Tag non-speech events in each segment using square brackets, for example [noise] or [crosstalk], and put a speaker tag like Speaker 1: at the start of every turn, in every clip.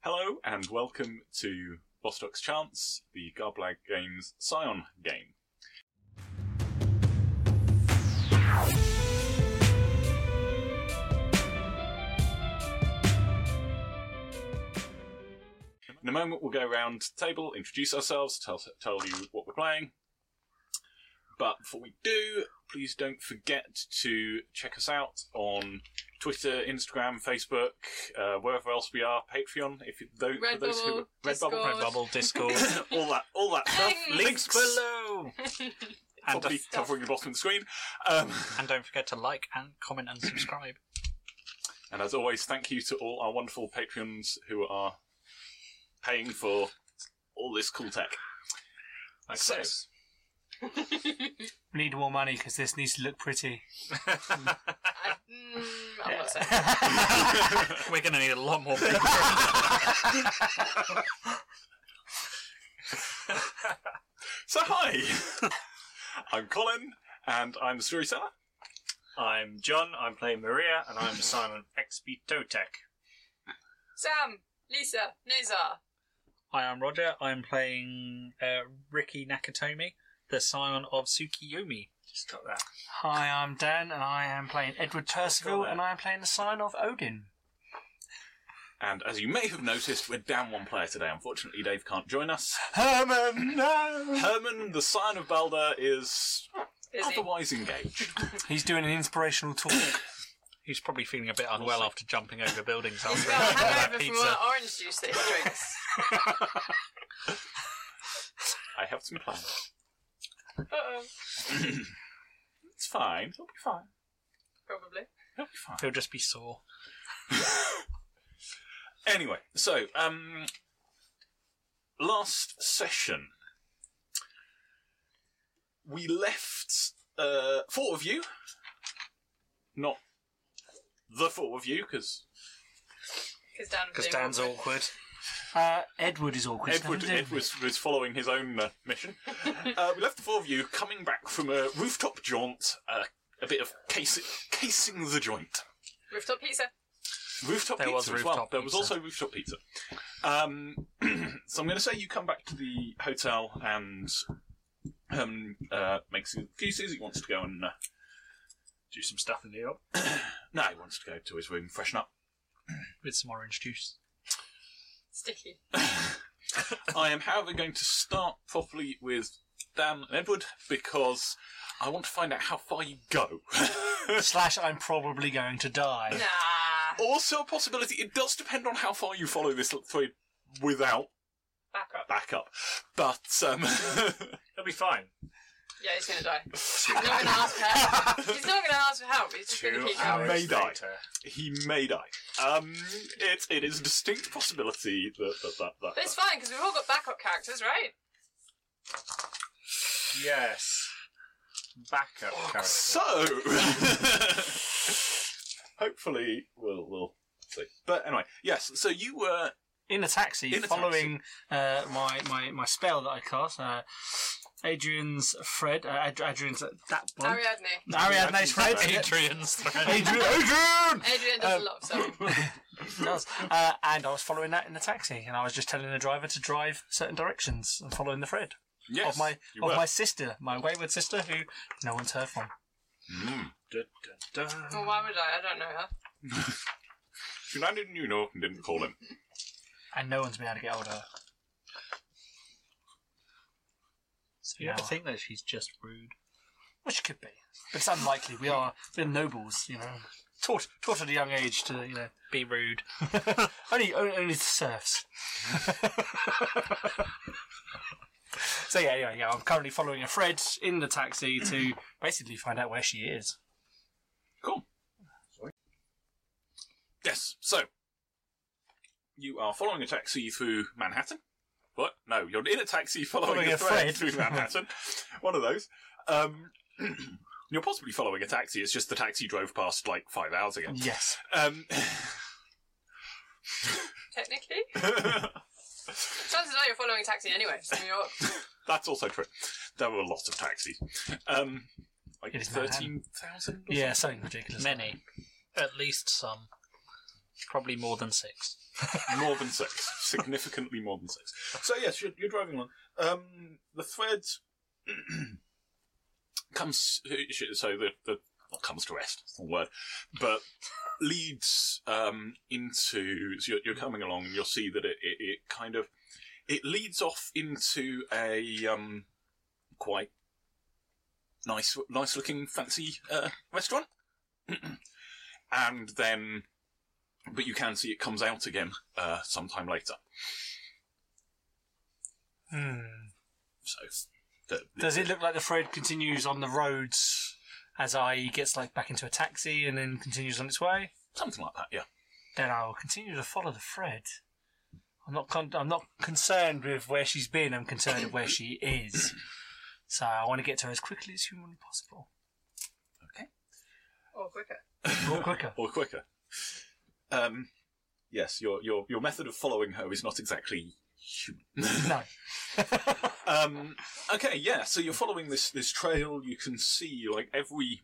Speaker 1: Hello and welcome to Bostock's Chance, the Garblag Games Scion game. In a moment, we'll go around the table, introduce ourselves, tell, tell you what we're playing. But before we do, please don't forget to check us out on Twitter, Instagram, Facebook, uh, wherever else we are, Patreon. If you, though, for those who
Speaker 2: Redbubble,
Speaker 1: Redbubble,
Speaker 2: Discord.
Speaker 3: Redbubble,
Speaker 1: [laughs]
Speaker 3: Discord,
Speaker 1: all that, all that stuff.
Speaker 3: links below, and, uh,
Speaker 1: probably
Speaker 2: stuff.
Speaker 1: covering the bottom of the screen. Um,
Speaker 3: and don't forget to like and comment and subscribe.
Speaker 1: and as always, thank you to all our wonderful patrons who are paying for all this cool tech. So-
Speaker 4: We need more money because this needs to look pretty.
Speaker 2: I, mm, I'm not saying.
Speaker 3: [laughs] [laughs] We're going to need a lot more people.
Speaker 1: [laughs] So hi, I'm Colin, and I'm the storyteller.
Speaker 5: I'm John, I'm playing Maria, and I'm Simon XP Totek.
Speaker 2: Sam, Lisa, Nazar.
Speaker 3: Hi, I'm Roger. I'm playing uh, Ricky Nakatomi, the scion of Tsukiyomi.
Speaker 5: Just got that.
Speaker 4: Hi, I'm Dan, and I am playing Edward Percival,
Speaker 5: that.
Speaker 4: and I am playing the sign of Odin.
Speaker 1: And as you may have noticed, we're down one player today. Unfortunately, Dave can't join us.
Speaker 4: Herman, no!
Speaker 1: Herman, the sign of Balder, is
Speaker 2: Busy.
Speaker 1: otherwise engaged.
Speaker 4: He's doing an inspirational talk.
Speaker 3: [coughs] He's probably feeling a bit unwell after jumping over
Speaker 4: [laughs]
Speaker 3: buildings
Speaker 2: He's
Speaker 3: after
Speaker 2: got a
Speaker 3: eating all that
Speaker 2: hangover from all
Speaker 3: pizza.
Speaker 2: that orange juice that he
Speaker 3: [laughs]
Speaker 2: drinks.
Speaker 1: I have some plans.
Speaker 2: Uh-oh.
Speaker 1: It's fine. It'll be fine.
Speaker 2: Probably.
Speaker 1: It'll be fine.
Speaker 3: He'll just be sore.
Speaker 1: Anyway, so um, last session we left uh, four of you, not the four of you, because
Speaker 2: Because Dan
Speaker 3: Because
Speaker 2: being
Speaker 3: Dan's
Speaker 2: awkward.
Speaker 3: awkward. [laughs]
Speaker 4: Uh, Edward is awkward. It's
Speaker 1: Edward
Speaker 4: nothing to do
Speaker 1: Ed
Speaker 4: with
Speaker 1: was, was following his own uh, mission. uh, we left the four of you coming back from a rooftop jaunt, uh, a bit of case- casing the joint.
Speaker 2: Rooftop pizza.
Speaker 1: Rooftop
Speaker 3: There
Speaker 1: pizza
Speaker 3: was
Speaker 1: as well.
Speaker 3: rooftop
Speaker 1: There was
Speaker 3: pizza.
Speaker 1: also rooftop pizza. Um, [clears throat] so I'm going to say you come back to the hotel and Herman uh, makes his excuses. He wants to go and uh,
Speaker 5: Do some stuff in New York.
Speaker 1: [clears throat] no, he wants to go to his room, freshen up.
Speaker 3: With some orange juice. [laughs]
Speaker 2: Sticky.
Speaker 1: I am, however, going to start properly with Dan and Edward because I want to find out how far you go. [laughs]
Speaker 4: it. Slash, I'm probably going to die.
Speaker 2: Nah.
Speaker 1: also, a possibility. It does depend on how far you follow this thread without
Speaker 2: Back up.
Speaker 1: backup, but um, [laughs]
Speaker 5: It'll be fine.
Speaker 2: Yeah, he's gonna die. He's not gonna ask for
Speaker 3: [laughs]
Speaker 2: help. He's not gonna ask for help. He's just gonna
Speaker 5: Two
Speaker 2: keep going.
Speaker 5: hours
Speaker 1: May die.
Speaker 5: later.
Speaker 1: he may die. Um, it it is a distinct possibility that that that. that,
Speaker 2: But it's fine because we've all got backup characters, right?
Speaker 5: Yes. Backup
Speaker 3: Oh,
Speaker 5: character.
Speaker 1: So, [laughs] hopefully, we'll we'll see. But anyway, yes. So you were
Speaker 4: In a taxi,
Speaker 1: In a
Speaker 4: following Uh, my, my, my spell that I cast, uh, Adrian's Fred, uh, Ad- Adrian's uh, that one.
Speaker 2: Ariadne.
Speaker 4: Ariadne's Fred.
Speaker 3: Adrian's [laughs] thread.
Speaker 4: Adrian, [laughs] Adrian!
Speaker 2: Adrian
Speaker 3: um,
Speaker 2: does a lot of stuff.
Speaker 4: does. Uh, and I was following that in the taxi, and I was just telling the driver to drive certain directions and following the thread
Speaker 1: yes
Speaker 4: of my
Speaker 1: you
Speaker 4: of
Speaker 1: were.
Speaker 4: my sister, my wayward sister, who no one's heard from.
Speaker 1: Mm.
Speaker 5: Dun, dun, dun.
Speaker 2: Well, why would I? I don't know her.
Speaker 1: She landed in New York and didn't call him.
Speaker 4: And no one's been able to get hold of her.
Speaker 3: So you ever think that she's just rude?
Speaker 4: Which could be, but it's unlikely. We are we're nobles, you know, taught taught at a young age to you know
Speaker 3: Be
Speaker 4: [laughs]
Speaker 3: rude.
Speaker 4: only only, only to serfs. [laughs] so yeah, yeah, yeah. I'm currently following a Fred in the taxi to basically find out where she is.
Speaker 1: Cool. Yes. So you are following a taxi through Manhattan. What? No, you're in a taxi [laughs] following,
Speaker 4: Following
Speaker 1: a,
Speaker 4: a
Speaker 1: thread
Speaker 4: thread.
Speaker 1: through Manhattan. [laughs] One of those. Um, [clears throat] you're possibly following a taxi. It's just the taxi drove past like five hours ago.
Speaker 4: Yes.
Speaker 1: Um, [laughs]
Speaker 2: Technically, chances are you're following a taxi anyway. It's New
Speaker 3: [laughs]
Speaker 2: York.
Speaker 1: that's also true. There were a lot of taxis. Um, like
Speaker 4: It is Manhattan.
Speaker 1: thirteen thousand.
Speaker 4: Yeah, something ridiculous.
Speaker 3: Many. At least some. Probably more than six.
Speaker 1: more than six, significantly more than six. So yes, you're, you're driving along. Um, the thread [clears throat] comes so the, the well, comes to rest. It's the word, but leads um, into. So you're, you're coming along, and you'll see that it, it, it kind of it leads off into a um, quite nice nice looking fancy uh, restaurant, [clears throat] and then but you can see it comes out again uh, sometime later. So the, the-
Speaker 4: Hmm. Does it look like the thread continues on the roads as I gets like back into a taxi and then continues on its way?
Speaker 1: something like that? Yeah.
Speaker 4: Then I will continue to follow the thread. I'm not. Con- I'm not concerned with where she's been. I'm concerned with where she is. So I want to get to her as quickly as humanly possible,
Speaker 2: Or quicker.
Speaker 1: [laughs]
Speaker 4: or
Speaker 5: [laughs]
Speaker 4: quicker.
Speaker 1: or quicker. Um, yes, your your your method of following her is not exactly human.
Speaker 4: No.
Speaker 1: [laughs] um, okay, yeah. So you're following this this trail. You can see like every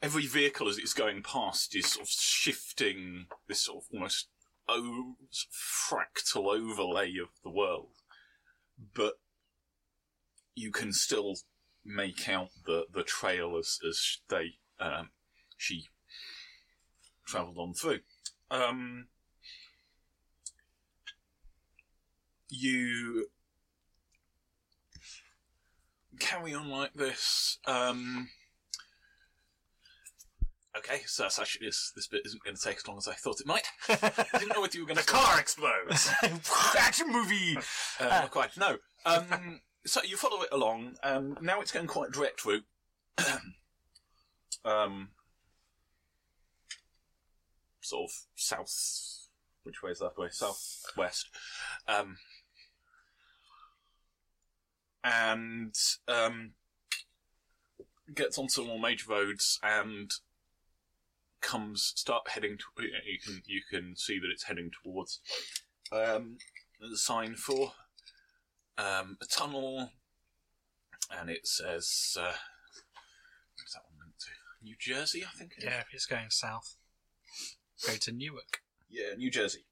Speaker 1: every vehicle as it's going past is sort of shifting this sort of almost o- sort of fractal overlay of the world, but you can still make out the the trail as as they um, she travelled on through. Um, you carry on like this. Um, okay, so that's actually this. This bit isn't going to take as long as I thought it might. I didn't know whether you were going to
Speaker 4: [laughs]
Speaker 5: Car explodes.
Speaker 4: Action movie.
Speaker 1: uh, not quite. No. Um, [laughs] so you follow it along. Um, now it's going quite direct route. [coughs] um, sort of south. Which way is that way? Southwest. Um, and um, gets onto more major roads and comes start heading to you can you can see that it's heading towards um there's a sign for um, a tunnel, and it says, uh, what's that one linked to? New Jersey, I think. it is.
Speaker 3: Yeah, if it's going south, go to [laughs] Newark.
Speaker 1: Yeah, New Jersey.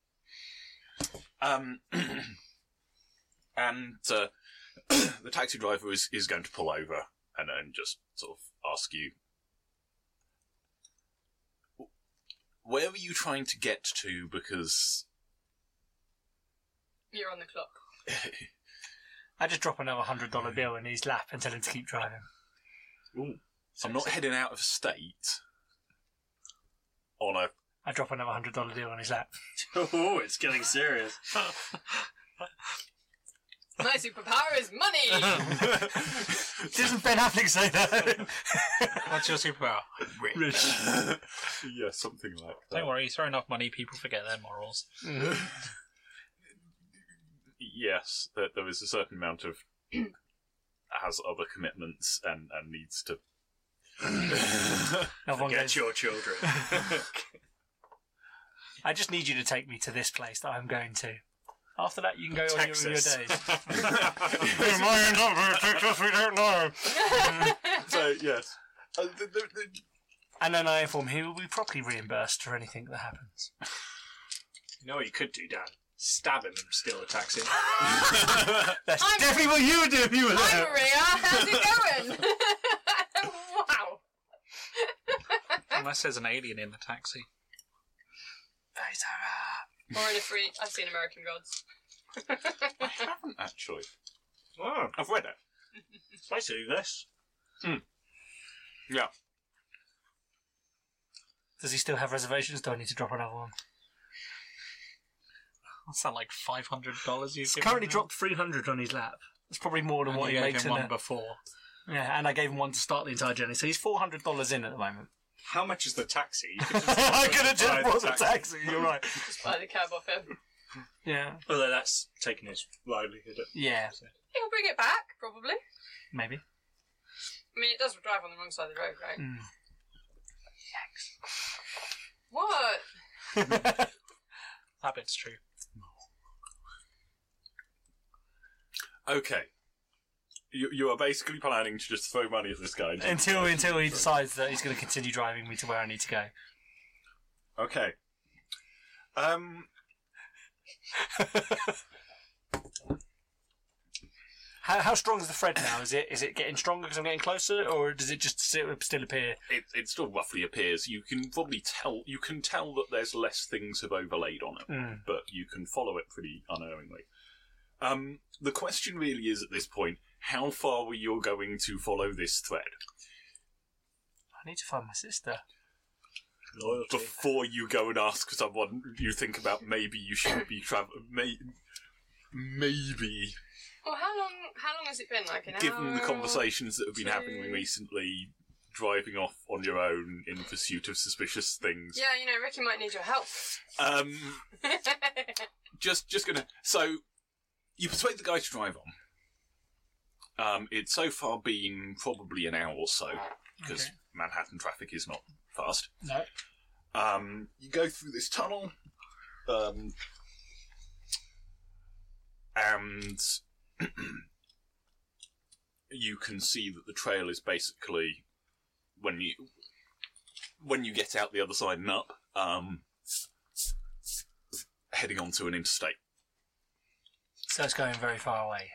Speaker 1: Um, [clears throat] and uh, [clears throat] the taxi driver is, is going to pull over and, and just sort of ask you, where are you trying to get to? Because [laughs]
Speaker 2: You're on the clock.
Speaker 4: [laughs] I just drop another hundred dollar bill in his lap and tell him to keep driving.
Speaker 1: I'm not heading out of state on a
Speaker 4: [laughs]
Speaker 1: [laughs]
Speaker 4: I drop another hundred dollar bill on his
Speaker 5: [laughs]
Speaker 4: lap.
Speaker 5: oh, it's getting serious.
Speaker 2: My superpower is
Speaker 1: [laughs]
Speaker 2: money!
Speaker 4: Doesn't Ben Affleck say
Speaker 5: [laughs]
Speaker 4: that?
Speaker 3: What's your superpower?
Speaker 1: yeah, something like that.
Speaker 3: Don't worry, you throw enough money, people forget their morals.
Speaker 1: Yes, that there is a certain amount of [clears throat] has other commitments and, and needs to.
Speaker 4: Another one
Speaker 5: Get
Speaker 4: goes,
Speaker 5: your
Speaker 4: [laughs]
Speaker 5: children. [laughs]
Speaker 4: I just need you to take me to this place that I'm going to. After that, you can go on your, your
Speaker 5: Texas.
Speaker 4: days.
Speaker 5: [laughs]
Speaker 1: so yes, uh, the, the, the-
Speaker 4: And then I inform he will be properly reimbursed for anything that happens.
Speaker 5: you know what you could do, Dan? Stab him and steal the taxi.
Speaker 4: [laughs]
Speaker 5: [laughs]
Speaker 4: That's
Speaker 2: I'm-
Speaker 4: definitely what you would do if you were
Speaker 2: Hi
Speaker 4: [laughs] there.
Speaker 2: Maria, how's it going? [laughs] wow.
Speaker 3: Unless there's an alien in the taxi.
Speaker 2: Or in a freak. I've seen American Gods.
Speaker 1: I haven't actually.
Speaker 5: oh,
Speaker 1: I've read it.
Speaker 5: it's basically this.
Speaker 1: Yeah.
Speaker 4: Does he still have reservations? Do I need to drop another one?
Speaker 3: What's that like five hundred dollars you've
Speaker 4: He's
Speaker 3: given
Speaker 4: currently
Speaker 3: him?
Speaker 4: dropped 300 on his lap. That's probably more than
Speaker 3: And
Speaker 4: what
Speaker 3: you
Speaker 4: he
Speaker 3: gave
Speaker 4: makes
Speaker 3: him
Speaker 4: in
Speaker 3: one
Speaker 4: a-
Speaker 3: before.
Speaker 4: Yeah, and I gave him one to start the entire journey. So he's $400 in at the moment.
Speaker 5: How much is the taxi?
Speaker 4: [laughs]
Speaker 5: You could just-
Speaker 4: I could have
Speaker 5: Buy
Speaker 4: just
Speaker 5: the
Speaker 4: bought a
Speaker 5: taxi.
Speaker 4: taxi. You're right.
Speaker 2: Just buy the cab off him.
Speaker 4: Yeah.
Speaker 5: Although that's taking his livelihood.
Speaker 4: Yeah.
Speaker 2: He'll bring it back, probably.
Speaker 4: Maybe.
Speaker 2: I mean, it does drive on the wrong side of the road, right?
Speaker 4: Mm.
Speaker 2: What?
Speaker 3: That bit's true.
Speaker 1: Okay. You you are basically planning to just throw money at this guy.
Speaker 4: Until until he decides that he's going to continue driving me to where I need to go.
Speaker 1: Okay. Um,
Speaker 4: How, how strong is the thread now? Is it is it getting stronger because I'm getting closer, or does it just still, still appear?
Speaker 1: it, it still roughly appears. You can probably tell. You can tell that there's less things have overlaid on it,
Speaker 4: Mm.
Speaker 1: but you can follow it pretty unerringly. Um, the question really is at this point: how far were you going to follow this thread
Speaker 4: I need to find my sister.
Speaker 5: Loyalty.
Speaker 1: before you go and ask someone? You think about maybe you should be traveling. May- maybe,
Speaker 2: Well, how long? How long has it been? Like an hour.
Speaker 1: given the conversations that have been happening
Speaker 2: two.
Speaker 1: recently, driving off on your own in pursuit of suspicious things.
Speaker 2: Yeah, you know, Ricky might need your help. [laughs]
Speaker 1: Um, just just gonna so you persuade the guy to drive on um it's so far been probably an hour or so because
Speaker 3: Okay.
Speaker 1: manhattan traffic is not fast
Speaker 4: No.
Speaker 1: um you go through this tunnel um and [clears throat] you can see that the trail is basically when you when you get out the other side and up um heading onto an interstate
Speaker 4: So it's going very far away.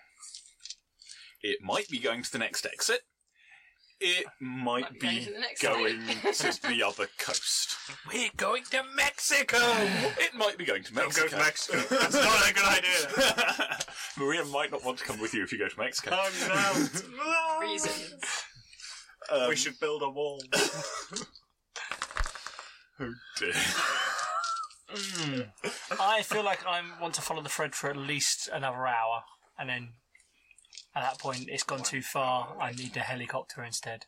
Speaker 1: It might be going to the next exit. It might,
Speaker 2: be going
Speaker 1: be
Speaker 2: to the next
Speaker 1: going
Speaker 2: side.
Speaker 1: to
Speaker 2: [laughs]
Speaker 1: the other coast.
Speaker 3: We're going to Mexico!
Speaker 1: It might be going to
Speaker 5: Don't
Speaker 1: Mexico.
Speaker 5: go to Mexico. That's not a good idea.
Speaker 1: [laughs] Maria might not want to come with you if you go to Mexico.
Speaker 5: Oh no!
Speaker 2: Reasons.
Speaker 1: Um,
Speaker 5: Uh, we should build a wall.
Speaker 1: Oh [laughs] dear.
Speaker 4: I feel like I want to follow the thread for at least another hour, and then at that point it's gone too far. I need the helicopter instead.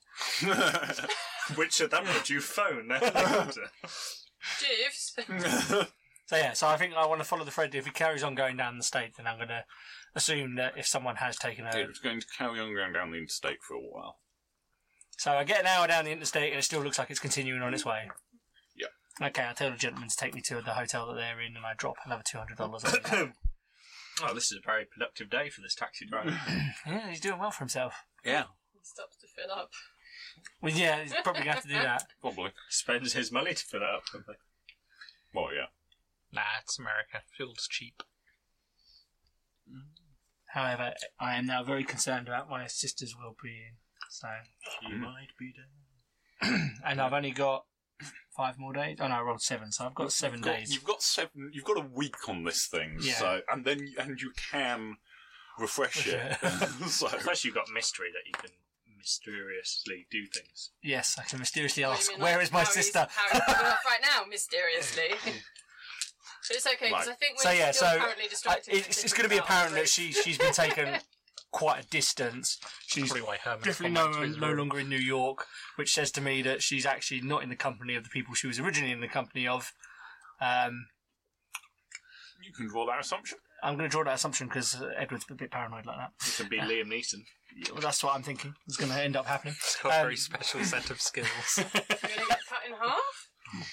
Speaker 5: Which at that point you phone their helicopter.
Speaker 2: [laughs] Jeeves.
Speaker 4: So yeah, so I think I want to follow the thread. If it carries on going down the state, then I'm going to assume that if someone has taken over.
Speaker 1: it's going to carry on going down the interstate for a while.
Speaker 4: So I get an hour down the interstate, and it still looks like it's continuing on its way.
Speaker 1: Yep.
Speaker 4: Okay, I tell the gentleman to take me to the hotel that they're in, and I drop another two hundred dollars.
Speaker 5: [laughs] Oh, this is a very productive day for this taxi driver.
Speaker 4: yeah, he's doing well for himself.
Speaker 1: Yeah,
Speaker 2: Stops to fill up.
Speaker 4: Well, yeah, he's probably going to have to do that. [laughs]
Speaker 1: probably.
Speaker 5: Spends his money to fill it up. probably.
Speaker 1: Well, yeah.
Speaker 3: Nah, it's America. Fuel's cheap.
Speaker 4: However, I am now very concerned about my sister's well-being. So,
Speaker 5: You might be dead.
Speaker 4: [clears throat] and I've only got five more days. Oh no, I rolled seven, so I've got 7
Speaker 1: You've got-
Speaker 4: days.
Speaker 1: You've got seven. You've got a week on this thing.
Speaker 4: Yeah.
Speaker 1: So, and then and you can refresh
Speaker 5: [laughs]
Speaker 1: it. [laughs] so
Speaker 5: Plus, you've got mystery that you can mysteriously do things.
Speaker 4: Yes, I can mysteriously
Speaker 2: What do you
Speaker 4: ask,
Speaker 2: mean, like,
Speaker 4: "Where is my
Speaker 2: how he's-
Speaker 1: [laughs]
Speaker 4: sister?"
Speaker 2: how he's pulling off right now, mysteriously. but it's okay because
Speaker 1: Right.
Speaker 2: I think we're
Speaker 4: so yeah,
Speaker 2: still
Speaker 4: so
Speaker 1: [laughs]
Speaker 2: currently
Speaker 4: [laughs] I,
Speaker 2: distracted.
Speaker 4: it's, it's going to be apparent that she she's been taken quite a distance. She's
Speaker 3: Probably why Herman's
Speaker 4: definitely no, um,
Speaker 3: gone back to his
Speaker 4: no
Speaker 3: room.
Speaker 4: longer in New York, which says to me that she's actually not in the company of the people she was originally in the company of. Um,
Speaker 1: you can draw that assumption.
Speaker 4: I'm going to draw that assumption because Edward's a bit paranoid like that.
Speaker 5: You can be Liam Neeson.
Speaker 4: Yeah, Well, that's what I'm thinking is going to end up happening.
Speaker 3: It's got a
Speaker 4: Um,
Speaker 3: very special set of
Speaker 4: [laughs]
Speaker 3: skills.
Speaker 2: You're going to get cut in half.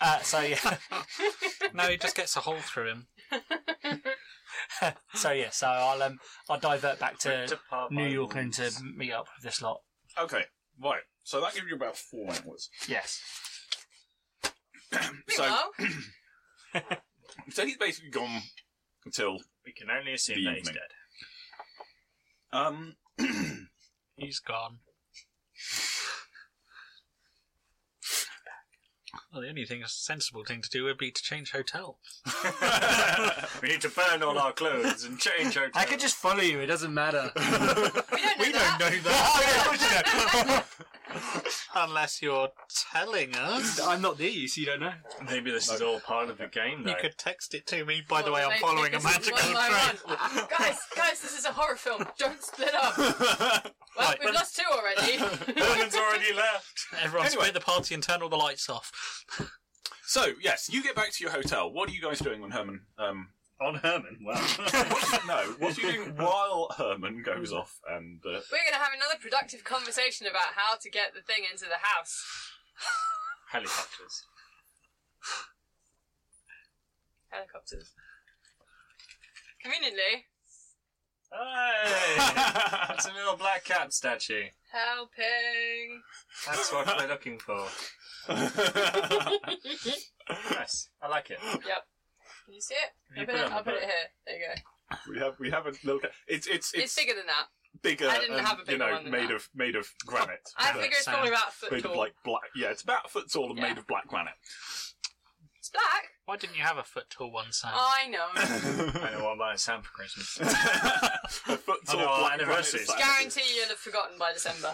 Speaker 4: Uh, so yeah, [laughs]
Speaker 3: no, he just gets a hole through him.
Speaker 4: so yeah, so I'll um, I'll divert back to
Speaker 5: Ripped apart by
Speaker 4: New York and
Speaker 5: wolves.
Speaker 4: to meet up with this lot.
Speaker 1: Okay, right. So that gives you about four hours.
Speaker 4: Yes.
Speaker 1: So,
Speaker 4: [laughs]
Speaker 2: Meanwhile,
Speaker 1: so he's basically gone until
Speaker 5: We can only assume
Speaker 1: The
Speaker 5: that he's
Speaker 1: evening.
Speaker 5: dead.
Speaker 1: um. [clears throat]
Speaker 3: He's gone. Well, the only thing, a sensible thing to do would be to change hotel.
Speaker 5: we need to burn all our clothes and change our
Speaker 4: I could just follow you. It doesn't matter.
Speaker 2: [laughs]
Speaker 4: [laughs]
Speaker 2: we don't know that.
Speaker 3: know
Speaker 2: [laughs]
Speaker 3: that. Unless you're telling us.
Speaker 4: I'm not near you, so you don't know.
Speaker 5: Maybe this is all part of the game, though.
Speaker 3: You could text it to me. By the
Speaker 2: Well,
Speaker 3: way,
Speaker 2: they take
Speaker 3: I'm following a
Speaker 2: us one
Speaker 3: magical
Speaker 2: by
Speaker 3: train.
Speaker 2: one. guys, guys, this is a horror film. Don't split
Speaker 4: [laughs]
Speaker 2: up. Well,
Speaker 3: Right.
Speaker 2: we've lost two already.
Speaker 5: Norman's already left.
Speaker 3: Everyone
Speaker 1: Anyway.
Speaker 3: split the party and turn all the lights off.
Speaker 1: so yes, you get back to your hotel. What are you guys doing when Herman? Um,
Speaker 5: On Herman. Well,
Speaker 1: no, what are you doing while Herman goes off and uh, [laughs]
Speaker 2: [laughs] We're going to have another productive conversation about how to get the thing into the house.
Speaker 5: helicopters.
Speaker 2: Helicopters. Conveniently,
Speaker 5: Hey, that's a little black cat statue.
Speaker 2: helping.
Speaker 5: That's what we're looking for. Nice. I like it.
Speaker 2: Yep. Can you see it?
Speaker 5: You
Speaker 2: I put
Speaker 5: put it
Speaker 2: it,
Speaker 5: on
Speaker 2: I'll
Speaker 5: the
Speaker 2: put it
Speaker 5: book.
Speaker 2: here. There you go.
Speaker 1: We have we have a little. Ca- it's it's
Speaker 2: It's,
Speaker 1: it's,
Speaker 2: bigger than that.
Speaker 1: bigger.
Speaker 2: I didn't
Speaker 1: and,
Speaker 2: have a
Speaker 1: you
Speaker 2: bigger
Speaker 1: know,
Speaker 2: one than
Speaker 1: made
Speaker 2: that.
Speaker 1: of made of granite.
Speaker 2: I
Speaker 1: but
Speaker 2: figure it's probably
Speaker 3: Sand.
Speaker 2: about a foot
Speaker 1: made
Speaker 2: tall.
Speaker 1: of like black. Yeah, it's about a foot tall and
Speaker 2: Yeah.
Speaker 1: made of black
Speaker 2: [laughs]
Speaker 1: granite.
Speaker 2: It's black.
Speaker 3: Why didn't you have a foot tall one, Sam?
Speaker 2: I know.
Speaker 5: I know what I'm buying Sam for Christmas.
Speaker 1: a foot
Speaker 5: Oh,
Speaker 1: tall
Speaker 5: no,
Speaker 1: black
Speaker 5: anniversaries.
Speaker 1: granite
Speaker 2: Guarantee you'll have forgotten by December.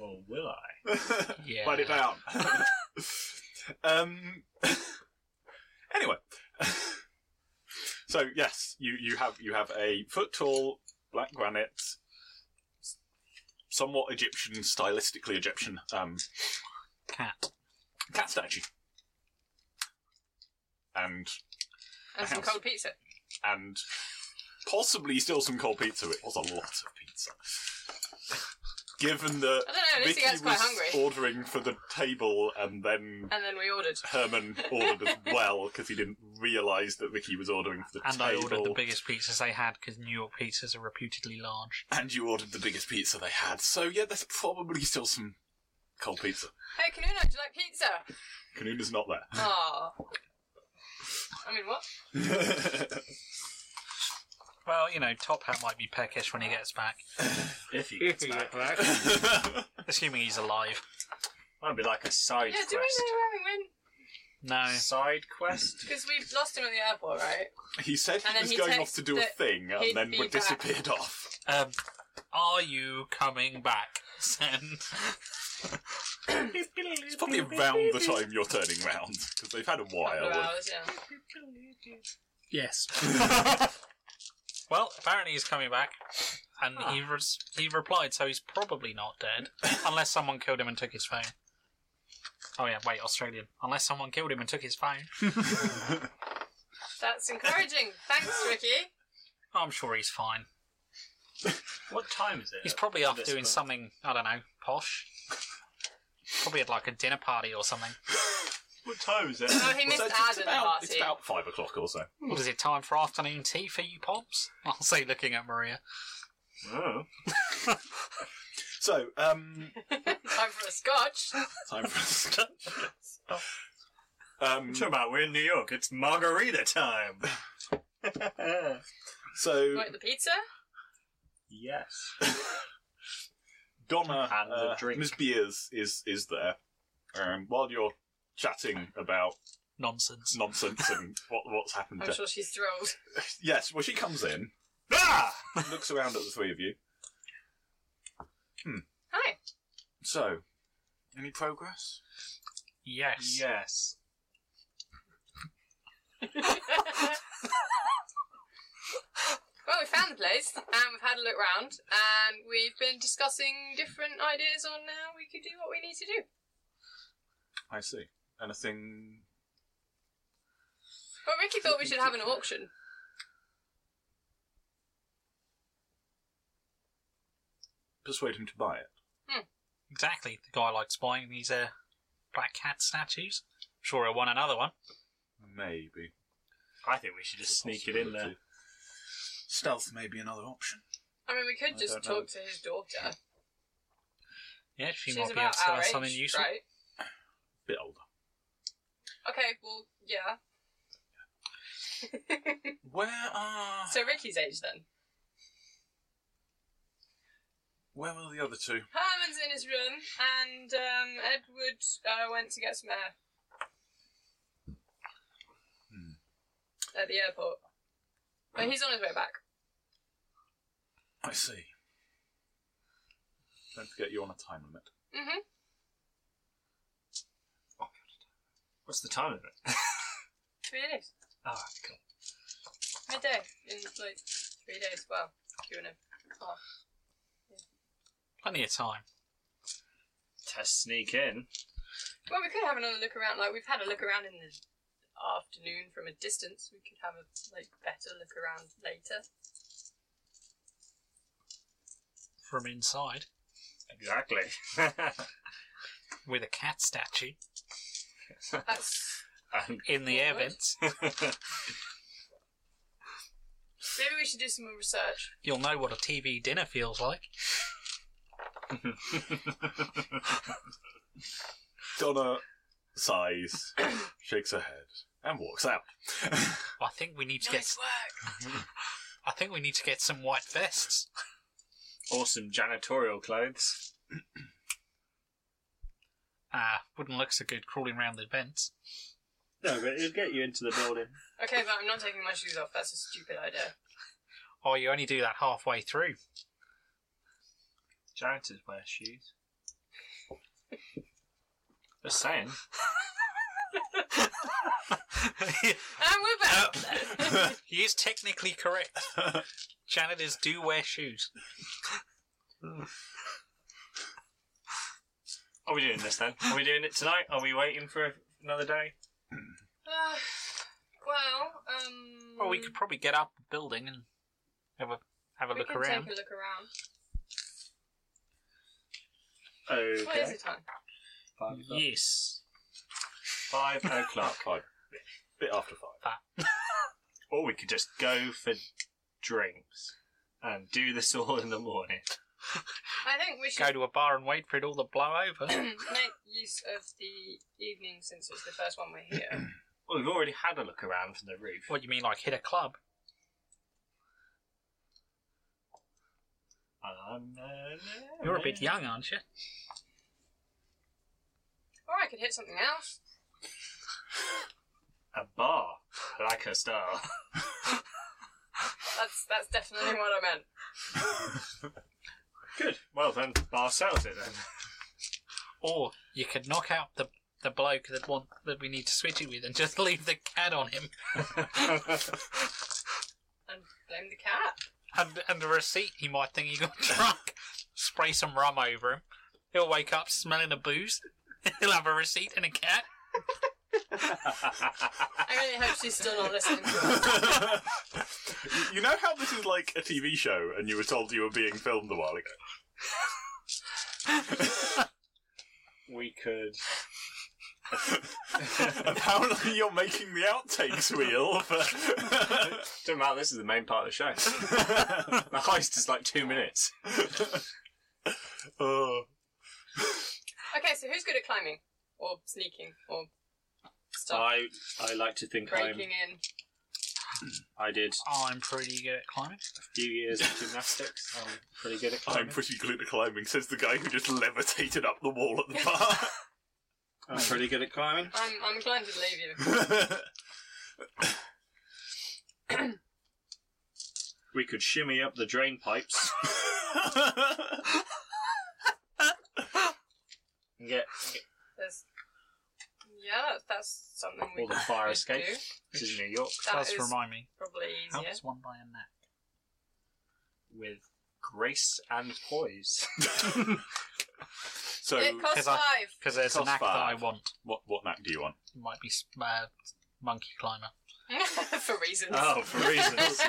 Speaker 5: or will
Speaker 1: [laughs]
Speaker 5: I?
Speaker 1: sand.
Speaker 3: yeah.
Speaker 1: Write it down. um. [laughs] anyway, [laughs] so yes, you you have you have a foot tall black granite, somewhat Egyptian, stylistically Egyptian um,
Speaker 3: Cat.
Speaker 1: cat statue, and
Speaker 2: And some
Speaker 1: house.
Speaker 2: cold pizza.
Speaker 1: and possibly still some cold pizza. It was a lot of pizza. Given that
Speaker 2: I don't know, at least
Speaker 1: Vicky
Speaker 2: he gets quite
Speaker 1: was
Speaker 2: hungry.
Speaker 1: ordering for the table and then
Speaker 2: And then we ordered.
Speaker 1: Herman ordered as well because he didn't realise that Vicky was ordering for the
Speaker 3: And I
Speaker 1: table.
Speaker 3: ordered the biggest pizzas they had because New York pizzas are reputedly large.
Speaker 1: And you ordered the biggest pizza they had. So yeah, there's probably still some cold pizza.
Speaker 2: Hey, Kanuna, do you like pizza?
Speaker 1: Kanuna's not there. [laughs]
Speaker 2: Oh. I mean, what?
Speaker 3: Well, you know, Top Hat might be peckish when he gets back,
Speaker 5: If you get back.
Speaker 3: assuming he's alive.
Speaker 5: That'd be like a side
Speaker 2: Yeah, do we
Speaker 5: quest.
Speaker 2: know where we went?
Speaker 3: No.
Speaker 5: Side quest?
Speaker 2: Because we lost him at the airport, right?
Speaker 1: he said
Speaker 2: And
Speaker 1: he
Speaker 2: then
Speaker 1: was
Speaker 2: he
Speaker 1: going
Speaker 2: texted
Speaker 1: off to do a
Speaker 2: that
Speaker 1: thing
Speaker 2: he'd
Speaker 1: and then
Speaker 2: be
Speaker 1: would
Speaker 2: back.
Speaker 1: disappeared off.
Speaker 3: Um, are you coming back, Sen?
Speaker 1: It's probably around the time you're turning round because they've had a
Speaker 2: Couple of
Speaker 1: while.
Speaker 2: hours, yeah.
Speaker 3: Yes. well, apparently he's coming back, and he
Speaker 2: Ah.
Speaker 3: res- he replied, so he's probably not dead, unless someone killed him and took his phone. Oh yeah, wait, Australian. Unless someone killed him and took his phone,
Speaker 2: That's encouraging. Thanks, Ricky.
Speaker 3: I'm sure he's fine.
Speaker 5: What time is it?
Speaker 3: He's probably off
Speaker 5: This
Speaker 3: doing
Speaker 5: part.
Speaker 3: something I don't know, posh. Probably at like a dinner party or something.
Speaker 5: What time is it?
Speaker 2: [coughs] Oh, he missed
Speaker 1: So
Speaker 2: our
Speaker 1: it's, it's
Speaker 2: dinner
Speaker 1: about,
Speaker 2: party.
Speaker 1: it's about five o'clock or so.
Speaker 3: What is it? Time for afternoon tea for you,
Speaker 4: [laughs]
Speaker 3: pops? I'll say, looking at Maria.
Speaker 5: oh.
Speaker 1: So, um,
Speaker 2: Time for a scotch.
Speaker 1: time for us. um,
Speaker 5: What you talking about? We're in New York. It's margarita time.
Speaker 1: so
Speaker 2: Wait, the pizza?
Speaker 5: [laughs] yes.
Speaker 1: [laughs] Donna,
Speaker 5: And a
Speaker 1: uh,
Speaker 5: drink.
Speaker 1: Ms. Beers is is there. Um, while you're chatting about
Speaker 3: Nonsense.
Speaker 1: nonsense and what what's happened.
Speaker 2: I'm
Speaker 1: to-
Speaker 2: sure she's thrilled.
Speaker 1: Yes, well, she comes in,
Speaker 5: Ah!
Speaker 1: looks around at the three of you.
Speaker 2: Hi.
Speaker 1: So, any progress?
Speaker 3: Yes.
Speaker 5: Yes.
Speaker 2: Well, we found the place and we've had a look round and we've been discussing different ideas on how we could do what we need to do.
Speaker 1: I see. Anything?
Speaker 2: Well, Ricky thought we should have an
Speaker 3: [laughs]
Speaker 2: auction.
Speaker 1: Persuade him to buy it.
Speaker 3: Exactly. The guy likes buying these uh, black cat statues. Sure, he'll want another one.
Speaker 1: Maybe.
Speaker 5: I think we should just sneak it in there.
Speaker 1: Possibility. Stealth may be another option.
Speaker 2: I mean, we could
Speaker 1: I
Speaker 2: just
Speaker 1: don't know.
Speaker 2: talk to his daughter.
Speaker 3: Yeah, she
Speaker 2: She's
Speaker 3: might be able
Speaker 2: about
Speaker 3: to tell
Speaker 2: our
Speaker 3: us
Speaker 2: age,
Speaker 3: something useful.
Speaker 2: right?
Speaker 1: Bit older.
Speaker 2: Okay, well, yeah.
Speaker 1: Where are?
Speaker 2: So Ricky's age then.
Speaker 1: Where were the other two?
Speaker 2: Herman's in his room, and um, Edward uh, went to get some air.
Speaker 1: Hmm.
Speaker 2: At the airport. But he's on his way back.
Speaker 1: I see. Don't forget you're on a time limit.
Speaker 2: hmm
Speaker 5: What's the time of it?
Speaker 2: Three days.
Speaker 5: Ah, cool.
Speaker 2: Midday. In like three days. Well, two and a half.
Speaker 3: Plenty of time.
Speaker 5: Test sneak in.
Speaker 2: Well, we could have another look around. Like, we've had a look around in the afternoon from a distance. We could have a like better look around
Speaker 3: [laughs]
Speaker 2: later.
Speaker 3: From inside.
Speaker 5: Exactly. [laughs]
Speaker 3: With a cat statue.
Speaker 2: That's,
Speaker 5: and
Speaker 3: In the air
Speaker 2: Alright.
Speaker 3: vents.
Speaker 2: maybe we should do some more research.
Speaker 3: You'll know what a TV dinner feels like.
Speaker 1: Donna sighs, [coughs] shakes her head, and walks out.
Speaker 3: I think we need to get.
Speaker 2: Nice work.
Speaker 3: I think we need to get some white vests.
Speaker 5: [laughs] Awesome janitorial clothes.
Speaker 3: Ah, wouldn't look so good crawling round the vents.
Speaker 5: No, but it'll get you into the building.
Speaker 2: Okay, but I'm not taking my shoes off. That's a stupid
Speaker 3: [laughs]
Speaker 2: idea.
Speaker 3: Oh, you only do that halfway through.
Speaker 5: Janitors wear shoes. Just saying.
Speaker 2: And we're back.
Speaker 3: [laughs] he is
Speaker 1: [laughs]
Speaker 3: technically correct. Janitors do wear shoes.
Speaker 5: Are we doing this then? Are we doing it tonight? Are we waiting for another day?
Speaker 2: Uh, [sighs] well, um.
Speaker 3: Well, we could probably get up the building and have a have a
Speaker 2: we
Speaker 3: look
Speaker 2: can
Speaker 3: around.
Speaker 2: Take a look around. What is
Speaker 5: Okay.
Speaker 2: the time?
Speaker 5: Five o'clock.
Speaker 3: yes.
Speaker 5: Five o'clock.
Speaker 1: Five. Ah, Bit after five.
Speaker 5: Or we could just go for drinks and do this all in the morning.
Speaker 2: I think we should
Speaker 3: Go to a bar and wait for it all to blow over.
Speaker 2: [clears throat] make use of the evening since it's the first one we're here.
Speaker 5: Well, we've already had a look around from the roof.
Speaker 3: what do you mean, like hit a club?
Speaker 5: Um, uh,
Speaker 3: You're a bit young, aren't you?
Speaker 2: or I could hit something else.
Speaker 5: A bar, [laughs] like a star.
Speaker 2: That's that's definitely what I meant.
Speaker 5: Good. Well then, bar sells it then.
Speaker 3: Or you could knock out the the bloke that want that we need to switch it with and just [laughs] leave the cat on him
Speaker 2: And blame the cat.
Speaker 3: and and the receipt. He might think he got [laughs] drunk. Spray some rum over him. He'll wake up smelling of booze. [laughs] He'll have a receipt and a cat.
Speaker 2: I really hope she's still not listening to us.
Speaker 1: [laughs] you know how this is like a TV show, and you were told you were being filmed a while [laughs] ago.
Speaker 5: [laughs] we could.
Speaker 1: Apparently, you're making the outtakes wheel. For... [laughs]
Speaker 5: Don't matter. This is the main part of the show. [laughs] the heist is like two minutes.
Speaker 1: oh,
Speaker 2: Okay, so who's good at climbing? Or sneaking? Or stuff?
Speaker 5: I I like to think
Speaker 2: Breaking in.
Speaker 5: I did
Speaker 3: I'm pretty good at climbing.
Speaker 5: a few years of gymnastics. I'm pretty good at
Speaker 1: I'm pretty good at climbing, says the guy who just levitated up the wall at the bar. [laughs]
Speaker 5: I'm pretty good at climbing.
Speaker 2: I'm, I'm inclined to believe you.
Speaker 5: We could shimmy up the drain pipes and
Speaker 2: [laughs]
Speaker 5: get, get
Speaker 2: There's, yeah, that's, that's something we
Speaker 5: all the
Speaker 2: could
Speaker 5: fire
Speaker 2: do.
Speaker 5: escape. This is New York
Speaker 2: That
Speaker 3: Does
Speaker 2: is
Speaker 3: remind me.
Speaker 2: probably
Speaker 3: How
Speaker 2: easier.
Speaker 3: does Oh, one buy a nap?
Speaker 5: with grace and poise.
Speaker 1: so,
Speaker 2: It costs
Speaker 3: Cause I-
Speaker 2: five.
Speaker 3: Because there's a
Speaker 1: Cost
Speaker 3: knack that I
Speaker 1: five.
Speaker 3: want.
Speaker 1: what what nap do you want?
Speaker 3: It might be s- uh, monkey climber.
Speaker 2: [laughs] for reasons.
Speaker 5: oh,
Speaker 2: [laughs]
Speaker 5: for reasons.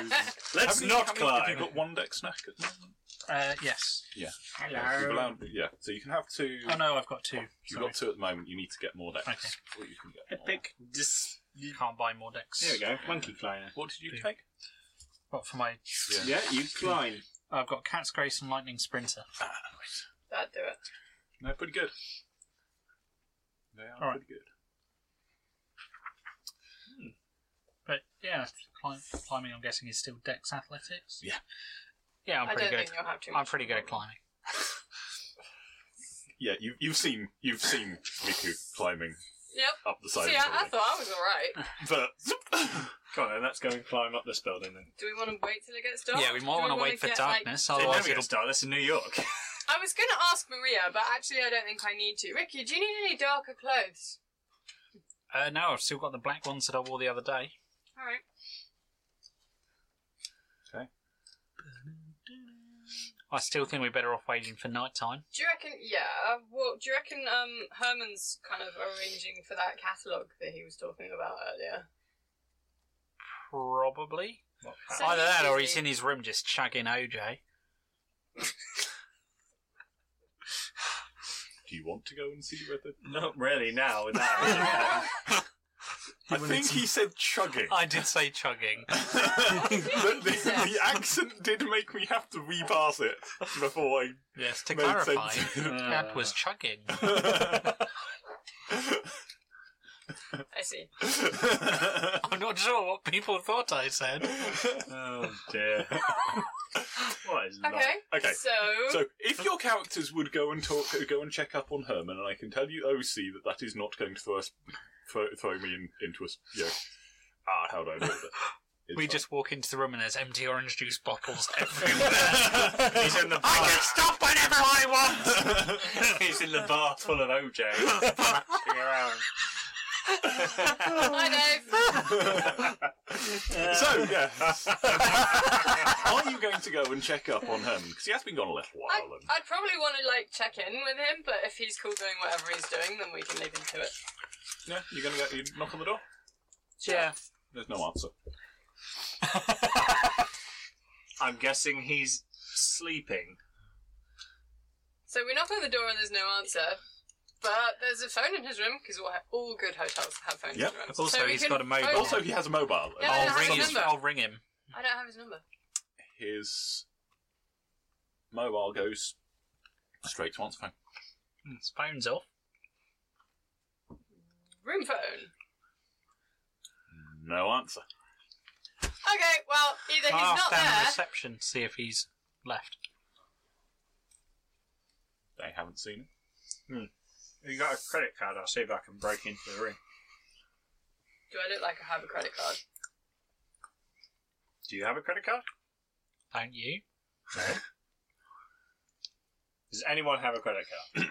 Speaker 1: How
Speaker 5: Let's
Speaker 1: many- how
Speaker 5: not
Speaker 1: many- Have
Speaker 5: climb.
Speaker 1: you got one dex snack at the moment?
Speaker 3: Uh, yes.
Speaker 1: You've allowed, yeah, so you can have two.
Speaker 3: Oh no, I've got two.
Speaker 1: You've got two at the moment. You need to get more decks.
Speaker 3: Okay.
Speaker 1: Or you can get more.
Speaker 5: Epic dis.
Speaker 3: Can't buy more decks.
Speaker 5: There we go. Monkey climber.
Speaker 1: What did you
Speaker 3: Two.
Speaker 1: take?
Speaker 3: But for my,
Speaker 5: Yeah, you climb.
Speaker 3: I've got cat's grace and lightning sprinter.
Speaker 2: That'd do it.
Speaker 1: Ah, No, pretty good. They are
Speaker 3: All right.
Speaker 1: pretty good.
Speaker 3: But yeah, climb, climbing. I'm guessing is still dex athletics.
Speaker 1: Yeah.
Speaker 3: Yeah, I'm
Speaker 2: I do
Speaker 3: pretty
Speaker 2: not
Speaker 3: good.
Speaker 2: think
Speaker 3: At,
Speaker 2: you'll have too much.
Speaker 3: I'm pretty good at climbing.
Speaker 1: Yeah, you, you've seen you've seen Miku climbing
Speaker 2: Yep.
Speaker 1: up the side.
Speaker 2: See, I, I thought I was alright.
Speaker 1: of the building. But [laughs]
Speaker 5: Come on, then. Let's go and climb up this building then.
Speaker 2: Do we want to wait till it gets dark?
Speaker 3: Yeah, we
Speaker 2: Do
Speaker 3: might want to
Speaker 2: wanna
Speaker 3: wait for
Speaker 2: get, like-
Speaker 3: darkness,
Speaker 5: It
Speaker 3: otherwise
Speaker 5: never
Speaker 3: it'll.
Speaker 5: gets dark. That's in New York.
Speaker 2: I was going to ask Maria, but actually, I don't think I need to. Ricky, do you need any darker clothes?
Speaker 3: Uh, no, I've still got the black ones that I wore the other day.
Speaker 2: All right.
Speaker 3: I still think we're better off waiting for night time.
Speaker 2: Do you reckon? Yeah. Well, do you reckon um, Herman's kind of arranging for that catalogue that he was talking about
Speaker 3: [laughs]
Speaker 2: earlier?
Speaker 3: Probably.
Speaker 2: So
Speaker 3: Either that, or
Speaker 2: busy.
Speaker 3: he's in his room just chugging OJ.
Speaker 1: do you want to go and see whether?
Speaker 5: Not really now. With [laughs] that.
Speaker 1: I think he said chugging.
Speaker 2: Oh. [laughs]
Speaker 3: I did say chugging.
Speaker 1: but [laughs] the,
Speaker 2: said.
Speaker 1: the accent did make me have to repass it before I.
Speaker 3: Yes, to
Speaker 1: Made
Speaker 3: clarify,
Speaker 1: sense.
Speaker 3: that was chugging.
Speaker 2: I
Speaker 1: [laughs]
Speaker 2: see.
Speaker 3: I'm not sure what people thought I said.
Speaker 5: Oh dear. what is
Speaker 2: Okay.
Speaker 1: Okay.
Speaker 2: So,
Speaker 1: So, if your characters would go and talk, go and check up on Herman, and I can tell you, OC, that that is not going to throw us, throw, throw me in, into a, s- you know, ah, how do I do it? It's
Speaker 3: We
Speaker 1: fine.
Speaker 3: just walk into the room and there's empty orange juice bottles everywhere.
Speaker 5: He's in the
Speaker 3: I
Speaker 5: bar.
Speaker 3: can stop whenever I want!
Speaker 5: [laughs] He's in the bar full of OJ, [laughs] matching around.
Speaker 2: hi
Speaker 3: [laughs]
Speaker 2: Dave.
Speaker 1: [laughs] so yeah, [laughs] are you going to go and check up on Herman? Because he has been gone a little
Speaker 2: I,
Speaker 1: while. And...
Speaker 2: I'd probably want to like check in with him, but if he's cool doing whatever he's doing, then we can leave him to it.
Speaker 1: Yeah, you're going to go. You knock on the door.
Speaker 3: yeah.
Speaker 1: There's no answer.
Speaker 5: I'm guessing he's sleeping.
Speaker 2: So we knock on the door and there's no answer. But there's a phone in his room because all good hotels have phones
Speaker 1: Yep.
Speaker 2: in rooms.
Speaker 3: Also,
Speaker 2: we
Speaker 3: he's
Speaker 2: can
Speaker 3: got a mobile.
Speaker 2: phone
Speaker 1: Also,
Speaker 2: him.
Speaker 1: he has a mobile.
Speaker 2: Oh, Yeah,
Speaker 1: and
Speaker 2: yeah,
Speaker 3: [laughs] I'll
Speaker 2: how's
Speaker 3: ring
Speaker 2: his
Speaker 3: him.
Speaker 2: number?
Speaker 3: I'll ring him.
Speaker 2: I don't have his number.
Speaker 1: His mobile goes straight to answer phone.
Speaker 3: His phone's off.
Speaker 2: Room phone.
Speaker 1: No answer.
Speaker 2: Okay, well either
Speaker 3: I'll
Speaker 2: he's not
Speaker 3: ask down in
Speaker 2: there.
Speaker 3: reception, see if he's left.
Speaker 1: They haven't seen him.
Speaker 5: You got a credit card? I'll see if I can break into the room.
Speaker 2: Do I look like I have a credit
Speaker 5: [laughs]
Speaker 2: card?
Speaker 5: Do you have a credit card?
Speaker 3: Don't you?
Speaker 5: Does anyone have a credit [clears throat] card?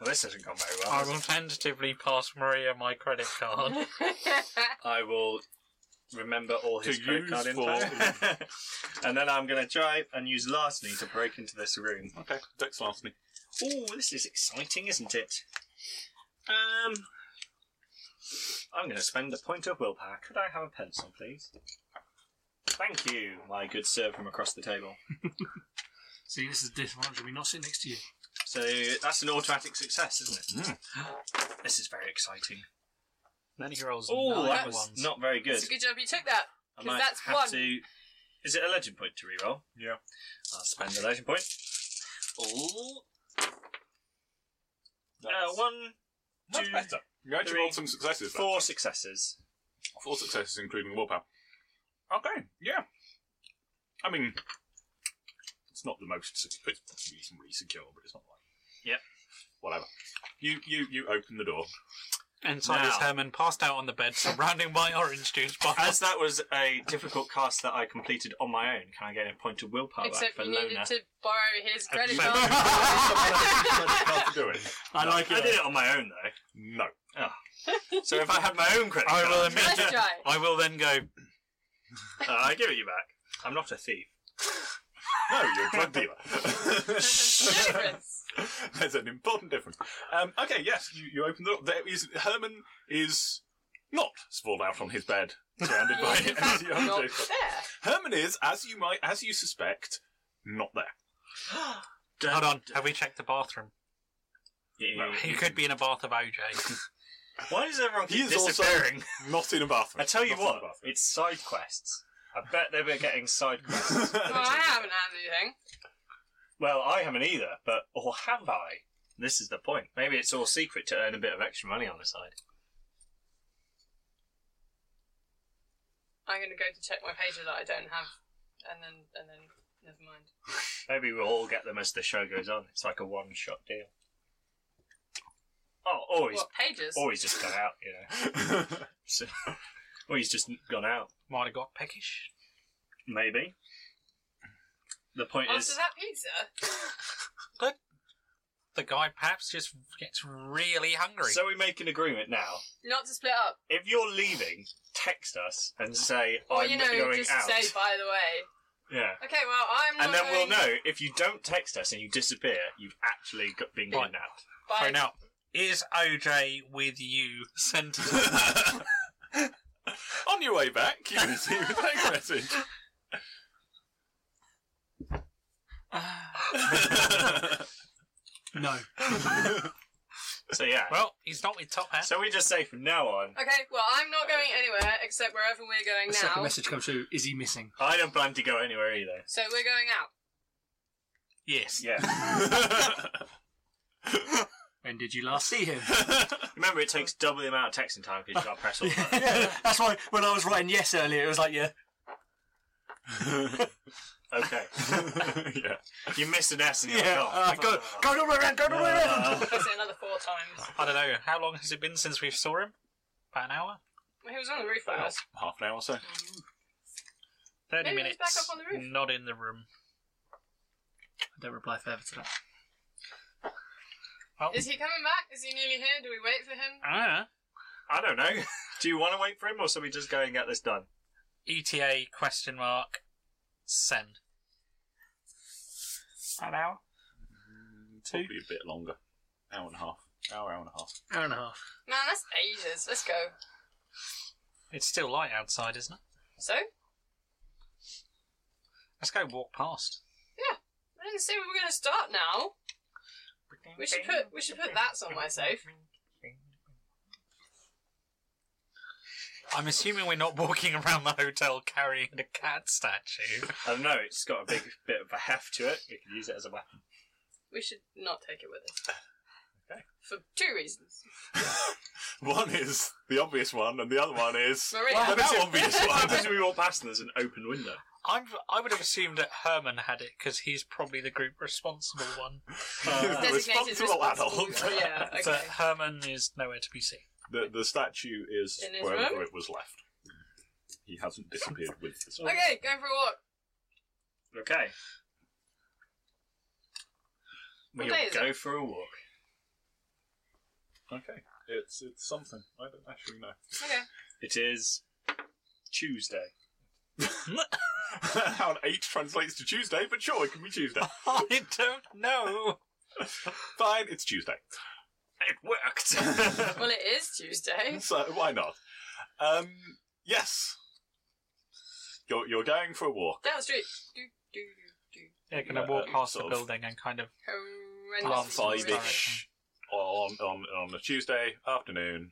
Speaker 5: well, this hasn't gone very well.
Speaker 3: I
Speaker 5: has it?
Speaker 3: will tentatively pass Maria my credit card.
Speaker 2: [laughs]
Speaker 5: I will remember all his
Speaker 1: To
Speaker 5: credit
Speaker 1: use
Speaker 5: card info. [laughs] and then I'm going to try and use larceny to break into this room.
Speaker 1: Okay, Dex larceny.
Speaker 5: Oh, this is exciting, isn't it? Um, I'm going to spend a point of willpower. Could I have a pencil, please? Thank you, my good sir from across the table.
Speaker 4: See, this is disadvantage. We're not sitting next to you.
Speaker 5: So that's an automatic success, isn't it? This is very exciting.
Speaker 3: then he rolls
Speaker 5: Oh,
Speaker 3: nine
Speaker 5: that was
Speaker 3: ones.
Speaker 5: not very good.
Speaker 2: It's a good job you took that.
Speaker 5: I
Speaker 2: 'cause
Speaker 5: might
Speaker 2: that's
Speaker 5: have
Speaker 2: one.
Speaker 5: to. Is it a legend point to reroll?
Speaker 1: Yeah.
Speaker 5: I'll spend a legend point. Oh, uh, one,
Speaker 1: Much
Speaker 5: two,
Speaker 1: better. You actually
Speaker 5: three,
Speaker 1: rolled some successes.
Speaker 5: four successes.
Speaker 1: Four successes, including willpower. Okay, yeah. I mean, it's not the most secure. It's reasonably secure, but it's not like.
Speaker 5: Yep.
Speaker 1: Whatever. You you you open the door.
Speaker 3: Inside is
Speaker 5: Now.
Speaker 3: Herman, passed out on the bed, surrounding my orange juice bottle.
Speaker 5: As that was a difficult cast that I completed on my own, can I get a point of willpower
Speaker 2: Except
Speaker 5: back
Speaker 2: you
Speaker 5: for
Speaker 2: needed
Speaker 5: Lona?
Speaker 2: to borrow his credit
Speaker 3: Except-
Speaker 5: [laughs]
Speaker 2: card.
Speaker 3: [laughs]
Speaker 1: How to do it?
Speaker 5: I like it. I did it on my own though.
Speaker 1: No.
Speaker 5: So if I had my own credit
Speaker 3: I
Speaker 5: card,
Speaker 3: will
Speaker 2: Nice
Speaker 3: admit.
Speaker 5: [laughs]
Speaker 2: try.
Speaker 3: I will then go.
Speaker 5: uh, I give it you back. I'm not a [gasps] thief.
Speaker 1: No, you're a drug dealer.
Speaker 2: There's a
Speaker 5: [laughs]
Speaker 2: difference.
Speaker 1: [laughs] There's an important difference. Um, okay, yes, you, you open the door. There is Herman is not sprawled out on his bed, surrounded
Speaker 2: [laughs]
Speaker 1: by [laughs]
Speaker 2: He's in fact
Speaker 5: [laughs]
Speaker 1: empty
Speaker 2: not
Speaker 1: objects.
Speaker 2: there.
Speaker 1: Herman is, as you might, as you suspect, not there.
Speaker 3: Hold on, have we checked the bathroom?
Speaker 5: [laughs] Yeah.
Speaker 3: He could be in a bath of
Speaker 5: [laughs]
Speaker 3: OJ.
Speaker 5: Why does everyone
Speaker 1: He
Speaker 5: keep
Speaker 1: is also
Speaker 5: disappearing?
Speaker 1: not in a bathroom.
Speaker 5: I tell you
Speaker 1: Not in a
Speaker 5: what,
Speaker 1: bathroom.
Speaker 5: it's side quests. I bet they were getting side quests.
Speaker 2: Well, I haven't had anything.
Speaker 5: well, I haven't either, but or have I? This is the point. Maybe it's all secret to earn a bit of extra money on the side.
Speaker 2: I'm gonna go to check my pager that I don't have, and then and then never mind.
Speaker 5: Maybe we'll all get them as the show goes on. It's like a one-shot deal. Oh, or he's,
Speaker 2: What pages?
Speaker 5: or he's just gone out, you know. So, [laughs] or he's just gone out.
Speaker 3: Might have got peckish.
Speaker 5: Maybe. The point
Speaker 2: After
Speaker 5: is,
Speaker 2: that pizza,
Speaker 3: The guy perhaps just gets really hungry.
Speaker 5: so we make an agreement now.
Speaker 2: not to split up.
Speaker 5: If you're leaving, text us and say
Speaker 2: Or
Speaker 5: I'm
Speaker 2: you know,
Speaker 5: going
Speaker 2: just
Speaker 5: out.
Speaker 2: say by the way.
Speaker 5: yeah.
Speaker 2: Okay, well um, I'm not
Speaker 5: And then we'll
Speaker 2: going
Speaker 5: know if you don't text us and you disappear, you've actually got been
Speaker 3: Right.
Speaker 5: kidnapped.
Speaker 2: by
Speaker 3: Phone out. Is OJ with you? Sent.
Speaker 1: [laughs] On your way back, you receive a text
Speaker 5: [laughs]
Speaker 1: message.
Speaker 4: [sighs]
Speaker 1: [laughs]
Speaker 4: No.
Speaker 5: So yeah.
Speaker 3: well, he's not with Top Hat.
Speaker 5: so we just say from now on,
Speaker 2: Okay, well I'm not going anywhere except wherever we're going
Speaker 4: The
Speaker 2: now.
Speaker 4: second message comes through. Is he missing?
Speaker 5: I don't plan to go anywhere either.
Speaker 2: So
Speaker 1: [laughs]
Speaker 2: we're going out.
Speaker 3: yes.
Speaker 5: Yeah.
Speaker 4: When did you last see him?
Speaker 5: Remember, it takes double the amount of texting time because you've got to press all that.
Speaker 4: [laughs] yeah, that's why when I was writing yes earlier, it was like, yeah,
Speaker 5: Okay.
Speaker 1: yeah.
Speaker 5: You missed an S and you're
Speaker 4: yeah,
Speaker 5: like, oh.
Speaker 4: uh, go, go the other way around, go the other way [laughs] around.
Speaker 2: Press it another four times.
Speaker 3: I don't know. How long has it been since we saw him? About an hour?
Speaker 2: He was on the roof with us.
Speaker 1: Half an hour or so.
Speaker 3: 30
Speaker 2: Maybe he's
Speaker 3: minutes.
Speaker 2: back up on the roof.
Speaker 3: Not in the room. I don't reply further to that. Well,
Speaker 2: Is he coming back? Is he nearly here? Do we wait for him?
Speaker 3: I don't know.
Speaker 5: I don't know. [laughs] Do you want to wait for him or shall we just go and get this done?
Speaker 3: ETA E question mark send.
Speaker 4: An hour? Two?
Speaker 1: Probably a bit longer. Hour and a half. Hour, hour and a half.
Speaker 3: Hour and a half.
Speaker 2: Man, that's ages. Let's go.
Speaker 3: It's still light outside, isn't it?
Speaker 2: So?
Speaker 3: Let's go walk past.
Speaker 2: I didn't say we were going to start now. We should put we should put that somewhere safe.
Speaker 3: I'm assuming we're not walking around the hotel carrying the cat statue.
Speaker 5: I don't know. It's got a big [laughs] bit of a heft to it. We could use it as a [laughs] weapon.
Speaker 2: We should not take it with us. For two reasons.
Speaker 1: [laughs] One is the obvious one, and the other one is
Speaker 2: Maria.
Speaker 1: the
Speaker 5: happens
Speaker 1: not
Speaker 5: if-
Speaker 1: obvious
Speaker 2: [laughs]
Speaker 5: What
Speaker 1: one.
Speaker 5: happens if we walk past and there's an open window?
Speaker 3: I'm, I would have assumed that Herman had it because he's probably the group responsible one.
Speaker 1: The
Speaker 5: Uh,
Speaker 1: responsible adult.
Speaker 2: [laughs] Yeah,
Speaker 3: But uh,
Speaker 2: okay.
Speaker 3: Herman is nowhere to be seen. [laughs]
Speaker 1: The, the statue is
Speaker 2: In his
Speaker 1: wherever
Speaker 2: room?
Speaker 1: it was left. He hasn't disappeared with the statue.
Speaker 2: Okay, going for a walk.
Speaker 5: [laughs] Okay.
Speaker 2: What
Speaker 5: We'll
Speaker 2: day is
Speaker 5: go for a walk.
Speaker 1: Okay. [laughs] It's it's something. I don't actually know.
Speaker 2: Okay.
Speaker 5: It is Tuesday.
Speaker 1: [laughs] How an eight translates to Tuesday, but sure, it can be [laughs] Tuesday.
Speaker 3: I don't know.
Speaker 1: Fine, it's Tuesday.
Speaker 5: It
Speaker 2: [laughs]
Speaker 5: worked.
Speaker 2: Well, it is Tuesday.
Speaker 1: [laughs] So why not? Um, yes. You're you're going for a walk.
Speaker 2: Down the street. Do, do, do, do.
Speaker 3: Yeah, gonna
Speaker 1: Yeah,
Speaker 3: walk
Speaker 1: uh,
Speaker 3: past the
Speaker 1: sort of
Speaker 3: building and kind of
Speaker 2: Horrendous
Speaker 1: Half
Speaker 3: Half
Speaker 1: five
Speaker 2: situation.
Speaker 1: ish on, on on a Tuesday afternoon.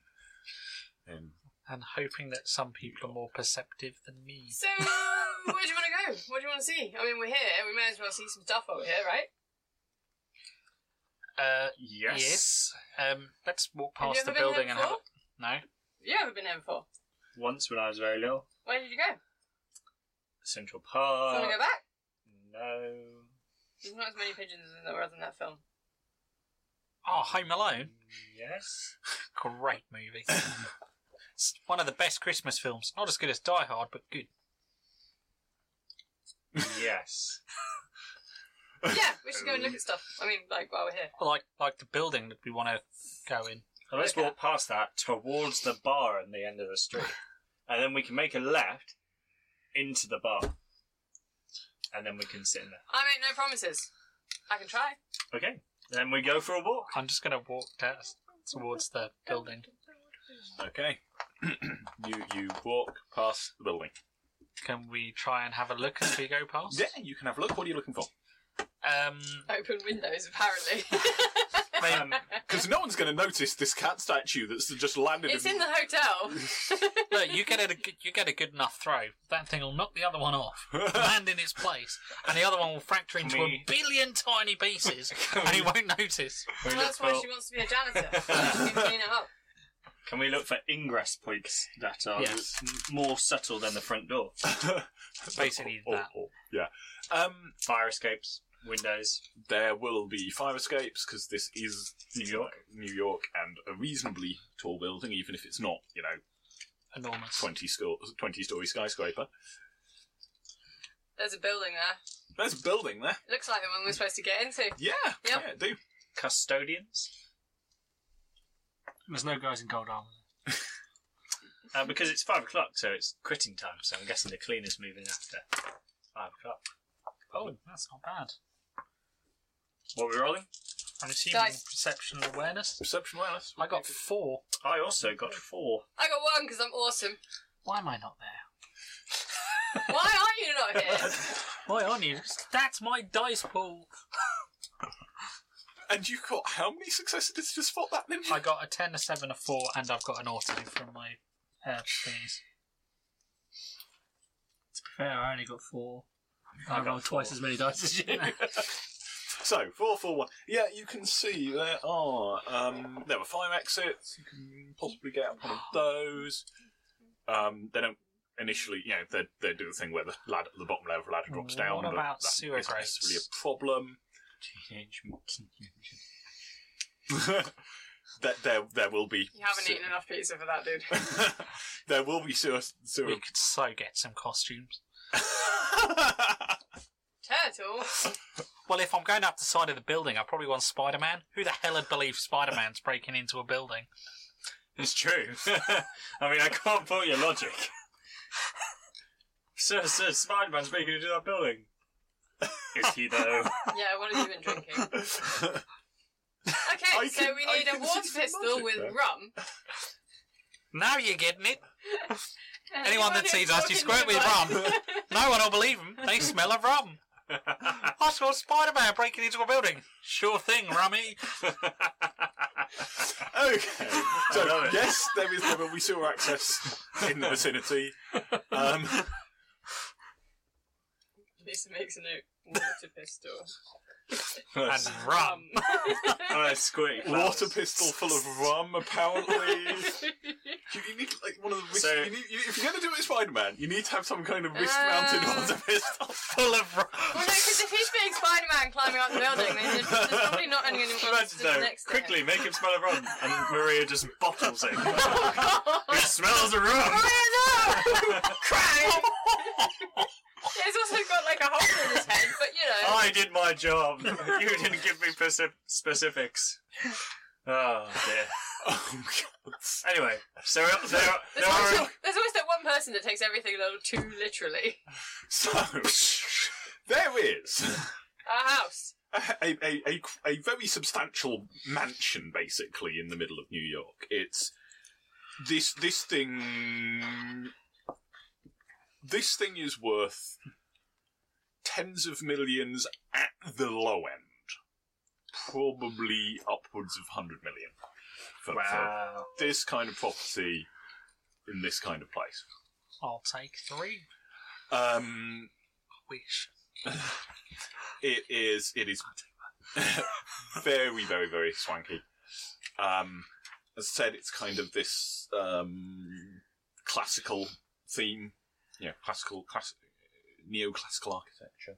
Speaker 1: And
Speaker 3: and hoping that some people are more perceptive than me.
Speaker 2: So, where do you want to go? What do you want to see? I mean, we're here. We may as well see some stuff over here, right?
Speaker 3: Uh,
Speaker 5: yes.
Speaker 3: yes. Um, let's walk
Speaker 2: Have you
Speaker 3: past the
Speaker 2: ever been
Speaker 3: building
Speaker 2: here
Speaker 3: and have.
Speaker 2: before?
Speaker 3: A... No.
Speaker 2: You ever been here before?
Speaker 5: Once when I was very little,
Speaker 2: Where did you go?
Speaker 5: Central
Speaker 2: Do you want
Speaker 5: Park.
Speaker 2: to
Speaker 3: Uh,
Speaker 2: go back?
Speaker 5: No.
Speaker 2: There's not as many pigeons as there was in that
Speaker 3: [laughs]
Speaker 2: film.
Speaker 3: Oh, Home Alone.
Speaker 5: Yes. [laughs]
Speaker 3: Great
Speaker 4: [laughs]
Speaker 3: movie. it's one of the best Christmas films. Not as good as Die Hard, but good.
Speaker 5: yes.
Speaker 2: Yeah, we should go and look at stuff. I mean, like while we're here.
Speaker 3: Like like the building that we want to go in.
Speaker 5: Now let's
Speaker 2: Okay.
Speaker 5: walk past that towards the bar at the end of the street,
Speaker 2: [sighs]
Speaker 5: and then we can make a left into the bar, and then we can sit in there.
Speaker 2: I make no promises. I can try.
Speaker 5: Okay. Then we go for a walk.
Speaker 3: I'm just gonna walk down towards the building.
Speaker 1: okay. [clears throat] you you walk past the building.
Speaker 3: Can we try and have a look as we go past?
Speaker 1: Yeah, you can have a look. What are you looking for?
Speaker 3: Um,
Speaker 2: Open windows,
Speaker 3: [laughs]
Speaker 2: apparently. [laughs]
Speaker 5: Um,
Speaker 1: Because no one's going to notice this cat statue that's just landed. [laughs]
Speaker 2: it's in the
Speaker 3: [laughs]
Speaker 2: hotel.
Speaker 3: look, you get a good- you get a good enough throw. That thing will knock the other one off, land in its place, and the other one will fracture into
Speaker 5: Me.
Speaker 3: a billion tiny pieces, and he won't notice.
Speaker 5: we
Speaker 2: And
Speaker 5: look
Speaker 2: that's why
Speaker 5: for-
Speaker 2: she wants to be a
Speaker 3: [laughs]
Speaker 2: janitor. She can clean it up.
Speaker 5: Can we look for ingress points that are
Speaker 3: Yes.
Speaker 5: m- more subtle than the front door?
Speaker 3: Basically
Speaker 2: [laughs]
Speaker 1: Or-
Speaker 3: that.
Speaker 1: or- Oh, yeah. Um,
Speaker 5: Fire escapes, windows.
Speaker 1: there will be fire escapes because this is
Speaker 5: New York.
Speaker 1: New York, and a reasonably tall building, even if it's not, you know,
Speaker 3: Enormous.
Speaker 1: twenty sco- twenty story skyscraper.
Speaker 2: There's a building there.
Speaker 1: There's a building there.
Speaker 2: Looks like the one we're supposed to get into.
Speaker 1: Yeah.
Speaker 2: Yep.
Speaker 1: Yeah, do.
Speaker 5: Custodians.
Speaker 4: There's no guys in gold armor.
Speaker 5: Uh, because it's five o'clock, so it's quitting time, so I'm guessing the cleaner's moving after five o'clock.
Speaker 3: Oh, that's not bad.
Speaker 5: What are we rolling?
Speaker 3: I'm assuming
Speaker 2: Dice.
Speaker 3: perception and awareness.
Speaker 1: Perception awareness.
Speaker 3: I got four.
Speaker 5: I also got four.
Speaker 2: I got one because I'm awesome.
Speaker 3: Why am I not there?
Speaker 2: Why are you not here?
Speaker 3: Why aren't you? That's my dice pool.
Speaker 1: [laughs] And you got how many successes to spot that? Didn't you?
Speaker 3: I got a ten, a seven, a four, and I've got an auto from my uh, things.
Speaker 4: To be fair, I only got four. I,
Speaker 3: [laughs]
Speaker 5: got
Speaker 4: rolled twice as many dice as you.
Speaker 1: So, 441. Yeah, you can see there are. Um, there were five exits. You can possibly get up one of those. Um, they don't initially, you know, they, they do the thing where the, ladder, the bottom level ladder drops down.
Speaker 3: What
Speaker 1: but
Speaker 3: about
Speaker 1: that
Speaker 3: sewer
Speaker 1: isn't
Speaker 3: grates?
Speaker 1: necessarily a problem.
Speaker 5: Teenage Mutant Ninja.
Speaker 1: That [laughs] there, there will be.
Speaker 2: You haven't
Speaker 1: sewer-
Speaker 2: eaten enough pizza for that, dude.
Speaker 1: [laughs] there will be sewer. sewer.
Speaker 3: We could so get some costumes.
Speaker 2: [laughs] Turtle?
Speaker 3: Well, if I'm going up the side of the building, I probably want Spider Man. Who the hell would believe Spider Man's breaking into a building?
Speaker 5: It's true. [laughs] I mean, I can't fault your logic. Sir, sir, Spider Man's making it to that building. Is he though?
Speaker 2: Yeah, what have you been drinking? [laughs]
Speaker 1: [laughs]
Speaker 3: [laughs]
Speaker 2: Okay,
Speaker 1: I
Speaker 2: so
Speaker 1: can-
Speaker 2: we
Speaker 1: I
Speaker 2: need
Speaker 1: can
Speaker 2: a water
Speaker 1: see some
Speaker 2: pistol
Speaker 1: logic
Speaker 2: with
Speaker 1: there.
Speaker 2: rum.
Speaker 3: Now you're getting it.
Speaker 2: And
Speaker 3: Anyone that
Speaker 2: who's
Speaker 3: sees us,
Speaker 2: talking
Speaker 3: you squirt
Speaker 2: [laughs]
Speaker 3: with
Speaker 2: to
Speaker 3: rum.
Speaker 2: us-
Speaker 3: [laughs] No one will believe them. They smell of rum. I saw Spider Man breaking into a building. Sure thing, rummy.
Speaker 5: [laughs]
Speaker 1: Okay. So
Speaker 5: I love it.
Speaker 1: yes, there is there will be sewer access in the vicinity.
Speaker 5: [laughs]
Speaker 1: Um,
Speaker 2: Lisa makes a note. Water pistol.
Speaker 3: [laughs]
Speaker 2: Um,
Speaker 3: And rum.
Speaker 5: and,
Speaker 2: Rum. [laughs]
Speaker 5: and I squeak.
Speaker 1: water pistol full of rum, apparently. You, you need like one of the wrist,
Speaker 5: So-
Speaker 1: you need, you, if you're going to do it, Spider Man, you need to have some kind of wrist-mounted
Speaker 2: Ah.
Speaker 1: water pistol. [laughs]
Speaker 3: Full of rum.
Speaker 2: Well, no, because if he's being Spider-Man climbing up the building, then there's, there's probably not
Speaker 1: [laughs]
Speaker 2: anyone to
Speaker 5: Imagine
Speaker 2: the
Speaker 5: though,
Speaker 2: next [laughs]
Speaker 5: quickly make him smell of rum, and Maria just bottles him.
Speaker 2: Oh,
Speaker 1: [laughs]
Speaker 5: it smells
Speaker 2: [laughs]
Speaker 5: of rum.
Speaker 2: Cry! He's also got like a hole in his head, but you know.
Speaker 5: I did my job. You didn't give me perci- specifics. Oh dear.
Speaker 1: oh God!
Speaker 5: Anyway, so there, there
Speaker 2: there's, always,
Speaker 5: are
Speaker 2: that- [laughs] there's always that one person that takes everything a little too literally.
Speaker 5: [laughs]
Speaker 1: So there is
Speaker 2: Our house.
Speaker 1: a, a, a, a very substantial mansion, basically, in the middle of New York. It's this this thing. This thing is worth tens of millions at the low end, probably upwards of hundred million. For, for
Speaker 5: Wow.
Speaker 1: this kind of property in this kind of place.
Speaker 3: I'll take three.
Speaker 1: Um, [sighs]
Speaker 3: Wish.
Speaker 1: it is it is [laughs] very very very swanky. Um, as I said, it's kind of this um, classical theme, yeah, classical class, neoclassical architecture.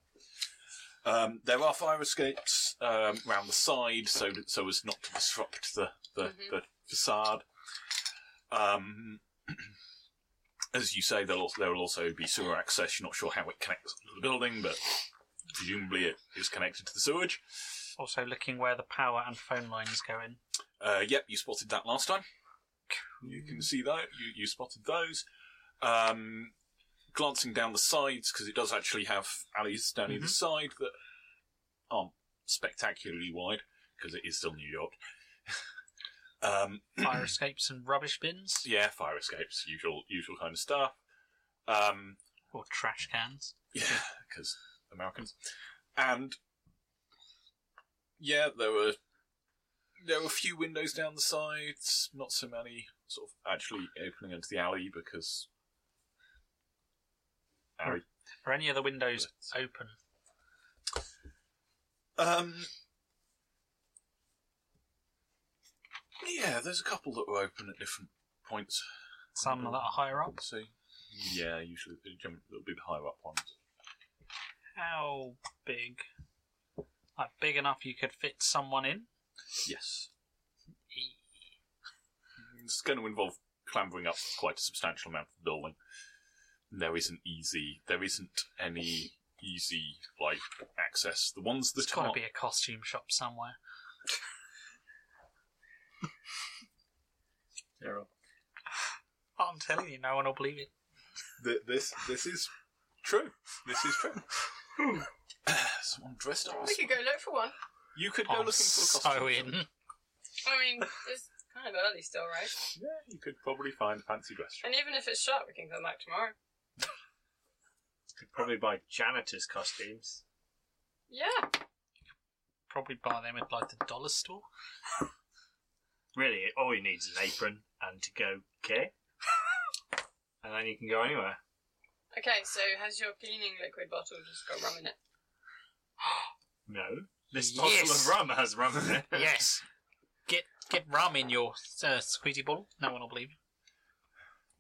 Speaker 1: Um, there are fire escapes um, around the side, so so as not to disrupt the the,
Speaker 2: Mhm.
Speaker 1: the facade. Um, [clears throat] as you say, there'll also, there will also be sewer access. You're not sure how it connects to the building, but presumably it is connected to the sewage.
Speaker 3: Also looking where the power and phone lines go in.
Speaker 1: Uh, yep, you spotted that last time. You can see that. You, you spotted those. Um, glancing down the sides, because it does actually have alleys down either side that aren't spectacularly wide, because it is still New York. [laughs] um,
Speaker 3: Fire escapes and rubbish bins.
Speaker 1: yeah, fire escapes, usual usual kind of stuff. Um,
Speaker 3: Or trash cans.
Speaker 1: Yeah, because Americans. And yeah, there were there were a few windows down the sides, not so many sort of actually opening into the alley because alley.
Speaker 3: Are any of the windows open?
Speaker 1: Um. Yeah, there's a couple that were open at different points.
Speaker 3: Some that are higher up.
Speaker 1: See. Yeah, usually it'll be the higher up ones.
Speaker 3: How big? Like big enough you could fit someone in?
Speaker 1: Yes. It's going to involve clambering up quite a substantial amount of the building. There isn't easy. There isn't any easy like access. The ones that
Speaker 3: There's got to
Speaker 1: aren't-
Speaker 3: be a costume shop [laughs] somewhere.
Speaker 5: Terrible.
Speaker 3: I'm telling you, no one will believe it.
Speaker 1: th- this this is true. This is true. [sighs] Someone dressed up.
Speaker 2: We
Speaker 1: As...
Speaker 2: could go look for one.
Speaker 1: You could go
Speaker 3: I'm
Speaker 1: looking for a costume.
Speaker 3: Oh, so in.
Speaker 2: I mean, it's kind of early still, right?
Speaker 1: Yeah, you could probably find a fancy dress shop.
Speaker 2: And even if it's shut, we can come back tomorrow.
Speaker 5: Could probably buy janitor's costumes.
Speaker 2: Yeah.
Speaker 3: Probably buy them at like the dollar store.
Speaker 5: Really, all he needs is an apron and to go [laughs] okay, and then you can go anywhere.
Speaker 2: Okay, so has your cleaning liquid bottle just got rum in it?
Speaker 5: No,
Speaker 3: Yes.
Speaker 5: This bottle of rum has rum [laughs] in it.
Speaker 3: [laughs] yes. Get get rum in your uh, squeezy bottle. No one will believe you.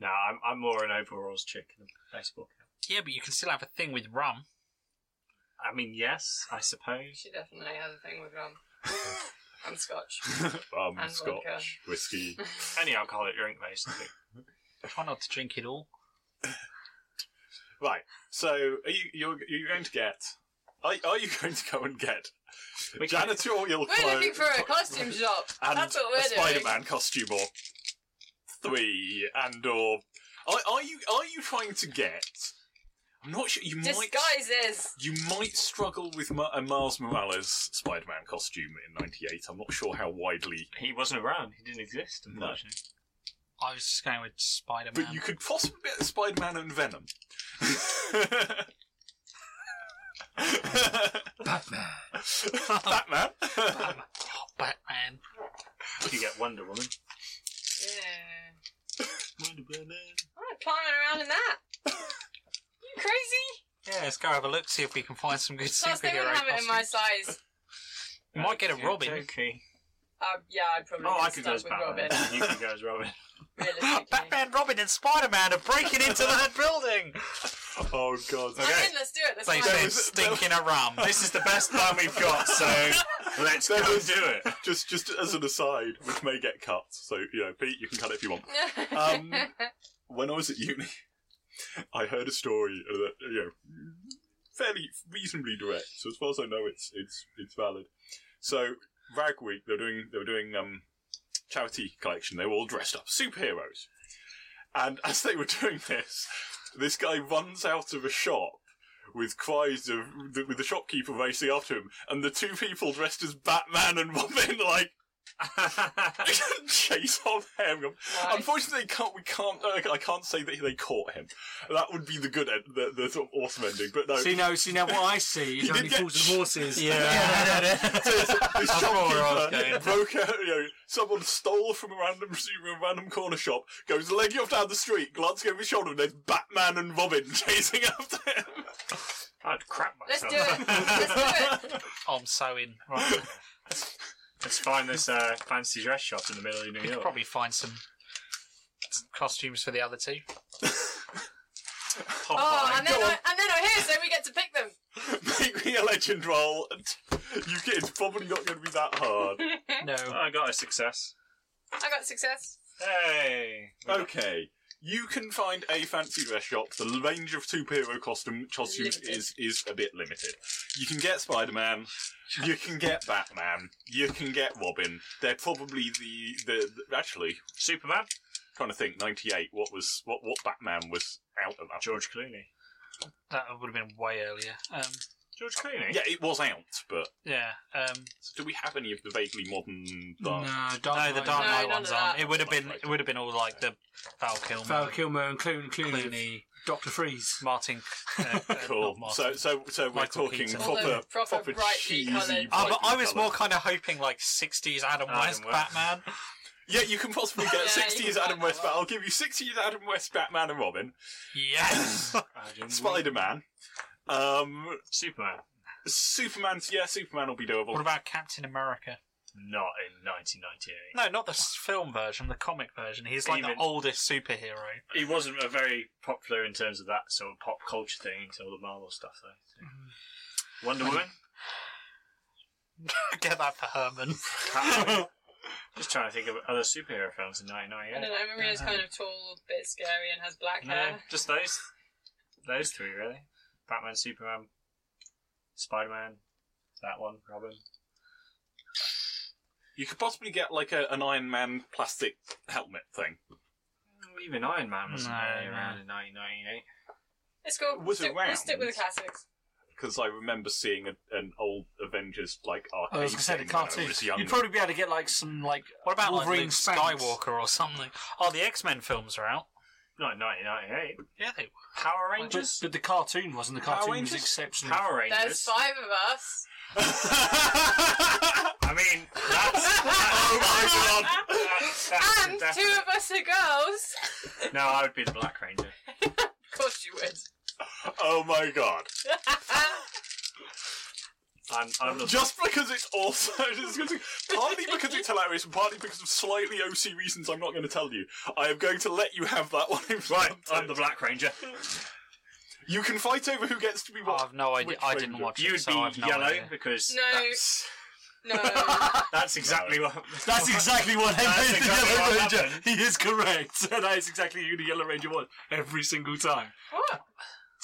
Speaker 5: No, I'm, I'm more an overalls chick than a baseball cap.
Speaker 3: Yeah, but you can still have a thing with rum.
Speaker 5: I mean, yes, I suppose.
Speaker 2: She definitely has a thing with [laughs] rum. and Mm, scotch.
Speaker 1: Rum,
Speaker 2: And
Speaker 1: Um, scotch,
Speaker 2: vodka.
Speaker 1: whiskey.
Speaker 5: Any alcoholic drink, basically.
Speaker 3: Try not to drink it all.
Speaker 1: Right. So, are you you're, you're going to get? Are, are you going to go and get
Speaker 5: We can-
Speaker 1: janitorial
Speaker 2: We're looking
Speaker 1: clothes
Speaker 2: for a costume shop.
Speaker 1: and
Speaker 2: That's what
Speaker 1: a
Speaker 2: we're doing.
Speaker 1: Spider-Man costume or three and or are, are you are you trying to get? I'm not sure. You might
Speaker 2: Disguises.
Speaker 1: you might struggle with Ma- a Miles Morales Spider-Man costume in '98. I'm not sure how widely,
Speaker 5: He wasn't around. He didn't exist,
Speaker 1: No.
Speaker 5: unfortunately.
Speaker 3: I was just going with Spider Man.
Speaker 1: but you could possibly get Spider-Man and Venom.
Speaker 3: Batman.
Speaker 1: Batman.
Speaker 3: Oh, Batman.
Speaker 5: You get Wonder Woman.
Speaker 2: Yeah.
Speaker 5: Wonder Woman.
Speaker 2: I'm climbing around in that. you crazy?
Speaker 3: Yeah, let's go have a look, see if we can find some good
Speaker 2: Plus, they
Speaker 3: superhero
Speaker 2: wouldn't have it in my
Speaker 3: costumes.
Speaker 2: size.
Speaker 3: You might get a
Speaker 5: Okay,
Speaker 3: Robin.
Speaker 1: [laughs]
Speaker 5: Okay.
Speaker 2: Uh, yeah, I'd probably
Speaker 5: Oh,
Speaker 2: get
Speaker 5: I could go
Speaker 2: stuck
Speaker 5: as
Speaker 2: with
Speaker 5: Batman.
Speaker 2: Robin.
Speaker 5: You could go as Robin.
Speaker 2: realistically. [laughs]
Speaker 3: Batman, Robin, and Spider Man are breaking into [laughs] that building.
Speaker 1: Oh god.
Speaker 2: I'm in, let's do it. Let's
Speaker 3: They
Speaker 2: find
Speaker 3: said
Speaker 2: it.
Speaker 1: was- there
Speaker 3: stinking a rum.
Speaker 5: This is the [laughs] best plan we've got, so [laughs] let's go
Speaker 1: There was-
Speaker 5: do it.
Speaker 1: Just just as an aside, which may get cut. So, you know, Pete, you can cut it if you want. Um, When I was at uni, [laughs] I heard a story that, you know, fairly reasonably direct. So as far as I know it's it's it's valid. So Rag Week, they were doing they were doing um charity collection. They were all dressed up superheroes. And as they were [laughs] doing this, this guy runs out of a shop with cries of with the shopkeeper racing after him, and the two people dressed as Batman and Robin [laughs] like chase on him.
Speaker 2: Nice.
Speaker 1: Unfortunately, can't we can't uh, I can't say that they caught him. That would be the good end, the, the sort of awesome ending. But no, [laughs]
Speaker 4: See now, see now what I see is
Speaker 1: You
Speaker 4: only
Speaker 1: did get-
Speaker 4: fools and horses.
Speaker 3: [laughs]
Speaker 1: This
Speaker 3: That's where I
Speaker 1: shopkeeper
Speaker 3: was going.
Speaker 1: broke out, you know, someone stole from a random from a random corner shop, goes legging off down the street, glancing over his shoulder, and there's Batman and Robin [laughs] chasing after him. [laughs]
Speaker 5: I'd crap
Speaker 2: Let's
Speaker 5: myself.
Speaker 2: do it. Let's do [laughs] it.
Speaker 3: Oh, I'm so in. Right.
Speaker 5: [laughs] Let's find this uh, fancy dress shop in the middle [laughs] of New
Speaker 3: We could
Speaker 5: York.
Speaker 3: probably find some costumes for the other two.
Speaker 5: Popeye.
Speaker 2: Oh, and then,
Speaker 1: go
Speaker 2: I, and then I'm here, so we get to pick them.
Speaker 1: Make me a legend roll. You get it's probably not going to be that hard.
Speaker 3: No.
Speaker 5: I got a success.
Speaker 2: I got success.
Speaker 5: Hey.
Speaker 1: Okay. You can find a fancy dress shop. The range of superhero costume costumes
Speaker 2: Limited.
Speaker 1: is is a bit limited. You can get Spider Man, you can get Batman, you can get Robin. They're probably the the, the actually
Speaker 5: Superman.
Speaker 1: trying to think. Ninety eight. What was what what Batman was out at that?
Speaker 5: George Clooney.
Speaker 3: That would have been way earlier. Um,
Speaker 5: George Clooney.
Speaker 1: Yeah, it was out. But
Speaker 3: yeah. Um,
Speaker 1: do we have any of the vaguely modern?
Speaker 4: No,
Speaker 1: Dark?
Speaker 3: no,
Speaker 4: Dark
Speaker 3: the Dark
Speaker 4: Knight.
Speaker 2: No,
Speaker 3: Knight
Speaker 2: none
Speaker 3: ones
Speaker 2: of that.
Speaker 3: aren't. It would have been.
Speaker 1: Right.
Speaker 3: It would have been all like the Val Kilmer,
Speaker 4: Val Kilmer and Clooney, Clooney,
Speaker 3: Clooney,
Speaker 4: Doctor Freeze.
Speaker 3: Martin. Uh, uh,
Speaker 1: Cool.
Speaker 3: not Martin.
Speaker 1: So so so we're
Speaker 3: Michael
Speaker 1: talking
Speaker 3: Keaton.
Speaker 2: All
Speaker 1: proper
Speaker 2: those proper
Speaker 1: proper
Speaker 2: brightly
Speaker 1: cheesy.
Speaker 2: coloured-
Speaker 3: Uh, but I
Speaker 1: brightly
Speaker 3: was more
Speaker 1: coloured.
Speaker 3: kind of hoping like 60s Adam,
Speaker 5: Adam
Speaker 3: West,
Speaker 5: West.
Speaker 3: Batman.
Speaker 1: Yeah, you can possibly get
Speaker 2: [laughs] Yeah,
Speaker 1: sixty
Speaker 2: you
Speaker 1: 60s
Speaker 2: can
Speaker 1: Adam
Speaker 2: find
Speaker 1: West,
Speaker 2: that
Speaker 1: but
Speaker 2: one.
Speaker 1: I'll give you 60s Adam West, Batman, and
Speaker 4: [coughs]
Speaker 1: Robin, [laughs]
Speaker 3: Yes.
Speaker 5: Adam West.
Speaker 1: Spider Man, um,
Speaker 5: Superman.
Speaker 1: Superman. Yeah, Superman will be doable.
Speaker 3: what about Captain America?
Speaker 5: Not in 1998.
Speaker 3: No, not the s- film version, the comic version. He's like
Speaker 5: Even-
Speaker 3: the oldest superhero.
Speaker 5: He wasn't a very popular in terms of that sort of pop culture thing until the Marvel stuff, though. so. Mm-hmm. Wonder [laughs] Woman.
Speaker 3: Get that for Herman.
Speaker 5: Catwoman. Just trying to think of other superhero films in
Speaker 2: I don't
Speaker 5: 1998.
Speaker 2: know, Maria's kind of tall, a bit scary, and has black
Speaker 5: No,
Speaker 2: hair.
Speaker 5: just those, those three really. Batman, Superman, Spider Man, that one, Robin.
Speaker 1: You could possibly get like a, an Iron Man plastic helmet thing.
Speaker 5: Even Iron Man wasn't
Speaker 3: No,
Speaker 5: really
Speaker 3: no.
Speaker 5: around in 1998.
Speaker 2: It's cool.
Speaker 1: Was
Speaker 2: Stick-
Speaker 1: it round?
Speaker 2: We'll stick with the classics.
Speaker 1: Because I remember seeing a, an old Avengers like
Speaker 4: [laughs] I
Speaker 1: arcade
Speaker 4: was going to say the
Speaker 1: thing when I
Speaker 4: cartoon.
Speaker 1: was younger.
Speaker 4: You'd probably be able to get like some like
Speaker 3: What about like,
Speaker 4: Wolverine
Speaker 3: Luke
Speaker 4: Spanx.
Speaker 3: Skywalker or something? Oh, the X Men films are out.
Speaker 5: Not in 1998.
Speaker 3: Yeah, they were.
Speaker 5: Power
Speaker 4: But,
Speaker 5: Rangers?
Speaker 4: but the cartoon wasn't. The
Speaker 1: Power
Speaker 4: cartoon was
Speaker 1: Rangers?
Speaker 4: exceptional.
Speaker 5: Power
Speaker 2: There's
Speaker 5: Rangers?
Speaker 2: five of us.
Speaker 5: I mean, that's.
Speaker 1: oh my god!
Speaker 2: [laughs]
Speaker 5: that's
Speaker 2: And
Speaker 5: definite-
Speaker 2: two of us are girls.
Speaker 5: No, I would be the Black Ranger.
Speaker 2: [laughs]
Speaker 1: [laughs]
Speaker 2: Of course you would.
Speaker 1: Oh my god!
Speaker 5: I'm, I'm not.
Speaker 1: Just because it's also [laughs] just because- partly because it's hilarious, and partly because of slightly OC reasons I'm not going to tell you. I am going to let you have that one. in
Speaker 5: right,
Speaker 1: front
Speaker 5: I'm
Speaker 1: of-
Speaker 5: the Black Ranger.
Speaker 1: You can fight over who gets to be
Speaker 3: I
Speaker 5: Ah,
Speaker 1: what.
Speaker 3: have no idea.
Speaker 1: Which
Speaker 3: I
Speaker 1: ranger?
Speaker 3: didn't watch
Speaker 5: You'd
Speaker 3: it, so
Speaker 5: be
Speaker 3: I have no
Speaker 5: yellow
Speaker 3: idea.
Speaker 5: because
Speaker 2: No.
Speaker 5: that's,
Speaker 2: No.
Speaker 5: that's exactly what.
Speaker 4: That's exactly what
Speaker 5: That's
Speaker 4: happened. [laughs]
Speaker 5: exactly
Speaker 4: Yellow
Speaker 5: what
Speaker 4: Ranger.
Speaker 5: happened.
Speaker 4: He is correct. [laughs] That is exactly who the Yellow Ranger was every single time.
Speaker 2: What?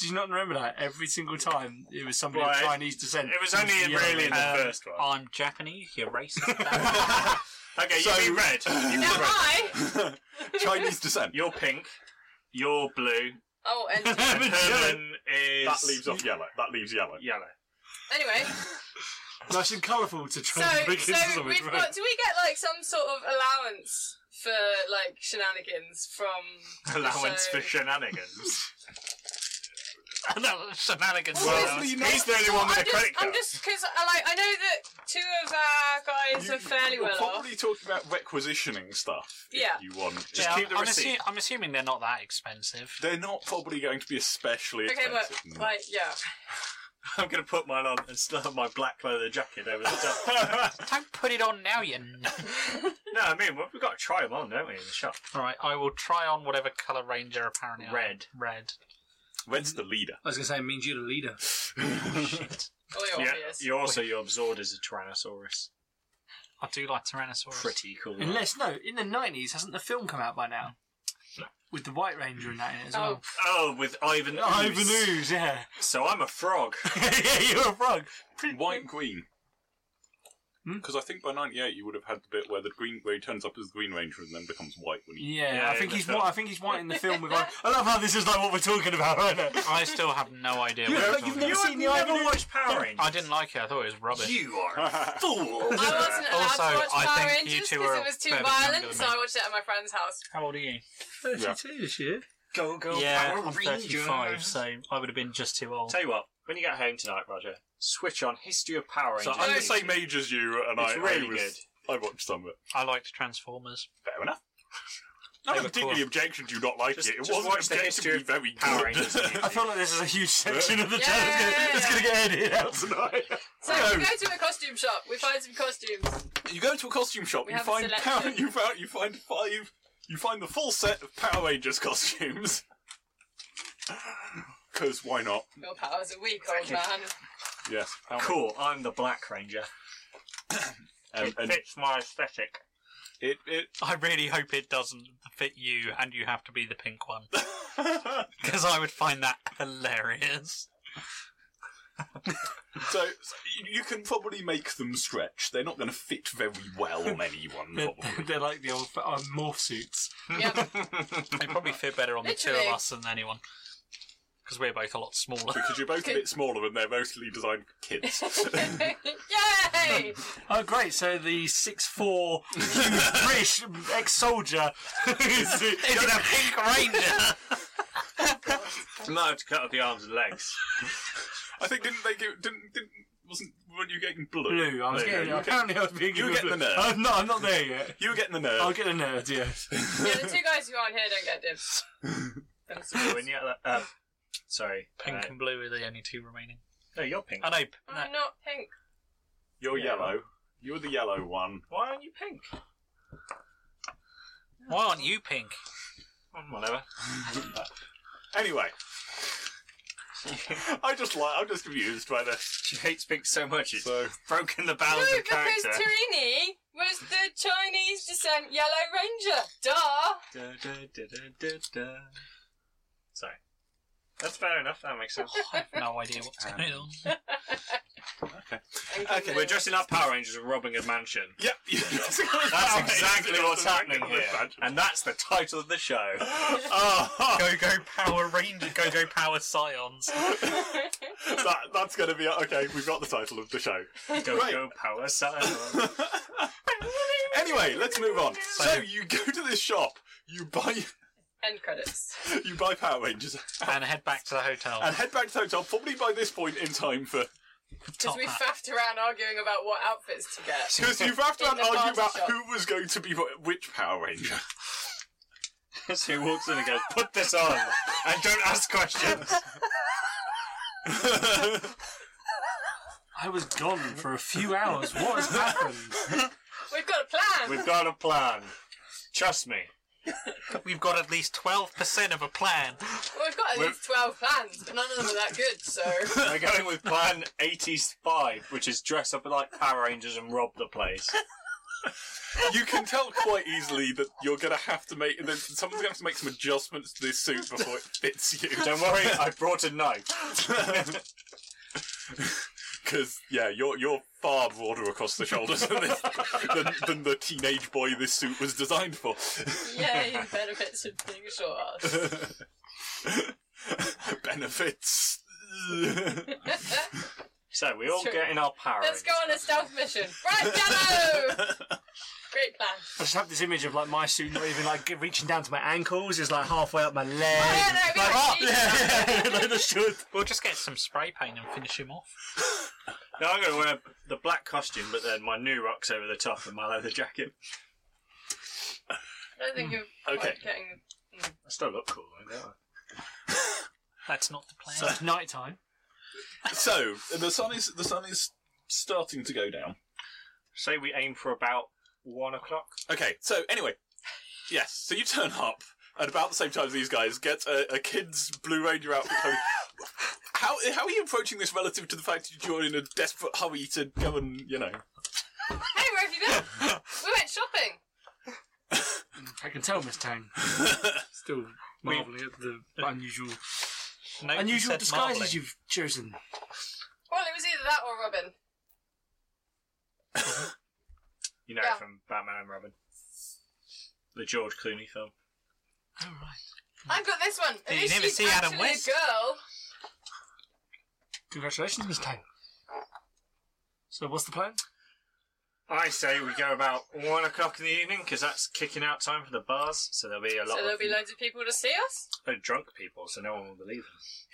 Speaker 4: Do you not remember that? Every single time it was somebody
Speaker 5: Right.
Speaker 4: of Chinese descent.
Speaker 5: It was only in
Speaker 4: Yellow
Speaker 5: really in the
Speaker 1: [laughs]
Speaker 4: Ranger.
Speaker 5: first
Speaker 1: Ah,
Speaker 5: one.
Speaker 3: I'm Japanese. You're racist. [laughs] Dan.
Speaker 5: Okay,
Speaker 1: So-
Speaker 5: you be red.
Speaker 1: [laughs]
Speaker 5: You
Speaker 2: Now
Speaker 5: be red.
Speaker 2: I.
Speaker 1: Chinese descent.
Speaker 5: You're pink. You're blue.
Speaker 2: Oh, and
Speaker 5: [laughs] And Herman is
Speaker 1: That leaves off yellow. That leaves yellow.
Speaker 5: yellow.
Speaker 2: anyway,
Speaker 4: Nice and colourful to
Speaker 2: so
Speaker 4: try and make it
Speaker 2: so
Speaker 4: something,
Speaker 2: we've
Speaker 4: right?
Speaker 2: got. Do we get like some sort of allowance for like shenanigans from the
Speaker 5: Allowance
Speaker 2: show?
Speaker 5: for shenanigans.
Speaker 3: No, shenanigans.
Speaker 2: Well,
Speaker 3: Well,
Speaker 1: Honestly,
Speaker 5: He's the only one with
Speaker 2: I'm
Speaker 5: a credit
Speaker 2: just,
Speaker 5: card.
Speaker 2: I'm just because like I know that two of our guys are fairly
Speaker 1: you're
Speaker 2: well
Speaker 1: probably
Speaker 2: off.
Speaker 1: talking about requisitioning stuff. if
Speaker 2: Yeah.
Speaker 1: you want.
Speaker 5: Just keep the
Speaker 3: I'm,
Speaker 5: receipt.
Speaker 3: assu- I'm assuming they're not that expensive.
Speaker 1: They're not probably going to be especially
Speaker 2: Okay,
Speaker 1: expensive. [laughs]
Speaker 2: but like yeah,
Speaker 5: I'm going to put mine on and still have my black leather jacket over the
Speaker 2: [laughs]
Speaker 5: top.
Speaker 3: Don't put it on now, you. N- [laughs]
Speaker 5: no, I mean, we've got to try them on, don't we, in the shop?
Speaker 3: All right, I will try on whatever color ranger apparently. I am.
Speaker 5: Red.
Speaker 3: Red.
Speaker 1: Red's the leader. [laughs]
Speaker 4: I was going to say, it means you're the leader.
Speaker 3: Shit.
Speaker 2: all the
Speaker 5: yeah,
Speaker 2: obvious.
Speaker 5: you're also you're absorbed as a Tyrannosaurus.
Speaker 3: I do like Tyrannosaurus.
Speaker 5: Pretty cool.
Speaker 4: Unless, no, in the 90s, hasn't the film come out by now? With the White Ranger and that in it as
Speaker 2: Oh,
Speaker 4: well.
Speaker 5: Oh, with Ivan. Ooze.
Speaker 4: Ooze, yeah.
Speaker 5: So I'm a frog.
Speaker 4: [laughs] yeah, you're a frog. Pretty-
Speaker 1: White and Green.
Speaker 4: Hmm?
Speaker 1: Because I think by '98 you would have had the bit where the green, where he turns up as the Green Ranger and then becomes white when he.
Speaker 4: Yeah,
Speaker 5: Yeah,
Speaker 4: I think
Speaker 5: in the
Speaker 4: he's
Speaker 5: film.
Speaker 4: white. I think he's white in the film with. Like, I love how this is like what we're talking about, right now.
Speaker 3: I still have no
Speaker 5: [laughs]
Speaker 3: idea. what
Speaker 4: Yeah,
Speaker 3: you're
Speaker 4: like,
Speaker 3: talking
Speaker 4: you've
Speaker 3: about.
Speaker 4: never seen the
Speaker 5: never
Speaker 4: Ivan Ooze.
Speaker 5: watched Power Rangers.
Speaker 3: I didn't like it. I thought it was rubbish.
Speaker 5: You are a fool.
Speaker 2: I wasn't allowed
Speaker 3: Also,
Speaker 2: to watch
Speaker 3: I
Speaker 2: Power
Speaker 3: think you
Speaker 2: Rangers
Speaker 3: two
Speaker 2: because
Speaker 3: are
Speaker 2: it was too
Speaker 3: fairly younger
Speaker 2: violent,
Speaker 3: than
Speaker 2: so
Speaker 3: me.
Speaker 2: I watched it at my friend's house.
Speaker 3: How old are you?
Speaker 4: 32 this year.
Speaker 5: Go go.
Speaker 3: yeah,
Speaker 5: Power
Speaker 3: I'm
Speaker 5: Rangers.
Speaker 3: 35, so I would have been just too old.
Speaker 5: Tell you what, when you get home tonight, Roger, switch on History of Power
Speaker 1: [laughs] So
Speaker 5: Rangers.
Speaker 1: I'm the same age as you, and
Speaker 5: It's
Speaker 1: I
Speaker 5: really
Speaker 1: I was, I watched some of it.
Speaker 3: I liked Transformers.
Speaker 1: Fair [laughs] enough. No
Speaker 3: They were
Speaker 1: particularly objection to you not liking
Speaker 5: Just-
Speaker 1: it. It
Speaker 5: just
Speaker 1: wasn't
Speaker 5: watch the
Speaker 1: objectively
Speaker 5: history of
Speaker 1: very
Speaker 5: Power
Speaker 1: good. [laughs]
Speaker 5: Rangers.
Speaker 4: I feel like this is a huge section of the
Speaker 2: Yeah,
Speaker 4: show [laughs] that's gonna-
Speaker 2: yeah,
Speaker 4: that's
Speaker 2: yeah.
Speaker 4: going to get edited out.
Speaker 1: tonight.
Speaker 2: So
Speaker 1: No.
Speaker 2: we go to a costume shop. We find some costumes.
Speaker 1: You go to a costume shop,
Speaker 2: We
Speaker 1: you
Speaker 2: have a
Speaker 1: find
Speaker 2: selection.
Speaker 1: power, you found you find five, you find the full set of Power Rangers [laughs] costumes. Because why not?
Speaker 2: Your powers are weak, old man.
Speaker 1: Yes. Power
Speaker 5: Cool. I'm the Black Ranger. Um,
Speaker 1: Rangers. And, and
Speaker 5: my aesthetic.
Speaker 1: it, it
Speaker 3: I really hope it doesn't fit you and you have to be the pink one. [laughs]
Speaker 1: [laughs]
Speaker 3: Because I would find that
Speaker 5: [laughs]
Speaker 3: hilarious.
Speaker 1: So, so you- you can probably make them stretch. They're not going to fit very well on anyone,
Speaker 4: [laughs] They're,
Speaker 3: Oh.
Speaker 1: probably.
Speaker 4: they're like the old uh, morph suits.
Speaker 5: [laughs]
Speaker 2: Yep.
Speaker 3: They probably fit better on the two
Speaker 2: Literally.
Speaker 3: of us than anyone. Because we're both a lot smaller.
Speaker 1: because you're both a bit smaller and they're mostly designed for
Speaker 5: [laughs]
Speaker 1: kids. [laughs]
Speaker 2: [laughs] Yay!
Speaker 4: Oh, great! So the six four
Speaker 3: [laughs]
Speaker 4: British ex-soldier [laughs] is uh,
Speaker 3: Is it a pink ranger?
Speaker 5: No, to cut off the arms and legs.
Speaker 1: I think didn't they give didn't didn't wasn't weren't you getting blue?
Speaker 4: [laughs] blue. I was
Speaker 1: Blue,
Speaker 4: getting.
Speaker 1: you get-
Speaker 4: Apparently, I was being.
Speaker 1: you
Speaker 4: given
Speaker 1: get
Speaker 4: blue.
Speaker 1: the nerd.
Speaker 4: I'm not. I'm not there yet.
Speaker 1: You were getting the
Speaker 4: I'll
Speaker 1: nerd.
Speaker 4: get the nerd. Yeah.
Speaker 5: [laughs]
Speaker 2: yeah, the two guys who aren't here don't get dibs. That's
Speaker 5: [laughs] So
Speaker 2: weird.
Speaker 5: when you, uh, sorry.
Speaker 3: Pink
Speaker 5: uh,
Speaker 3: and blue are the only two remaining.
Speaker 5: no, you're pink.
Speaker 3: I know.
Speaker 2: I'm not pink.
Speaker 1: You're
Speaker 5: Yeah.
Speaker 1: yellow. You're the yellow one. [laughs]
Speaker 5: Why aren't you pink?
Speaker 3: Why aren't you [laughs] pink?
Speaker 5: Mm, Whatever.
Speaker 1: Anyway, I just like I'm just amused by this.
Speaker 5: [laughs] She hates pink so much it's
Speaker 1: So
Speaker 5: broken the
Speaker 2: No,
Speaker 5: balance of
Speaker 2: because
Speaker 5: character.
Speaker 2: Torini was the Chinese descent Yellow Ranger. Duh.
Speaker 5: Da, da, da, da, da, da. Sorry. That's fair enough. That makes sense.
Speaker 3: I have no idea what's
Speaker 4: Um,
Speaker 3: going on.
Speaker 2: And
Speaker 1: Okay,
Speaker 5: [laughs] We're dressing up Power Rangers and robbing a mansion.
Speaker 1: yep, [laughs]
Speaker 5: That's exactly what's happening here.
Speaker 1: [laughs]
Speaker 5: And that's the title of the show.
Speaker 1: Oh,
Speaker 5: [laughs]
Speaker 3: Go go Power Ranger, go go Power Scions.
Speaker 1: that, that's going to be okay. We've got the title of the show.
Speaker 5: [gasps] Go,
Speaker 1: Right.
Speaker 5: go, Power Science.
Speaker 2: [laughs]
Speaker 1: anyway, let's move on. So, you go to this shop, you buy [laughs]
Speaker 2: End credits.
Speaker 1: you buy Power Rangers,
Speaker 3: And head back to the hotel.
Speaker 1: and head back to the hotel. Probably by this point in time for
Speaker 2: Because
Speaker 3: Top
Speaker 2: we
Speaker 3: hat.
Speaker 2: faffed around arguing about what outfits to get.
Speaker 1: because you've had to
Speaker 2: In the
Speaker 1: argue
Speaker 2: party
Speaker 1: about
Speaker 2: shop.
Speaker 1: who was going to be wh- which Power
Speaker 2: [laughs]
Speaker 1: Ranger.
Speaker 5: So he walks in and goes, put this on and don't ask questions.
Speaker 4: I was gone for a few hours. What has happened?
Speaker 2: We've got a plan.
Speaker 5: We've got a plan. Trust me.
Speaker 3: We've got at least 12% of a plan.
Speaker 2: Well, we've got at least 12 plans, but none of them are that good, so.
Speaker 5: We're going with plan 85, which is dress up like Power Rangers and rob the place.
Speaker 1: You can tell quite easily that you're going to have to make that someone's going to have to make some adjustments to this suit before it fits
Speaker 2: [laughs]
Speaker 1: you.
Speaker 5: Don't worry, I brought a knife.
Speaker 1: Because yeah, you're you're far broader across the shoulders than, this, than, than the teenage boy this suit was designed for.
Speaker 2: Yay, benefits of being a short ass.
Speaker 1: [laughs] Benefits.
Speaker 5: So we all
Speaker 2: Sure.
Speaker 5: get in our Power
Speaker 2: Let's go on a stealth mission. Right,
Speaker 1: [laughs]
Speaker 2: yellow! Great plan.
Speaker 4: I just have this image of like my suit not even like reaching down to my ankles. It's like halfway up my leg.
Speaker 2: Oh, yeah, no, we got
Speaker 4: Like, oh,
Speaker 2: cheese.
Speaker 4: yeah, yeah, like the shirt.
Speaker 3: We'll just get some spray paint and finish him off.
Speaker 5: No, I'm going to wear the black costume, but then my new rock's over the top and my leather jacket.
Speaker 2: I don't think of
Speaker 1: Okay.
Speaker 2: quite getting.
Speaker 5: I still look cool, though, don't I?
Speaker 3: That's not the plan.
Speaker 4: So it's night time.
Speaker 1: So the sun is the sun is starting to go down.
Speaker 5: Say we aim for about one o'clock.
Speaker 1: Okay, so anyway, yes, so you turn up at about the same time as these guys, get a, a kid's Blue Ranger outfit. I mean, how how are you approaching this relative to the fact that you're in a desperate hurry to go and you [laughs] know?
Speaker 2: Hey, where have you been? we went shopping.
Speaker 4: I can tell, Miss Tang. Still marvelling at the unusual
Speaker 3: No, he
Speaker 4: unusual
Speaker 3: said
Speaker 4: disguises
Speaker 3: marbling.
Speaker 4: you've chosen.
Speaker 2: Well, it was either that or Robin.
Speaker 5: You know,
Speaker 2: Yeah.
Speaker 5: from Batman and Robin, the George Clooney film.
Speaker 3: Oh, right.
Speaker 2: I've got this one. At
Speaker 3: Yeah, you
Speaker 2: least
Speaker 3: never
Speaker 2: she's
Speaker 3: see Adam
Speaker 2: actually
Speaker 3: West.
Speaker 2: a girl.
Speaker 4: Congratulations, Miss Tang. So what's the plan?
Speaker 5: I say we go about one o'clock in the evening because that's kicking out time for the bars. So there'll be a lot
Speaker 2: So there'll
Speaker 5: of
Speaker 2: be loads of people to see us.
Speaker 5: uh, drunk people, so no one will believe us.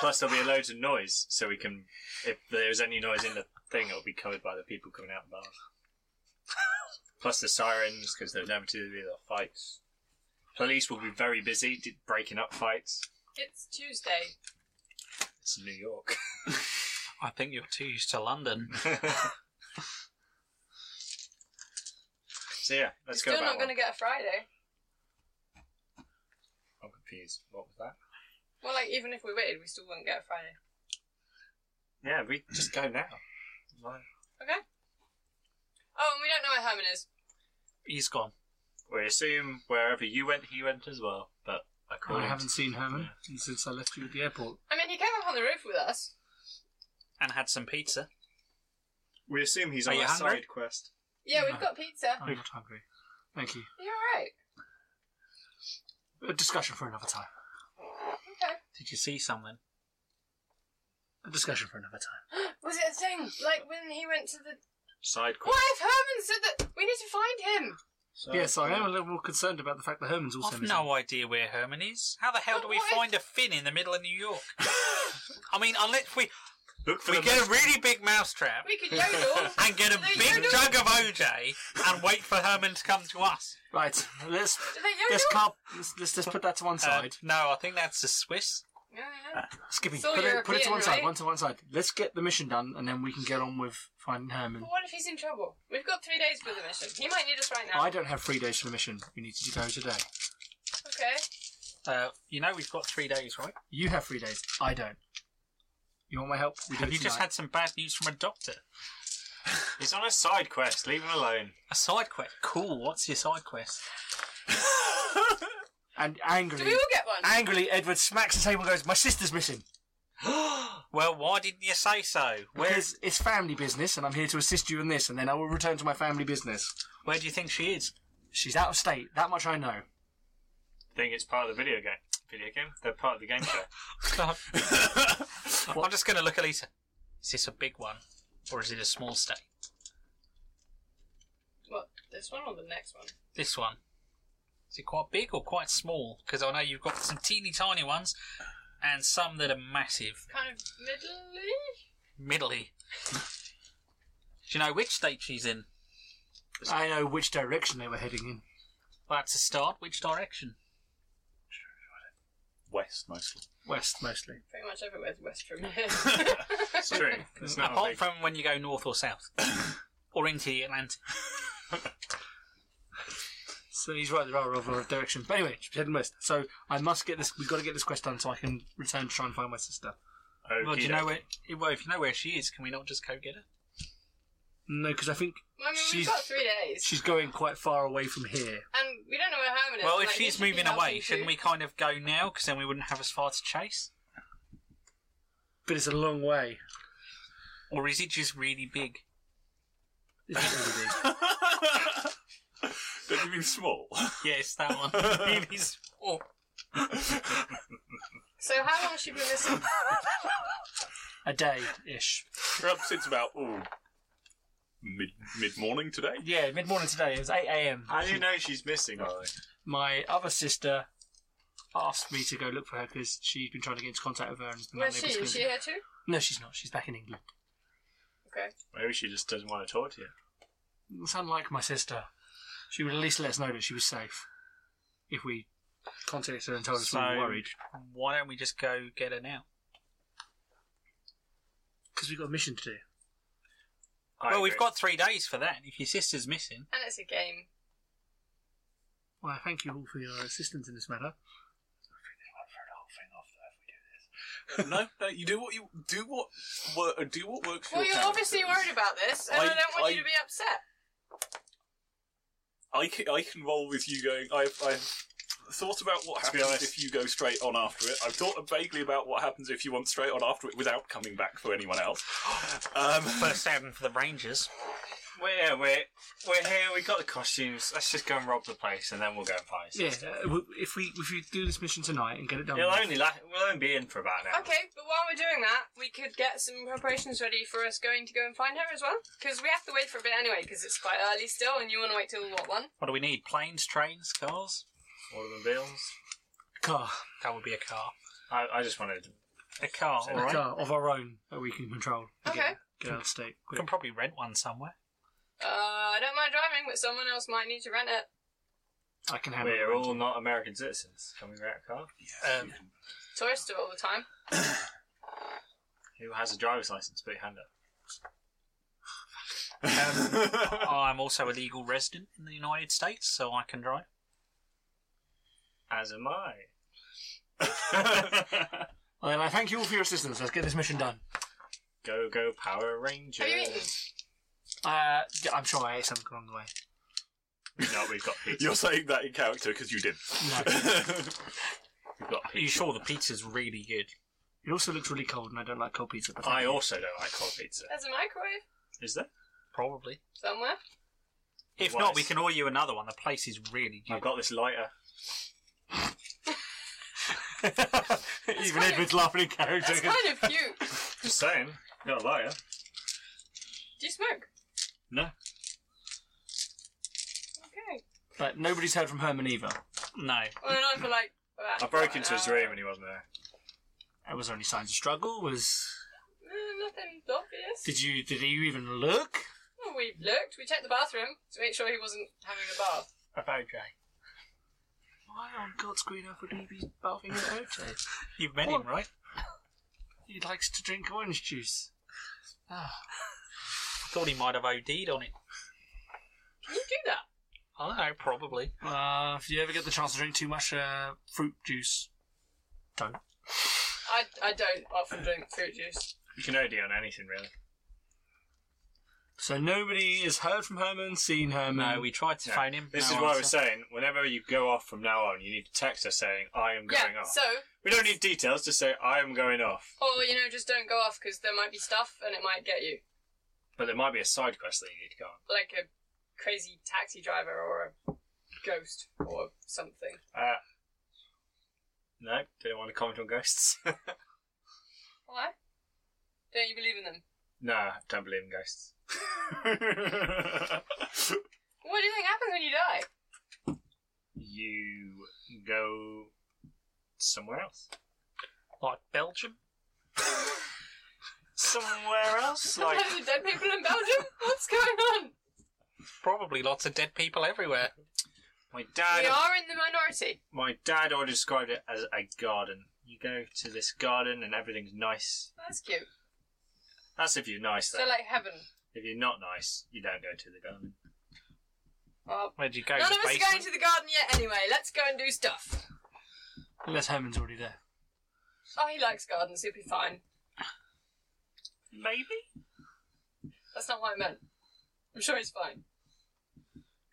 Speaker 5: Plus, there'll be loads of noise, so we can, if there's any noise in the thing, it'll be covered by the people coming out the bars. Plus the sirens because there'll never to be the fights. Police will be very busy d- breaking up fights.
Speaker 2: It's Tuesday.
Speaker 5: It's New York. [laughs]
Speaker 3: I think you're too used to London.
Speaker 5: so yeah, let's
Speaker 2: You're
Speaker 5: go.
Speaker 2: still
Speaker 5: about
Speaker 2: not going to
Speaker 5: one.
Speaker 2: get a Friday.
Speaker 5: I'm confused. What was that?
Speaker 2: Well, like, even if we waited, we still wouldn't get a Friday.
Speaker 5: Yeah, we just go now.
Speaker 2: Okay? Oh, and we don't know where Herman is.
Speaker 3: He's gone.
Speaker 5: We assume wherever you went, he went as well. But according
Speaker 4: I haven't
Speaker 5: to-
Speaker 4: seen Herman since I left you at the airport.
Speaker 2: I mean, he came up on the roof with us.
Speaker 3: And had some pizza.
Speaker 5: we assume he's
Speaker 3: Are
Speaker 5: on
Speaker 3: you
Speaker 5: a
Speaker 3: hungry?
Speaker 5: side quest.
Speaker 2: Yeah, we've got pizza.
Speaker 4: I'm not hungry. Thank you.
Speaker 2: You're alright.
Speaker 4: A discussion for another time.
Speaker 2: Okay.
Speaker 3: Did you see something?
Speaker 4: A discussion for another time.
Speaker 2: Was it a thing? Like when he went to the.
Speaker 5: Side
Speaker 2: What
Speaker 5: quest.
Speaker 2: if Herman said that we need to find him?
Speaker 5: So-
Speaker 4: yes, I am a little more concerned about the fact that Herman's also
Speaker 3: I've
Speaker 4: missing.
Speaker 3: no idea where Herman is. How the hell do we
Speaker 2: But what if-
Speaker 3: find a Finn in the middle of New [laughs] York? I mean, unless we
Speaker 5: Look for
Speaker 3: we
Speaker 5: the
Speaker 3: get a really big mousetrap
Speaker 2: We could
Speaker 3: [laughs]
Speaker 2: yodel. [laughs]
Speaker 3: and get a
Speaker 2: They
Speaker 3: big
Speaker 2: don't-
Speaker 3: jug of OJ and wait for Herman to come to us.
Speaker 4: Right, [laughs] let's
Speaker 2: Do they yodel?
Speaker 4: let's, car- let's let's just put that to one
Speaker 3: Uh,
Speaker 4: side.
Speaker 3: no, I think that's the Swiss.
Speaker 2: Yeah, yeah.
Speaker 4: Skippy,
Speaker 2: It's all
Speaker 4: put it, put it
Speaker 2: European,
Speaker 4: to one side,
Speaker 2: right?
Speaker 4: one to one side. Let's get the mission done, and then we can get on with finding Herman.
Speaker 2: But what if he's in trouble? We've got three days for the mission. He might need us right now.
Speaker 4: I don't have three days for the mission. We need to go today.
Speaker 2: Okay.
Speaker 3: Uh, you know we've got three days, right?
Speaker 4: You have three days. I don't. You want my help? We do
Speaker 3: Have
Speaker 4: it
Speaker 3: you just
Speaker 4: tonight.
Speaker 3: had some bad news from a doctor?
Speaker 5: He's on a side quest. Leave him alone.
Speaker 3: A side quest. Cool. What's your side quest?
Speaker 4: And
Speaker 2: Do
Speaker 4: angrily,
Speaker 2: we all get one?
Speaker 4: angrily, Edward smacks the table and goes, "My sister's missing."
Speaker 3: Well, why didn't you say so? Where
Speaker 4: Where's it's family business, and I'm here to assist you in this, and then I will return to my family business.
Speaker 3: Where do you think she is?
Speaker 4: She's out of state. That much I know.
Speaker 5: I think it's part of the video game. Video game? They're part of the game show.
Speaker 3: I'm just going to look at Lisa. Is this a big one, or is it a small state?
Speaker 2: What? This one or the next one?
Speaker 3: This one. Is it quite big or quite small? Because I know you've got some teeny tiny ones, and some that are massive.
Speaker 2: Kind of middly.
Speaker 3: [laughs] Middly. Do you know which state she's in?
Speaker 4: I know which direction they were heading in.
Speaker 3: Well, that's a start. Which direction?
Speaker 1: West mostly. [laughs]
Speaker 4: West mostly.
Speaker 2: Pretty much everywhere's west from
Speaker 3: [laughs]
Speaker 2: here.
Speaker 5: [laughs]
Speaker 2: [laughs]
Speaker 5: It's true. It's not a
Speaker 3: Apart
Speaker 5: big-
Speaker 3: from when you go north or
Speaker 5: [coughs]
Speaker 3: south, or into the Atlantic.
Speaker 4: So he's right. There are other directions. But anyway, she's heading west. So I must get this. We've got to get this quest done so I can return to try and find my sister.
Speaker 5: Okey
Speaker 3: Well, do you know
Speaker 5: doke.
Speaker 3: where? Well, if you know where she is, can we not just go get her?
Speaker 4: No, because I think
Speaker 2: Well, I mean,
Speaker 4: She's-
Speaker 2: we've got three days,
Speaker 4: she's going quite far away from here.
Speaker 2: and we don't know where Herman is.
Speaker 3: well, if
Speaker 2: like,
Speaker 3: she's
Speaker 2: we should be
Speaker 3: moving away,
Speaker 2: helping
Speaker 3: shouldn't
Speaker 2: to-
Speaker 3: we kind of go now? Because then we wouldn't have as far to chase.
Speaker 4: But it's a long way.
Speaker 3: Or is it just really big?
Speaker 4: It's really big.
Speaker 1: Don't you mean small?
Speaker 3: [laughs] Yes, that
Speaker 5: [laughs]
Speaker 3: one. Oh, really small.
Speaker 2: So how long has she been
Speaker 3: [laughs]
Speaker 2: missing?
Speaker 4: a day ish.
Speaker 1: We're up since about ooh, mid mid morning today.
Speaker 4: Yeah, mid morning today. It was eight a.m.
Speaker 5: How do you know she's missing? By the way?
Speaker 4: My other sister asked me to go look for her because she's been trying to get into contact with her and has been
Speaker 2: Where's
Speaker 4: unable
Speaker 2: she?
Speaker 4: to
Speaker 2: Is she
Speaker 4: speak.
Speaker 2: here too?
Speaker 4: No, she's not. She's back in England.
Speaker 2: Okay.
Speaker 5: Maybe she just doesn't want to talk to you.
Speaker 4: It's unlike my sister. She would at least let us know that she was safe if we contacted her and told us we
Speaker 3: So-
Speaker 4: were worried.
Speaker 3: Why don't we just go get her now?
Speaker 4: Because we've got a mission to do.
Speaker 5: I
Speaker 3: well, we've
Speaker 5: agree.
Speaker 3: got three days for that. If your sister's missing,
Speaker 2: And it's a game.
Speaker 4: Well, I thank you all for your assistance in this matter.
Speaker 1: no, no, you do what you do what wor- uh, do what works. for
Speaker 2: Well,
Speaker 1: your
Speaker 2: you're
Speaker 1: character.
Speaker 2: obviously worried about this, and I,
Speaker 1: I-
Speaker 2: don't want
Speaker 1: I-
Speaker 2: you to be upset.
Speaker 1: I can, I can roll with you going. I've, I've thought about what
Speaker 5: To be
Speaker 1: happens
Speaker 5: honest.
Speaker 1: if you go straight on after it. I've thought vaguely about what happens if you want straight on after it without coming back for anyone else. Um, [laughs]
Speaker 3: first down for the Rangers.
Speaker 5: We're, yeah, we're, we're here, we got the costumes. Let's just go and rob the place and then we'll go and find
Speaker 4: Yeah,
Speaker 5: sister.
Speaker 4: uh, w- if we if we do this mission tonight and get it done,
Speaker 5: It'll only la- we'll only be in for about an hour.
Speaker 2: Okay, but while we're doing that, we could get some preparations ready for us going to go and find her as well, because we have to wait for a bit anyway, because it's quite early still, and you want to wait till what one?
Speaker 3: What do we need? Planes, trains, cars?
Speaker 5: Automobiles.
Speaker 4: car,
Speaker 3: That would be a car.
Speaker 5: I, I just wanted.
Speaker 3: A car,
Speaker 5: So
Speaker 3: all
Speaker 5: the
Speaker 4: a
Speaker 3: right.
Speaker 4: car of our own that we can control.
Speaker 2: Okay.
Speaker 4: Get, get out of state
Speaker 3: We
Speaker 4: quick.
Speaker 3: can probably rent one somewhere.
Speaker 2: Uh, I don't mind driving, but someone else might need to rent it.
Speaker 4: I can handle
Speaker 5: We're
Speaker 4: it.
Speaker 5: all not American citizens. Can we rent a car?
Speaker 3: Um,
Speaker 2: Tourists do it all the time.
Speaker 5: Who has a driver's license? Put your hand up.
Speaker 3: I'm also a legal resident in the United States, so I can drive.
Speaker 5: As am I.
Speaker 4: Well, then I thank you all for your assistance. Let's get this mission done.
Speaker 5: Go go Power Ranger.
Speaker 2: Have you eaten?
Speaker 4: Uh, yeah, I'm sure I ate something along the way.
Speaker 5: no, we've got pizza.
Speaker 1: you're saying that in character because you did. [laughs]
Speaker 4: No.
Speaker 5: We've got
Speaker 3: Are you
Speaker 5: pizza.
Speaker 3: sure the pizza's really good?
Speaker 4: it also looks really cold, and I don't like cold pizza. But
Speaker 5: [laughs] I
Speaker 4: thank you.
Speaker 5: also don't like cold pizza.
Speaker 2: There's a microwave
Speaker 5: Is there?
Speaker 3: Probably.
Speaker 2: somewhere.
Speaker 3: If
Speaker 5: Why
Speaker 3: not, we
Speaker 5: is-
Speaker 3: can order you another one. The place is really
Speaker 5: [laughs]
Speaker 3: good.
Speaker 5: I've got this lighter.
Speaker 4: Even Edward's laughing in character.
Speaker 2: That's kind of cute.
Speaker 5: Just saying. Got a lighter.
Speaker 2: Do you smoke?
Speaker 5: No.
Speaker 2: Okay.
Speaker 4: But nobody's heard from Herman either.
Speaker 3: No.
Speaker 2: Well, not for like. about
Speaker 5: I broke
Speaker 2: an
Speaker 5: into his
Speaker 2: hour.
Speaker 5: room and he wasn't there.
Speaker 4: That was only signs of struggle. Was
Speaker 2: Uh, nothing obvious.
Speaker 4: did you did you even look?
Speaker 2: Well, we looked. We checked the bathroom to make sure he wasn't having a bath.
Speaker 3: Okay.
Speaker 4: Why on God's green earth would he be bathing in OJ?
Speaker 3: You've met him, right?
Speaker 4: He likes to drink orange juice. Ah,
Speaker 3: I thought he might have OD'd on it.
Speaker 2: Can you do that?
Speaker 3: I don't know, probably.
Speaker 4: uh, if you ever get the chance to drink too much uh, fruit juice, don't.
Speaker 2: I, I don't often drink fruit juice.
Speaker 5: You can OD on anything really.
Speaker 4: So nobody has heard from Herman, seen Herman.
Speaker 3: No, we tried to
Speaker 5: No.
Speaker 3: phone him.
Speaker 5: This
Speaker 3: no
Speaker 5: is why I
Speaker 3: answer.
Speaker 5: was saying, whenever you go off from now on, you need to text us saying, I am going
Speaker 2: yeah.
Speaker 5: off.
Speaker 2: So,
Speaker 5: we don't need details, just say, I am going off.
Speaker 2: or you know, just don't go off because there might be stuff and it might get you,
Speaker 5: But there might be a side quest that you need to go
Speaker 2: like a crazy taxi driver or a ghost or something.
Speaker 5: on. Uh, no, didn't want to comment on ghosts. [laughs]
Speaker 2: Why? Don't you believe in them?
Speaker 5: no, don't believe in ghosts.
Speaker 2: What do you think happens when you die?
Speaker 5: You go somewhere else.
Speaker 3: Like Belgium?
Speaker 5: Somewhere
Speaker 2: [laughs]
Speaker 5: else? Like,
Speaker 2: Sometimes the dead people in Belgium. [laughs] What's going on?
Speaker 3: Probably lots of dead people everywhere.
Speaker 5: my
Speaker 2: We
Speaker 5: dad
Speaker 2: are in the minority.
Speaker 5: my dad always described it as a garden. You go to this garden and everything's nice.
Speaker 2: That's cute.
Speaker 5: That's if you're nice,
Speaker 2: So
Speaker 5: though.
Speaker 2: like heaven.
Speaker 5: if you're not nice, you don't go to the garden.
Speaker 2: Well,
Speaker 3: Where do you go?
Speaker 2: none of
Speaker 3: Just
Speaker 2: us are going
Speaker 3: basement?
Speaker 2: to the garden yet. Anyway, let's go and do stuff.
Speaker 4: Unless Herman's already there.
Speaker 2: Oh, he likes gardens. He'll be fine.
Speaker 5: Maybe?
Speaker 2: That's not what I meant. I'm sure he's fine.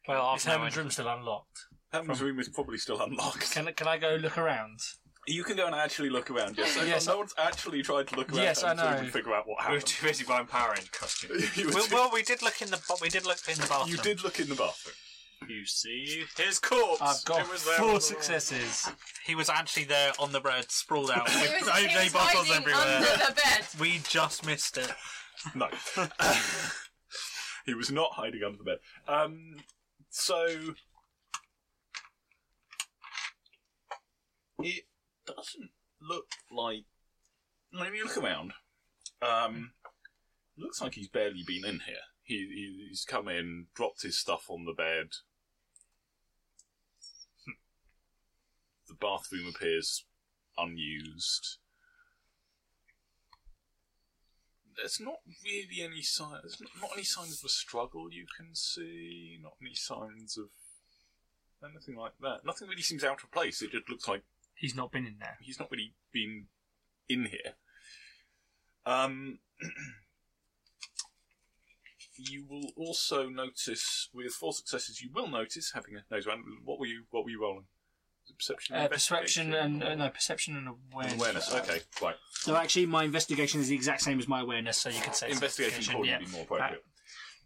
Speaker 3: Well,
Speaker 4: Is
Speaker 3: I've no
Speaker 4: Herman's
Speaker 3: idea.
Speaker 4: room still unlocked?
Speaker 1: Heaven's room is probably still unlocked.
Speaker 4: Can I, can I go look around?
Speaker 1: you can go and actually look around. Yes, I-
Speaker 4: Yes,
Speaker 1: no one's actually tried to look around
Speaker 4: Yes, I
Speaker 1: Heaven's room
Speaker 4: know.
Speaker 1: and figure out what
Speaker 5: We were
Speaker 1: happened.
Speaker 5: too busy buying Power Ranger costumes.
Speaker 1: [laughs]
Speaker 4: [laughs]
Speaker 1: You were
Speaker 3: Well,
Speaker 1: too-
Speaker 3: well, we did look in the ba- we did look in the bathroom.
Speaker 1: you did look in the bathroom.
Speaker 5: You see his corpse.
Speaker 4: I've got
Speaker 5: It was there all
Speaker 4: four
Speaker 5: along.
Speaker 4: successes.
Speaker 3: He was actually there on the bed,
Speaker 2: [laughs]
Speaker 3: sprawled out
Speaker 2: He
Speaker 3: with
Speaker 2: was, he was
Speaker 3: OJ bottles
Speaker 2: hiding
Speaker 3: everywhere.
Speaker 2: under the bed.
Speaker 3: We just missed it.
Speaker 1: No. [laughs] he was not hiding under the bed. Um, so. It doesn't look like. When you look around, um, looks like he's barely been in here. He, he, he's come in, dropped his stuff on the bed. Hmm. The bathroom appears unused. there's not really any sign. There's not, not any signs of a struggle you can see. Not any signs of anything like that. Nothing really seems out of place. It just looks like
Speaker 4: He's not been in there.
Speaker 1: he's not really been in here. Um, [clears throat] you will also notice with four successes. You will notice having a nose round. What were you? What were you rolling? Was it Perception,
Speaker 4: Uh,
Speaker 1: investigation?
Speaker 4: perception and uh, no perception and awareness.
Speaker 1: awareness. Okay, right.
Speaker 4: No, actually, my investigation is the exact same as my awareness, so you could say it's
Speaker 1: Investigation probably would be more appropriate.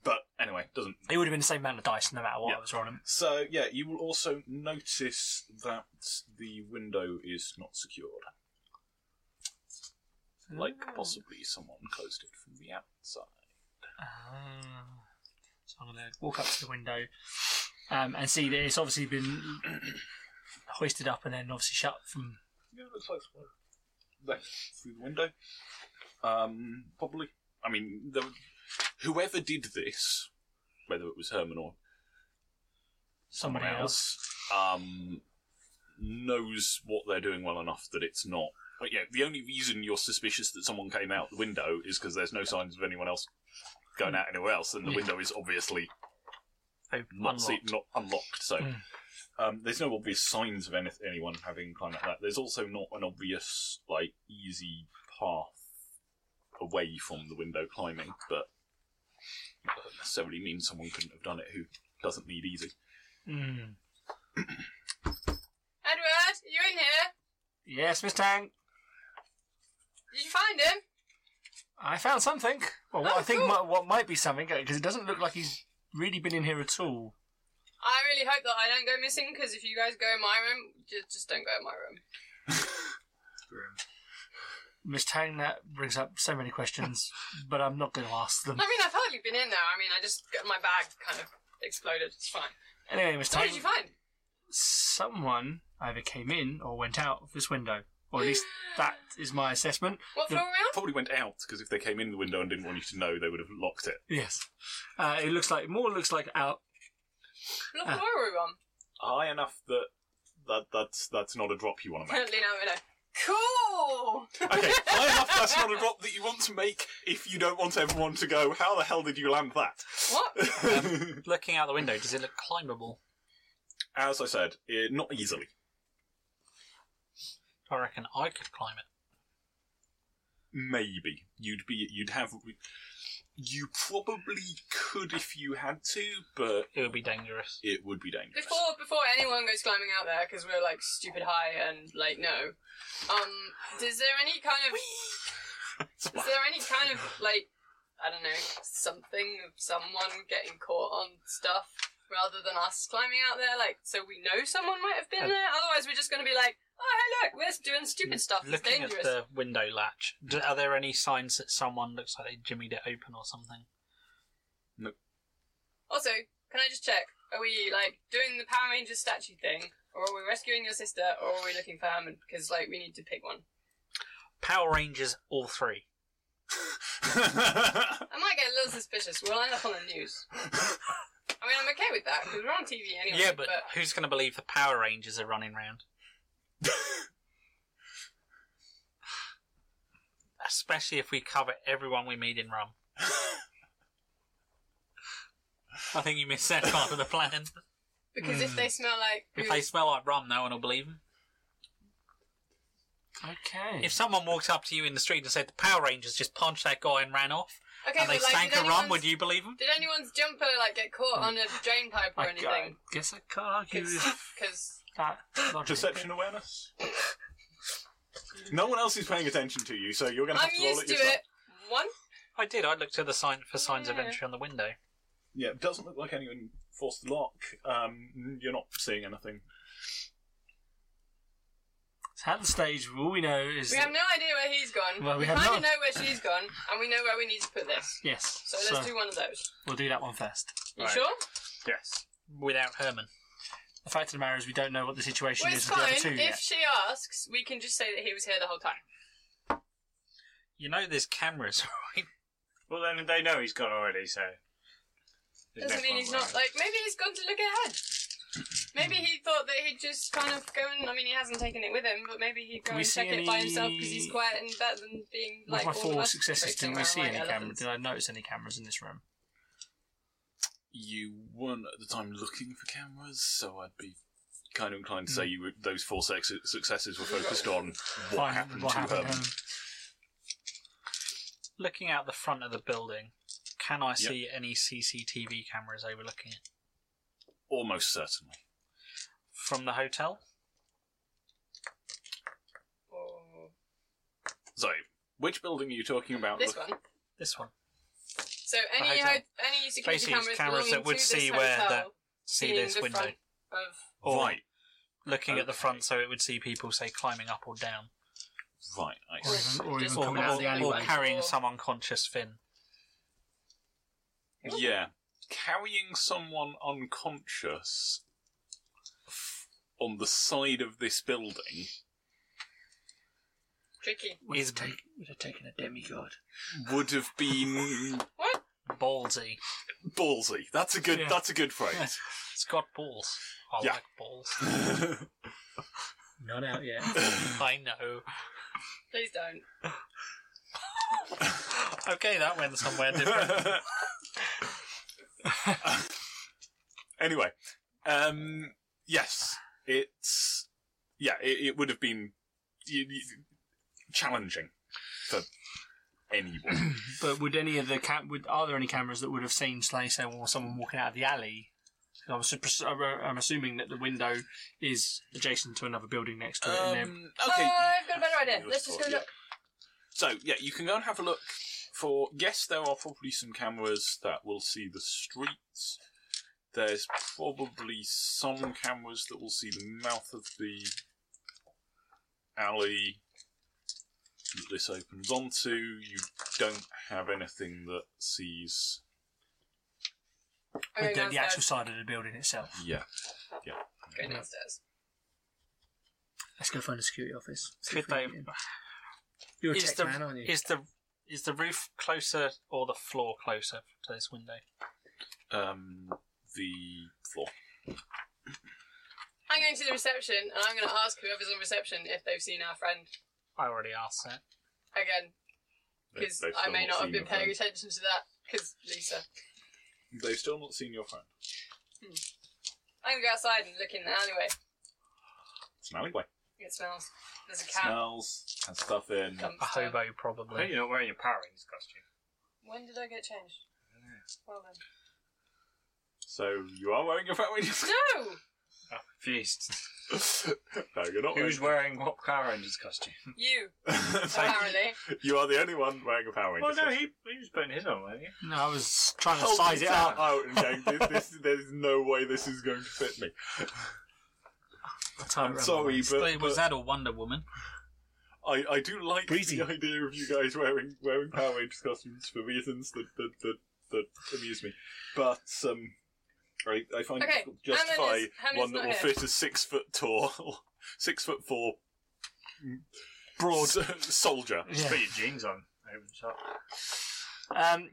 Speaker 1: But anyway, doesn't
Speaker 4: Uh, it would have been the same amount of dice, no matter what
Speaker 1: Yeah.
Speaker 4: I was rolling.
Speaker 1: So yeah, you will also notice that the window is not secured. Like possibly someone closed it from the outside.
Speaker 4: Ah. so I'm going to walk up to the window um, and see that it's obviously been [clears throat] hoisted up and then obviously shut from.
Speaker 1: Yeah, it looks like someone left through the window. Um, probably. I mean, there, whoever did this, whether it was Herman or
Speaker 4: Somebody
Speaker 1: someone else, um, knows what they're doing well enough that it's not. But yeah, the only reason you're suspicious that someone came out the window is because there's no signs of anyone else going out anywhere else, and the
Speaker 4: Yeah.
Speaker 1: window is obviously
Speaker 3: Oh,
Speaker 1: not, see-
Speaker 3: unlocked.
Speaker 1: not unlocked. So
Speaker 4: Mm.
Speaker 1: um, there's no obvious signs of any- anyone having climbed out that. There's also not an obvious, like, easy path away from the window climbing, but that doesn't necessarily mean someone couldn't have done it who doesn't need easy.
Speaker 4: Mm.
Speaker 2: Edward, are you in here?
Speaker 4: Yes, Miss Tang.
Speaker 2: Did you find him?
Speaker 4: I found something. Well, what
Speaker 2: Oh,
Speaker 4: I think
Speaker 2: cool.
Speaker 4: might, what might be something because it doesn't look like he's really been in here at all.
Speaker 2: I really hope that I don't go missing because if you guys go in my room, just just don't go in my room.
Speaker 4: Miss Tang, that brings up so
Speaker 2: [laughs]
Speaker 4: many questions, but I'm not going to ask them.
Speaker 2: I mean, I've hardly been in there. I mean, I just got my bag kind of exploded. It's fine.
Speaker 4: Anyway, Miss
Speaker 2: So what
Speaker 4: Tang,
Speaker 2: did you find?
Speaker 4: someone either came in or went out of this window, or at least
Speaker 2: [laughs]
Speaker 4: that is my assessment.
Speaker 2: What floor are we on?
Speaker 1: probably went out because if they came in the window and didn't want you to know, they would have locked it.
Speaker 4: Yes, uh, it looks like more looks like out.
Speaker 2: What
Speaker 4: Ah.
Speaker 2: floor are we on?
Speaker 1: High enough that that that's that's not a drop you want to
Speaker 2: [laughs]
Speaker 1: make.
Speaker 2: Apparently now we know. Cool.
Speaker 1: [laughs] Okay, high enough that's not a drop that you want to make if you don't want everyone to go. How the hell did you land that?
Speaker 2: What?
Speaker 1: [laughs]
Speaker 3: Looking out the window, does it look climbable?
Speaker 1: Um, As I said, eh, not easily.
Speaker 3: I reckon I could climb it.
Speaker 1: Maybe you'd be you'd have you probably could if you had to, but
Speaker 3: It would be dangerous.
Speaker 1: it would be dangerous. [laughs]
Speaker 2: Before before anyone goes climbing out there because we're like stupid high and like no. Um, is there any kind of
Speaker 3: [laughs]
Speaker 2: is there any kind of like I don't know something of someone getting caught on stuff rather than us climbing out there? Like so we know someone might have been
Speaker 3: Um,
Speaker 2: there. Otherwise we're just going to be like, oh hey look, we're doing stupid stuff. It's
Speaker 3: Looking at
Speaker 2: dangerous.
Speaker 3: the window latch, d are there any signs that someone looks like they jimmied it open or something?
Speaker 2: Also, can I just check? Are we like doing the Power Ranger statue thing, or are we rescuing your sister, or are we looking for Herman? Because like we need to pick one.
Speaker 3: Power Rangers, all three.
Speaker 2: I might get a little suspicious. We'll end up on the news. I mean, I'm okay with that because we're on TV anyway.
Speaker 3: yeah, but, who's going to believe the Power Rangers are running round? especially if we cover everyone we meet in rum. I think you missed that part of the plan.
Speaker 2: Because if they smell like
Speaker 3: Hmm. If they smell like rum, no one will believe them.
Speaker 4: Okay.
Speaker 3: If someone walked up to you in the street and said the Power Rangers just punched that guy and ran off,
Speaker 2: okay,
Speaker 3: and they
Speaker 2: but like,
Speaker 3: stank
Speaker 2: did
Speaker 3: a rum,
Speaker 2: anyone's-
Speaker 3: would you Hmm. believe them?
Speaker 2: Did anyone's jumper like get caught on a drain pipe or
Speaker 4: I gu-
Speaker 2: anything?
Speaker 4: guess I can't
Speaker 2: [laughs]
Speaker 4: argue with
Speaker 2: Because
Speaker 4: that.
Speaker 2: [laughs]
Speaker 4: logic.
Speaker 1: Perception awareness. No one else is paying attention to you, so you're going to
Speaker 2: I'm
Speaker 1: have to roll
Speaker 2: used
Speaker 1: it
Speaker 2: to
Speaker 1: yourself.
Speaker 2: it. One.
Speaker 3: I did. I looked at the sign for signs of
Speaker 2: Yeah.
Speaker 3: entry on the window.
Speaker 1: Yeah, it doesn't look like anyone forced the lock. Um, you're not seeing anything.
Speaker 4: So at the stage, all we know is
Speaker 2: We
Speaker 4: that-
Speaker 2: have no idea where he's gone.
Speaker 4: Well, we
Speaker 2: we
Speaker 4: have
Speaker 2: kind
Speaker 4: not.
Speaker 2: of know where she's gone, and we know where we need to put this.
Speaker 4: yes.
Speaker 2: So let's do one of those.
Speaker 4: we'll do that one first.
Speaker 2: You
Speaker 5: Right.
Speaker 2: sure?
Speaker 5: Yes.
Speaker 3: Without Herman.
Speaker 4: The fact of the matter is, we don't know what the situation
Speaker 2: Well,
Speaker 4: is
Speaker 2: it's
Speaker 4: with the
Speaker 2: fine.
Speaker 4: other two
Speaker 2: If
Speaker 4: yet.
Speaker 2: she asks, we can just say that he was here the whole time.
Speaker 3: You know there's cameras, [laughs] right?
Speaker 5: Well, then they know he's gone already, so. There's
Speaker 2: Doesn't
Speaker 5: no
Speaker 2: mean
Speaker 5: point
Speaker 2: he's
Speaker 5: worrying.
Speaker 2: not like maybe he's gone to look ahead. Maybe he thought that he'd just kind of go and I mean he hasn't taken it with him, but maybe he'd go
Speaker 4: Can we
Speaker 2: and
Speaker 4: see
Speaker 2: check it by
Speaker 4: any-
Speaker 2: himself because he's quiet and better than being
Speaker 4: With
Speaker 2: like
Speaker 4: my
Speaker 2: all
Speaker 4: four
Speaker 2: of us
Speaker 4: successes,
Speaker 2: racing
Speaker 4: didn't we
Speaker 2: around
Speaker 4: see
Speaker 2: like
Speaker 4: any cameras?
Speaker 2: elephants.
Speaker 4: Did I notice any cameras in this room?
Speaker 1: You weren't at the time looking for cameras, so I'd be kind of inclined to say you were, those four sex- successes were focused on what
Speaker 4: Fine,
Speaker 1: happened
Speaker 4: what
Speaker 1: to
Speaker 4: happened,
Speaker 1: Herman.
Speaker 4: um,
Speaker 3: Looking out the front of the building, can I
Speaker 1: Yep.
Speaker 3: see any CCTV cameras overlooking it
Speaker 1: Almost certainly.
Speaker 3: from the hotel?
Speaker 2: Or-
Speaker 1: So, which building are you talking about?
Speaker 2: This
Speaker 1: Look-
Speaker 2: one.
Speaker 3: This one.
Speaker 2: So any
Speaker 3: hotel.
Speaker 2: ho- any security
Speaker 3: Basically, it's
Speaker 2: cameras,
Speaker 3: cameras
Speaker 2: belonging
Speaker 3: that would
Speaker 2: to
Speaker 3: see
Speaker 2: this
Speaker 3: where
Speaker 2: hotel
Speaker 3: the- See
Speaker 2: seeing
Speaker 3: this
Speaker 2: the
Speaker 3: window.
Speaker 2: front of
Speaker 3: Or
Speaker 1: Right,
Speaker 3: looking at the
Speaker 1: Okay.
Speaker 3: front, so it would see people say climbing up or down,
Speaker 1: right. I
Speaker 4: Or
Speaker 1: see.
Speaker 4: even, or even
Speaker 2: Just
Speaker 3: or,
Speaker 4: coming out
Speaker 2: walking
Speaker 4: the
Speaker 2: down the
Speaker 3: or
Speaker 4: alleyway.
Speaker 2: way.
Speaker 3: carrying
Speaker 2: Or-
Speaker 3: some unconscious Finn.
Speaker 1: Yeah. Carrying someone unconscious on the side of this building
Speaker 2: tricky.
Speaker 4: We'd
Speaker 3: Is-
Speaker 4: have take- we'd have taken a demigod.
Speaker 1: would have been
Speaker 2: What?
Speaker 3: Ballsy.
Speaker 1: ballsy. That's a good
Speaker 4: Yeah.
Speaker 1: that's a good phrase.
Speaker 3: [laughs] It's got balls. I
Speaker 1: Yeah.
Speaker 3: like balls.
Speaker 4: Not out yet.
Speaker 3: I know.
Speaker 2: Please don't.
Speaker 3: Okay, that went somewhere different.
Speaker 1: [laughs] anyway, um, yes, it's yeah, it, it would have been y- y- challenging for anyone.
Speaker 4: [laughs] But would any of the cam- [laughs] would are there any cameras that would have seen, say, someone, someone walking out of the alley? I'm, supres- I'm assuming that the window is adjacent to another building next to it. and they're-
Speaker 1: Um, okay,
Speaker 2: Oh, I've got a better idea. Let's just go
Speaker 1: Yeah.
Speaker 2: look.
Speaker 1: So yeah, you can go and have a look. For yes, there are probably some cameras that will see the streets. There's probably some cameras that will see the mouth of the alley that this opens onto. You don't have anything that sees.
Speaker 2: I'm going
Speaker 4: the, the actual
Speaker 2: downstairs.
Speaker 4: side of the building itself.
Speaker 1: Yeah,
Speaker 2: Going downstairs.
Speaker 4: Let's go find the security office.
Speaker 3: Could they-
Speaker 4: You're a
Speaker 3: Is
Speaker 4: tech
Speaker 3: the-
Speaker 4: man, aren't you?
Speaker 3: Is the is the roof closer or the floor closer to this window?
Speaker 1: um, the floor.
Speaker 2: I'm going to the reception and I'm going to ask whoever's on reception if they've seen our friend
Speaker 3: I already asked that.
Speaker 2: again
Speaker 1: They-
Speaker 2: because
Speaker 1: they've
Speaker 2: I
Speaker 1: still
Speaker 2: may not
Speaker 1: seen
Speaker 2: have been
Speaker 1: your
Speaker 2: paying
Speaker 1: friend.
Speaker 2: attention to that because Lisa.
Speaker 1: They've still not seen your friend.
Speaker 2: I'm going to go outside and look in the alleyway.
Speaker 1: It's an alleyway.
Speaker 2: It smells. There's a cat.
Speaker 1: Smells. Has stuff in.
Speaker 2: Comes
Speaker 3: A hobo,
Speaker 5: Well,
Speaker 3: probably.
Speaker 5: you're not wearing your Power Rangers costume.
Speaker 2: When did I get changed? Well then.
Speaker 1: So you are wearing your friend.
Speaker 2: No.
Speaker 5: I'm confused.
Speaker 1: [laughs]
Speaker 4: [laughs]
Speaker 1: no, you're not.
Speaker 5: Ah, Who's
Speaker 1: wearing...
Speaker 5: wearing what Power Rangers costume?
Speaker 2: You
Speaker 1: [laughs] So
Speaker 2: apparently.
Speaker 1: you are the only one wearing a Power Ranger.
Speaker 5: Well, no,
Speaker 1: costume.
Speaker 5: he, he was putting his on, weren't he?
Speaker 4: no, I was trying to
Speaker 1: Holding
Speaker 4: size it
Speaker 1: that
Speaker 4: up.
Speaker 5: [laughs]
Speaker 1: out and going, Oh, this, this, there's no way this is going to fit me. I'm sorry, but, but
Speaker 3: was that or Wonder Woman?
Speaker 1: I, I do like
Speaker 4: Breezy.
Speaker 1: the idea of you guys wearing wearing Power Rangers costumes for reasons that that, that, that amuse me. But um, I, I find
Speaker 2: Okay,
Speaker 1: it difficult to justify
Speaker 2: Hammond is- Hammond's
Speaker 1: one that
Speaker 2: not
Speaker 1: will
Speaker 2: here.
Speaker 1: fit a six foot tall, [laughs] six foot four
Speaker 4: Broad.
Speaker 1: s- soldier.
Speaker 5: Just Put
Speaker 4: Yeah.
Speaker 5: your jeans on. Over the top.
Speaker 4: Um,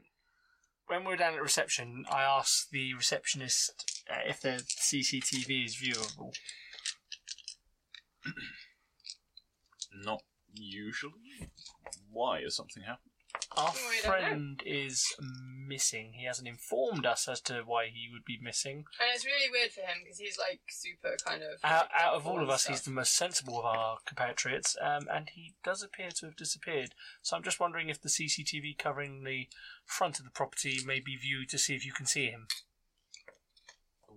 Speaker 4: when we were down at reception, I asked the receptionist uh, if the CCTV is viewable.
Speaker 1: Not usually. Why has something happened?
Speaker 4: Our
Speaker 2: Oh, I don't know.
Speaker 4: friend is missing. He hasn't informed us as to why he would be missing.
Speaker 2: And it's really weird for him because he's like super kind of.
Speaker 4: Out,
Speaker 2: like,
Speaker 4: out of
Speaker 2: thoughtful
Speaker 4: all of
Speaker 2: and
Speaker 4: us,
Speaker 2: stuff.
Speaker 4: he's the most sensible of our compatriots, um, and he does appear to have disappeared. So I'm just wondering if the CCTV covering the front of the property may be viewed to see if you can see him.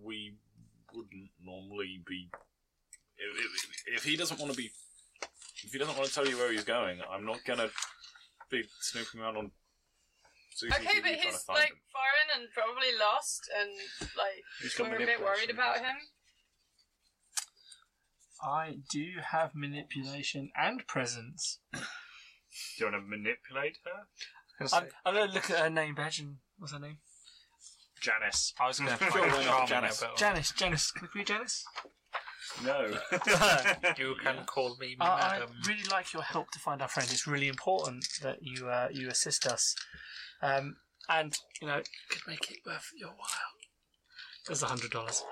Speaker 1: We wouldn't normally be. If, if, if he doesn't want to be. If he doesn't want to tell you where he's going, I'm not going to be snooping around on. CCTV
Speaker 2: Okay, but
Speaker 1: trying to
Speaker 2: he's
Speaker 1: find
Speaker 2: like
Speaker 1: him.
Speaker 2: foreign and probably lost, and like
Speaker 5: He's got
Speaker 2: we're a bit worried
Speaker 5: manipulation.
Speaker 2: about him.
Speaker 4: I do have manipulation and presence.
Speaker 5: Do you want to manipulate her?
Speaker 4: I'm, I'm going to look at her name badge and what's her name?
Speaker 5: Janice. [laughs]
Speaker 3: I was going to [laughs]
Speaker 1: Sure, why not,
Speaker 3: find charming
Speaker 1: Janice?
Speaker 3: but
Speaker 4: Janice. Janice. Can we be Janice?
Speaker 5: No.
Speaker 3: You can call me
Speaker 4: Uh, I
Speaker 3: madam.
Speaker 4: really like your help to find our friend. It's really important that you uh, you assist us, um, and you know it could make it worth your while. There's a hundred dollars.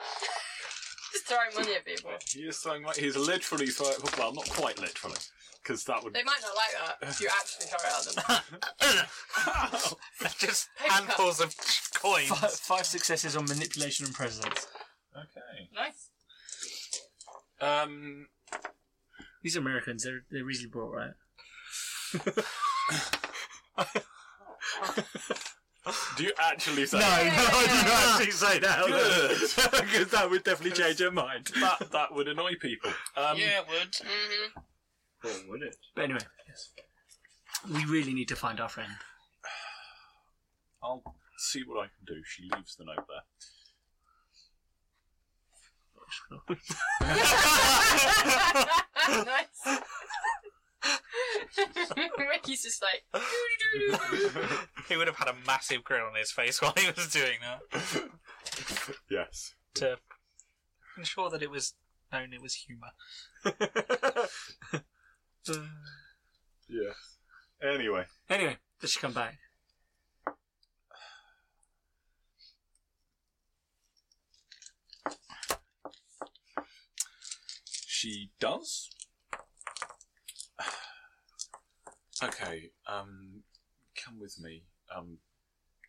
Speaker 2: Just throwing money at people.
Speaker 1: He is throwing. Like, he's literally throwing. Well, not quite literally, because that would.
Speaker 2: They might not like that if you actually throw it at them.
Speaker 1: [laughs]
Speaker 2: [laughs]
Speaker 3: Just
Speaker 2: Paper cut.
Speaker 3: [laughs] handfuls of coins.
Speaker 4: Five, five successes on manipulation and presence.
Speaker 1: okay.
Speaker 2: nice.
Speaker 1: Um.
Speaker 4: These Americans, they're they're easily brought right.
Speaker 1: Do you actually say?
Speaker 5: I didn't actually say that.
Speaker 1: Good.
Speaker 5: Because that would definitely change her mind.
Speaker 1: [laughs] That that would annoy people. Um,
Speaker 3: it would.
Speaker 2: hmm
Speaker 5: Or would it?
Speaker 4: But anyway, yes. we really need to find our friend.
Speaker 1: I'll see what I can do. She leaves the note there.
Speaker 2: nice. [laughs] Ricky's just like. "Doo-doo-doo-doo-doo."
Speaker 3: [laughs] He would have had a massive grin on his face while he was doing that
Speaker 1: [laughs] Yes.
Speaker 3: to ensure that it was known it was humour.
Speaker 1: Yes. Anyway,
Speaker 4: Anyway, does she come back?
Speaker 1: she does. [sighs] Okay. Um, come with me. Um,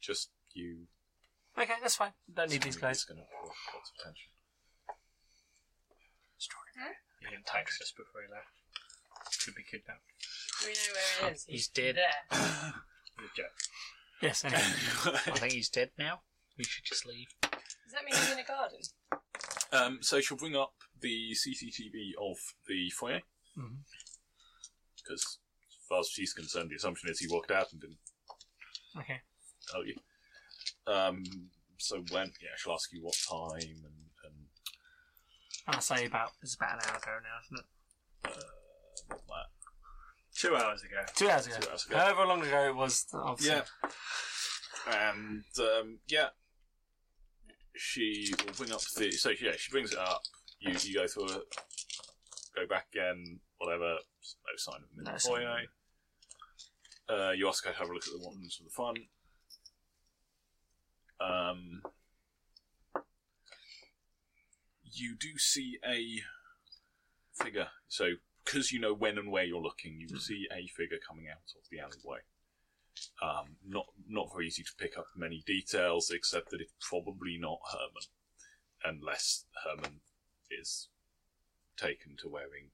Speaker 1: just you.
Speaker 4: Okay, that's fine. Don't need these guys.
Speaker 1: It's Gonna draw lots of attention.
Speaker 5: He didn't text us before he left. Could be kidnapped.
Speaker 2: we know where he is.
Speaker 3: He's dead.
Speaker 2: There.
Speaker 5: Good job.
Speaker 4: Yes. Anyway, [laughs]
Speaker 3: I think he's dead now. We should just leave.
Speaker 2: Does that mean he's in a garden?
Speaker 1: [laughs] Um, so she'll bring up the CCTV of the foyer.
Speaker 4: Mhm.
Speaker 1: Because, as far as she's concerned, the assumption is he walked out and didn't
Speaker 4: okay.
Speaker 1: tell you. Um, so when, yeah, she'll ask you what time and, and
Speaker 4: I'll say about it's about an hour ago now, isn't it?
Speaker 1: all that.
Speaker 5: Two hours ago.
Speaker 4: Two hours ago.
Speaker 1: Two hours ago.
Speaker 4: However long ago it was. Obviously.
Speaker 1: Yeah. And, um, yeah. She will bring up the. So, yeah, she brings it up. You, you go through it, go back again, whatever. No sign of him in
Speaker 4: No
Speaker 1: the
Speaker 4: sign of
Speaker 1: foyer. Uh, you ask her to have a look at the ones with the fun. Um, you do see a figure. So, because you know when and where you're looking,
Speaker 4: Hmm.
Speaker 1: you see a figure coming out of the alleyway. Um, not not very easy to pick up many details, except that it's probably not Herman, unless Herman is taken to wearing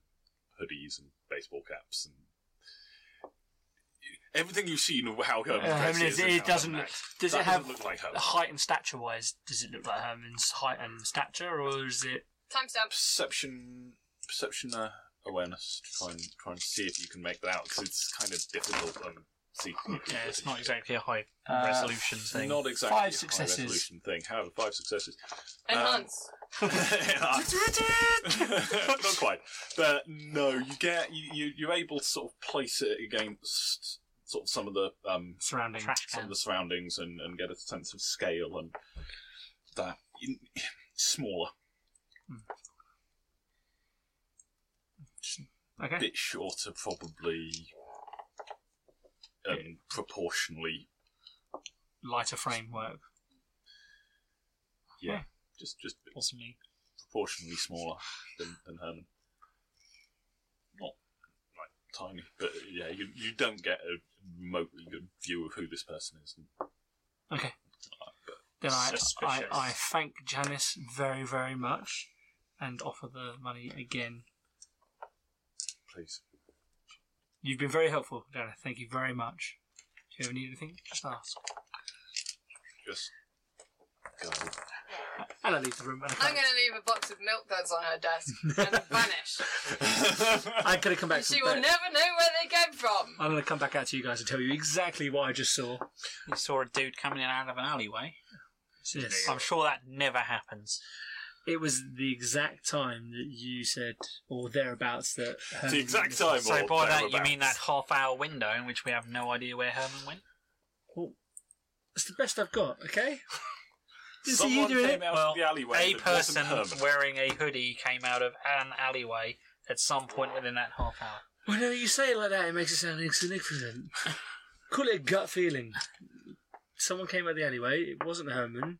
Speaker 1: hoodies and baseball caps and everything you've seen of how Herman
Speaker 4: Uh,
Speaker 1: dresses.
Speaker 4: Herman is-
Speaker 1: and
Speaker 4: it
Speaker 1: how
Speaker 4: doesn't
Speaker 1: Herman
Speaker 4: look-
Speaker 1: acts,
Speaker 4: does
Speaker 1: that
Speaker 4: it have-
Speaker 1: doesn't look like Herman?
Speaker 4: Height and stature wise, does it look like Herman's height and stature, or is it?
Speaker 2: Timestamp.
Speaker 1: perception perception uh, awareness to try and try and see if you can make that out because it's kind of difficult and see
Speaker 3: Yeah, it's not exactly a high
Speaker 4: Uh,
Speaker 3: resolution
Speaker 1: it's
Speaker 3: thing.
Speaker 1: not exactly
Speaker 4: Five
Speaker 1: a
Speaker 4: successes.
Speaker 1: high resolution thing however five successes Um,
Speaker 2: Enhance.
Speaker 3: Um,
Speaker 1: [laughs] not quite but no you get you, you you're able to sort of place it against sort of some of the um
Speaker 4: Surrounding
Speaker 3: Trash
Speaker 1: some of the surroundings and, and get a sense of scale and that in, smaller
Speaker 4: Okay.
Speaker 1: bit shorter, probably um, proportionally.
Speaker 4: Lighter framework.
Speaker 1: Yeah, just just a bit
Speaker 3: Possibly.
Speaker 1: proportionally smaller than, than Herman. Not like tiny, but yeah, you you don't get a remotely good view of who this person is.
Speaker 4: Okay. Then I, I,
Speaker 5: Suspicious.
Speaker 4: I thank Janice very, very much and offer the money again.
Speaker 1: Please,
Speaker 4: You've been very helpful, Janice. Thank you very much. Do you ever need anything? Just ask.
Speaker 1: just go.
Speaker 4: And I leave the room. And I,
Speaker 2: I'm
Speaker 4: can't-
Speaker 2: going to leave a box of milk duds on her desk and
Speaker 3: [laughs]
Speaker 2: vanish.
Speaker 4: I could have come back
Speaker 2: she
Speaker 4: from
Speaker 2: will
Speaker 4: bed.
Speaker 2: never know where they came from.
Speaker 4: I'm going to come back out to you guys and tell you exactly what I just saw.
Speaker 3: You saw a dude coming in out of an alleyway.
Speaker 4: Yes.
Speaker 3: I'm sure that never happens.
Speaker 4: It was the exact time that you said, or thereabouts, that.
Speaker 1: [laughs] the exact time.
Speaker 3: So
Speaker 1: or
Speaker 3: by that you
Speaker 1: thereabouts.
Speaker 3: mean that half hour window in which we have no idea where Herman went?
Speaker 4: It's the best I've got,
Speaker 1: [laughs]
Speaker 4: okay? Didn't see you
Speaker 1: Someone
Speaker 4: doing
Speaker 1: came
Speaker 4: it.
Speaker 1: out
Speaker 3: Well,
Speaker 1: of the alleyway.
Speaker 3: a
Speaker 1: that wasn't
Speaker 3: person
Speaker 1: Herman.
Speaker 3: wearing a hoodie came out of an alleyway at some point within that half hour.
Speaker 4: Whenever you say it like that, it makes it
Speaker 1: [laughs]
Speaker 4: sound insignificant. Call it a gut feeling. Someone came out the alleyway. It wasn't Herman.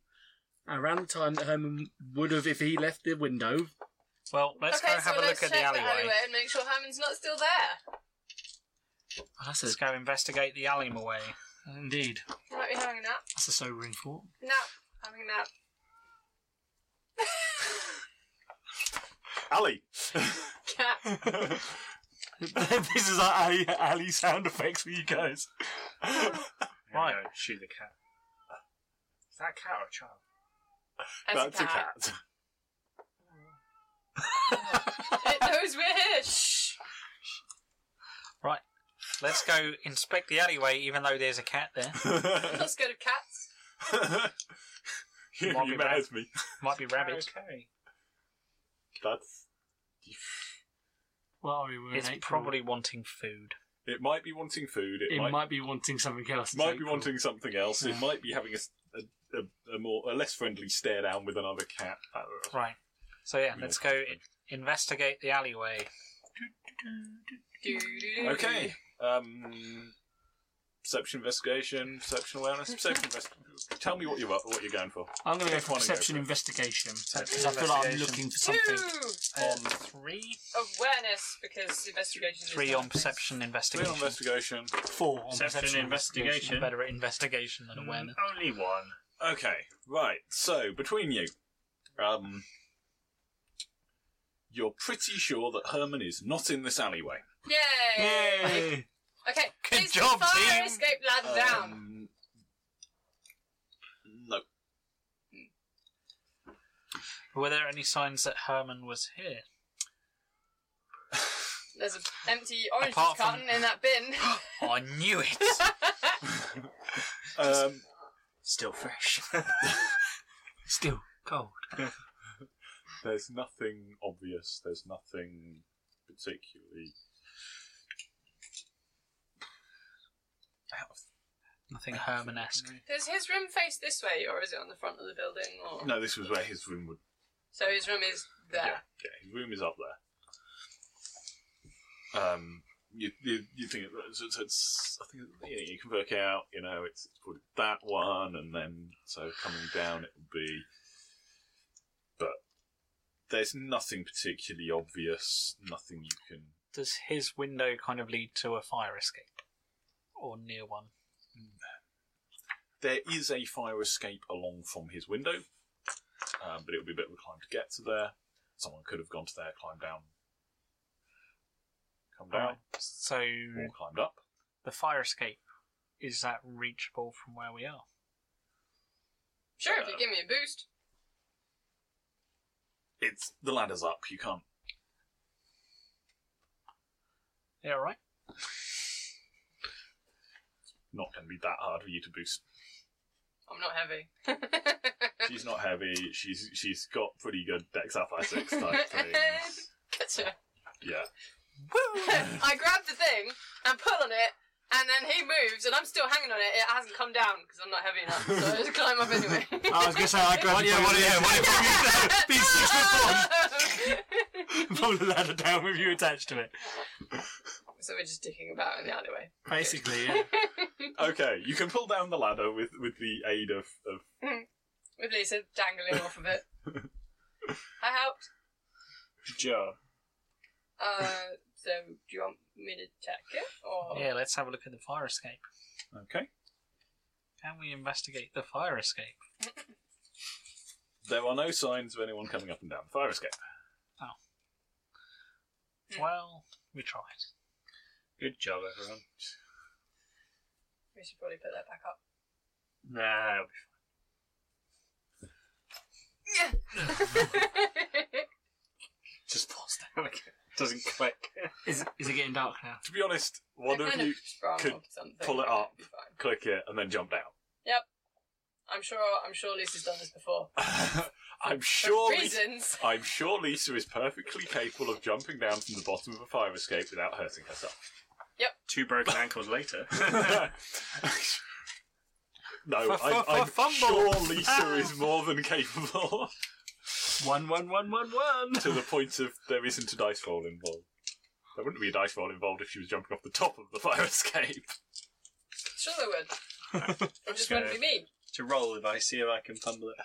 Speaker 4: Around the time that Herman would have, if he left the window.
Speaker 3: Well, let's
Speaker 2: okay,
Speaker 3: go have
Speaker 2: so
Speaker 3: a
Speaker 2: let's
Speaker 3: look at
Speaker 2: check
Speaker 3: the alleyway.
Speaker 2: and make sure Herman's not still there.
Speaker 3: Let's go investigate the alleyway.
Speaker 4: Indeed.
Speaker 2: He might be having a nap.
Speaker 4: That's a sobering thought.
Speaker 2: Nap. Having a nap.
Speaker 1: alley.
Speaker 2: Cat.
Speaker 4: [laughs] this is our alley, alley sound effects for you guys.
Speaker 5: Yeah,
Speaker 3: Right.
Speaker 5: no, shoot the cat. Is that a cat or a child?
Speaker 2: That's a cat. [laughs] it knows we're here. Shh.
Speaker 3: Let's go inspect the alleyway, even though there's a cat there.
Speaker 1: cat.
Speaker 2: Let's go to cats.
Speaker 1: [laughs] you
Speaker 3: Might be
Speaker 1: you
Speaker 3: bad.
Speaker 1: mad me.
Speaker 3: Might be rabbit.
Speaker 5: Okay.
Speaker 1: That's.
Speaker 4: Well, we were
Speaker 3: It's probably wanting food.
Speaker 1: It might be wanting food. It,
Speaker 4: It
Speaker 1: might,
Speaker 4: might, be wanting something else.
Speaker 1: might,
Speaker 4: in
Speaker 1: be
Speaker 4: April.
Speaker 1: wanting something else. It
Speaker 4: Yeah.
Speaker 1: might be having a, s- a- a- a more a less friendly stare down with another cat. Uh,
Speaker 3: Right. So yeah,
Speaker 1: We
Speaker 3: let's
Speaker 1: know.
Speaker 3: go i- investigate the alleyway.
Speaker 2: Do, do, do,
Speaker 1: Okay. Um, perception investigation, perception awareness, perception investigation. Tell me what you're what you're going for.
Speaker 4: I'm going to go
Speaker 1: Just
Speaker 4: for
Speaker 1: wanna go
Speaker 4: perception
Speaker 1: for it.
Speaker 4: investigation. Because
Speaker 3: Perception
Speaker 4: I feel like I'm
Speaker 3: investigation.
Speaker 4: looking for
Speaker 2: do.
Speaker 4: something.
Speaker 2: Two.
Speaker 3: On three,
Speaker 2: Awareness because investigation.
Speaker 3: three
Speaker 2: is
Speaker 3: on
Speaker 2: not-
Speaker 3: perception
Speaker 1: Three
Speaker 3: investigation.
Speaker 1: on investigation.
Speaker 4: Four on
Speaker 5: Perception investigation.
Speaker 3: I'm better at investigation than awareness.
Speaker 5: Mm, only one.
Speaker 1: Okay. Right. So between you, um, you're pretty sure that Herman is not in this alleyway.
Speaker 2: Yay!
Speaker 4: Yay!
Speaker 2: Okay.
Speaker 3: Good
Speaker 2: is
Speaker 3: job,
Speaker 2: the fire
Speaker 3: team.
Speaker 2: escape ladder down.
Speaker 1: Um, no.
Speaker 3: Were there any signs that Herman was here?
Speaker 2: There's an empty orange
Speaker 3: apart
Speaker 2: juice
Speaker 3: from-
Speaker 2: carton in that bin. [laughs]
Speaker 3: I knew it.
Speaker 1: Um,
Speaker 5: Still fresh.
Speaker 4: [laughs] Still cold.
Speaker 1: There's nothing obvious. There's nothing particularly.
Speaker 3: Nothing Herman-esque.
Speaker 2: Does his room face this way, or is it on the front of the building? Or...
Speaker 1: No, this was where his room would.
Speaker 2: So his room is
Speaker 1: Yeah,
Speaker 2: there.
Speaker 1: yeah, his room is up there. Um, you you, you think it's, it's, it's I think you, know, you can work out. You know, it's, it's probably that one, and then so coming down it would be. But there's nothing particularly obvious. Nothing you can.
Speaker 3: Does his window kind of lead to a fire escape? Or near one?
Speaker 1: There is a fire escape along from his window, um, but it would be a bit of a climb to get to there. Someone could have gone to there, climbed down, come down,
Speaker 3: So
Speaker 1: or climbed up.
Speaker 3: the fire escape, is that reachable from where we are?
Speaker 2: Sure, if you give me a boost.
Speaker 1: It's the ladder's up. You can't.
Speaker 3: Yeah, right.
Speaker 1: Not going to be that hard for you to boost.
Speaker 2: I'm not heavy. [laughs]
Speaker 1: She's not heavy. She's she's got pretty good dex athletics type things.
Speaker 2: Gotcha.
Speaker 1: Yeah.
Speaker 2: [laughs] I grabbed the thing and pull on it, and then he moves, and I'm still hanging on it. It hasn't come down because I'm not heavy enough, so I just climb up anyway. [laughs]
Speaker 4: I was going to say, I grabbed you.
Speaker 3: what- yeah,
Speaker 4: Be six foot one. Roll the ladder down with you attached to it.
Speaker 2: so we're just dicking about in the alleyway.
Speaker 3: [laughs]
Speaker 4: Basically, yeah.
Speaker 1: Okay. You can pull down the ladder with with the aid of of.
Speaker 2: With Lisa dangling off of it. I helped.
Speaker 5: Joe.
Speaker 2: Uh, so do you want me to check it? Or
Speaker 3: Yeah, let's have a look at the fire escape.
Speaker 1: Okay.
Speaker 3: Can we investigate the fire escape?
Speaker 1: There are no signs of anyone coming up and down the fire escape.
Speaker 2: Yeah.
Speaker 3: Well, we tried.
Speaker 5: Good job, everyone.
Speaker 2: we should probably put that back up.
Speaker 5: Nah,
Speaker 2: Yeah.
Speaker 5: just pause down again. Doesn't click. [laughs]
Speaker 4: Is it, is it getting dark now?
Speaker 1: To be honest, one
Speaker 2: I
Speaker 1: of
Speaker 2: kind
Speaker 1: you
Speaker 2: sprung
Speaker 1: could
Speaker 2: or something.
Speaker 1: pull it up.
Speaker 2: It'd be fine.
Speaker 1: click it and then jump down.
Speaker 2: I'm sure. I'm sure Lisa's done this before.
Speaker 1: I'm
Speaker 2: For
Speaker 1: sure. we-
Speaker 2: reasons.
Speaker 1: I'm sure Lisa is perfectly capable of jumping down from the bottom of a fire escape without hurting herself. [laughs]
Speaker 5: Two broken ankles later.
Speaker 1: no,
Speaker 3: F-
Speaker 1: I'm,
Speaker 3: f-
Speaker 1: I'm sure
Speaker 3: fumble.
Speaker 1: Lisa is more than capable [laughs]
Speaker 4: One, one, one, one, one.
Speaker 1: to the point of there isn't a dice roll involved. There wouldn't be a dice roll involved if she was jumping off the top of the [laughs] fire escape.
Speaker 2: Sure they would. I just wouldn't be me.
Speaker 5: to roll if I see if I can fumble it.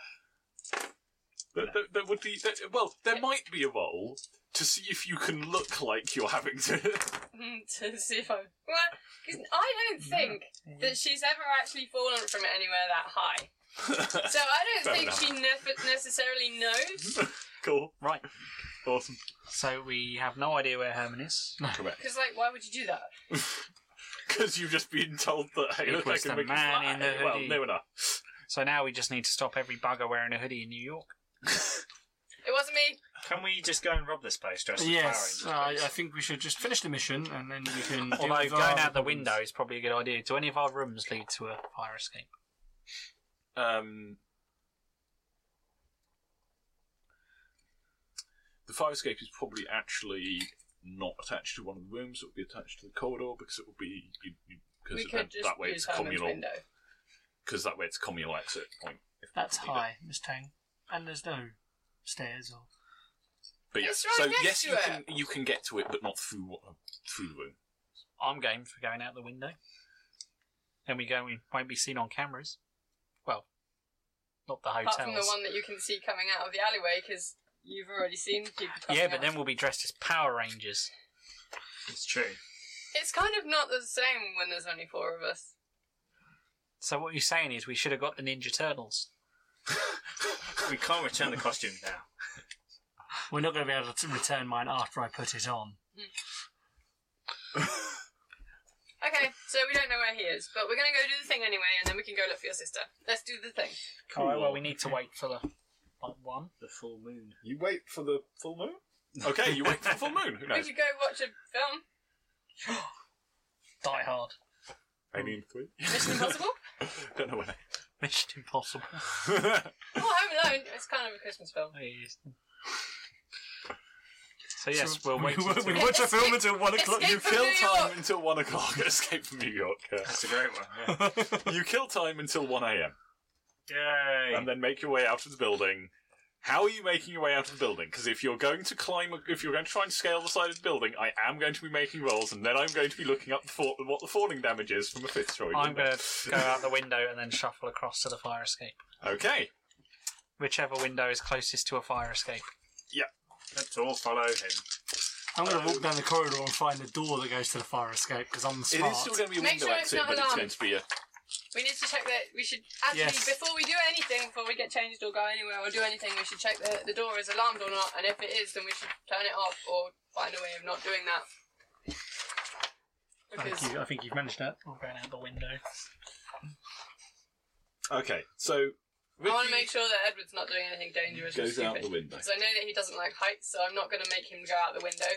Speaker 1: There, there, there would be. There, well, there might be a roll to see if you can look like you're having to.
Speaker 2: to see if I'm. Well, 'cause I don't think that she's ever actually fallen from anywhere that high. [laughs] So I don't
Speaker 1: Fair
Speaker 2: think
Speaker 1: enough. Mm-hmm.
Speaker 2: she nef- necessarily knows.
Speaker 1: [laughs] cool.
Speaker 3: Right.
Speaker 1: Awesome.
Speaker 3: So we have no idea where Herman is.
Speaker 1: Correct.
Speaker 2: Because, like, why would you do that?
Speaker 1: [laughs] Because you've just been told that hey,
Speaker 3: It
Speaker 1: look, [laughs] I
Speaker 3: was
Speaker 1: can
Speaker 3: the
Speaker 1: make you
Speaker 3: man
Speaker 1: fly.
Speaker 3: in the
Speaker 1: Well,
Speaker 3: hoodie.
Speaker 1: no enough.
Speaker 3: So now we just need to stop every bugger wearing a hoodie in New York.
Speaker 2: It wasn't me.
Speaker 5: Can we just go and rob this place dressed
Speaker 4: Yes,
Speaker 5: as
Speaker 4: uh, I
Speaker 5: Power Rangers?
Speaker 4: I think we should just finish the mission and then we can. deal
Speaker 3: [laughs] Although
Speaker 4: with
Speaker 3: going
Speaker 4: our
Speaker 3: out the
Speaker 4: problems.
Speaker 3: window is probably a good idea. Do any of our rooms lead to a fire escape?
Speaker 1: Um, the fire escape is probably actually not attached to one of the rooms. It would be attached to the corridor because it would be you, you,
Speaker 2: We
Speaker 1: because
Speaker 2: could just
Speaker 1: that way
Speaker 2: use
Speaker 1: it's
Speaker 2: Herman's
Speaker 1: communal.
Speaker 2: window.
Speaker 1: Because that way it's communal exit point. if
Speaker 4: That's
Speaker 1: people need it.
Speaker 4: high, Miss Tang. And there's no stairs or.
Speaker 1: But yeah,
Speaker 2: It's right
Speaker 1: so
Speaker 2: next
Speaker 1: yes,
Speaker 2: to
Speaker 1: you
Speaker 2: it.
Speaker 1: can you can get to it, but not through what- through the room. [laughs]
Speaker 3: I'm game for going out the window. Then we go. We won't be seen on cameras. Well, not the hotels.
Speaker 2: Apart from the one that you can see coming out of the alleyway, because you've already seen people coming
Speaker 3: yeah, but
Speaker 2: out.
Speaker 3: then we'll be dressed as Power Rangers.
Speaker 5: It's true.
Speaker 2: It's kind of not the same when there's only four of us.
Speaker 3: So what you're saying is we should have got the Ninja Turtles.
Speaker 5: We can't return the costume now.
Speaker 4: We're not going to be able to return mine after I put it on.
Speaker 2: Okay, so we don't know where he is, but we're going to go do the thing anyway, and then we can go look for your sister. Let's do the thing.
Speaker 3: All right, well, we need to wait for the like one.
Speaker 5: The full
Speaker 4: [laughs]
Speaker 5: moon.
Speaker 1: You wait for the full moon. Okay, you wait for the full moon. Who
Speaker 2: We [laughs]
Speaker 1: knows?
Speaker 2: could go watch a film.
Speaker 3: Die Hard,
Speaker 1: Alien three.
Speaker 2: Mission Impossible?
Speaker 1: [laughs] Don't know [laughs] when.
Speaker 3: Mission [laughs] Impossible.
Speaker 1: I-
Speaker 2: or Home Alone. It's kind of a Christmas film.
Speaker 3: So yes, we'll wait.
Speaker 4: we-
Speaker 3: [laughs] until-
Speaker 4: we-
Speaker 2: watch a film
Speaker 1: until one
Speaker 2: o'clock. Escape
Speaker 1: You
Speaker 2: from
Speaker 1: kill
Speaker 2: New
Speaker 1: time
Speaker 2: York.
Speaker 1: until one o'clock. [laughs] Escape from New York. yeah.
Speaker 5: That's a great one.
Speaker 4: [laughs]
Speaker 5: Yeah.
Speaker 1: You kill time until one a.m.
Speaker 5: Yay!
Speaker 1: and then make your way out of the building. How are you making your way out of the building? Because if you're going to climb, if you're going to try and scale the side of the building, I am going to be making rolls, and then I'm going to be looking up the fall, what the falling damage is from a fifth story.
Speaker 3: I'm
Speaker 1: window.
Speaker 3: gonna go out the window and then shuffle across to the fire escape.
Speaker 1: [laughs] Okay.
Speaker 3: Whichever window is closest to a fire escape.
Speaker 5: Let's all follow him.
Speaker 4: I'm going to walk down the corridor and find the door that goes to the fire escape because I'm
Speaker 1: It
Speaker 4: smart.
Speaker 1: is still going to be a
Speaker 2: Make
Speaker 1: window
Speaker 2: sure it's
Speaker 1: exit,
Speaker 2: not
Speaker 1: but it's
Speaker 2: alarmed.
Speaker 1: going to be a.
Speaker 2: We need to check that. We should actually,
Speaker 4: Yes.
Speaker 2: before we do anything, before we get changed or go anywhere or do anything, we should check that the door is alarmed or not. And if it is, then we should turn it off or find a way of not doing that. Because
Speaker 4: Thank you. I think you've managed that.
Speaker 3: We're going out the window.
Speaker 1: Okay, so.
Speaker 2: I
Speaker 1: Ricky
Speaker 2: want to make sure that Edward's not doing anything dangerous or
Speaker 1: Goes
Speaker 2: stupid.
Speaker 1: out the window.
Speaker 2: Because I know that he doesn't like heights, so I'm not going to make him go out the window.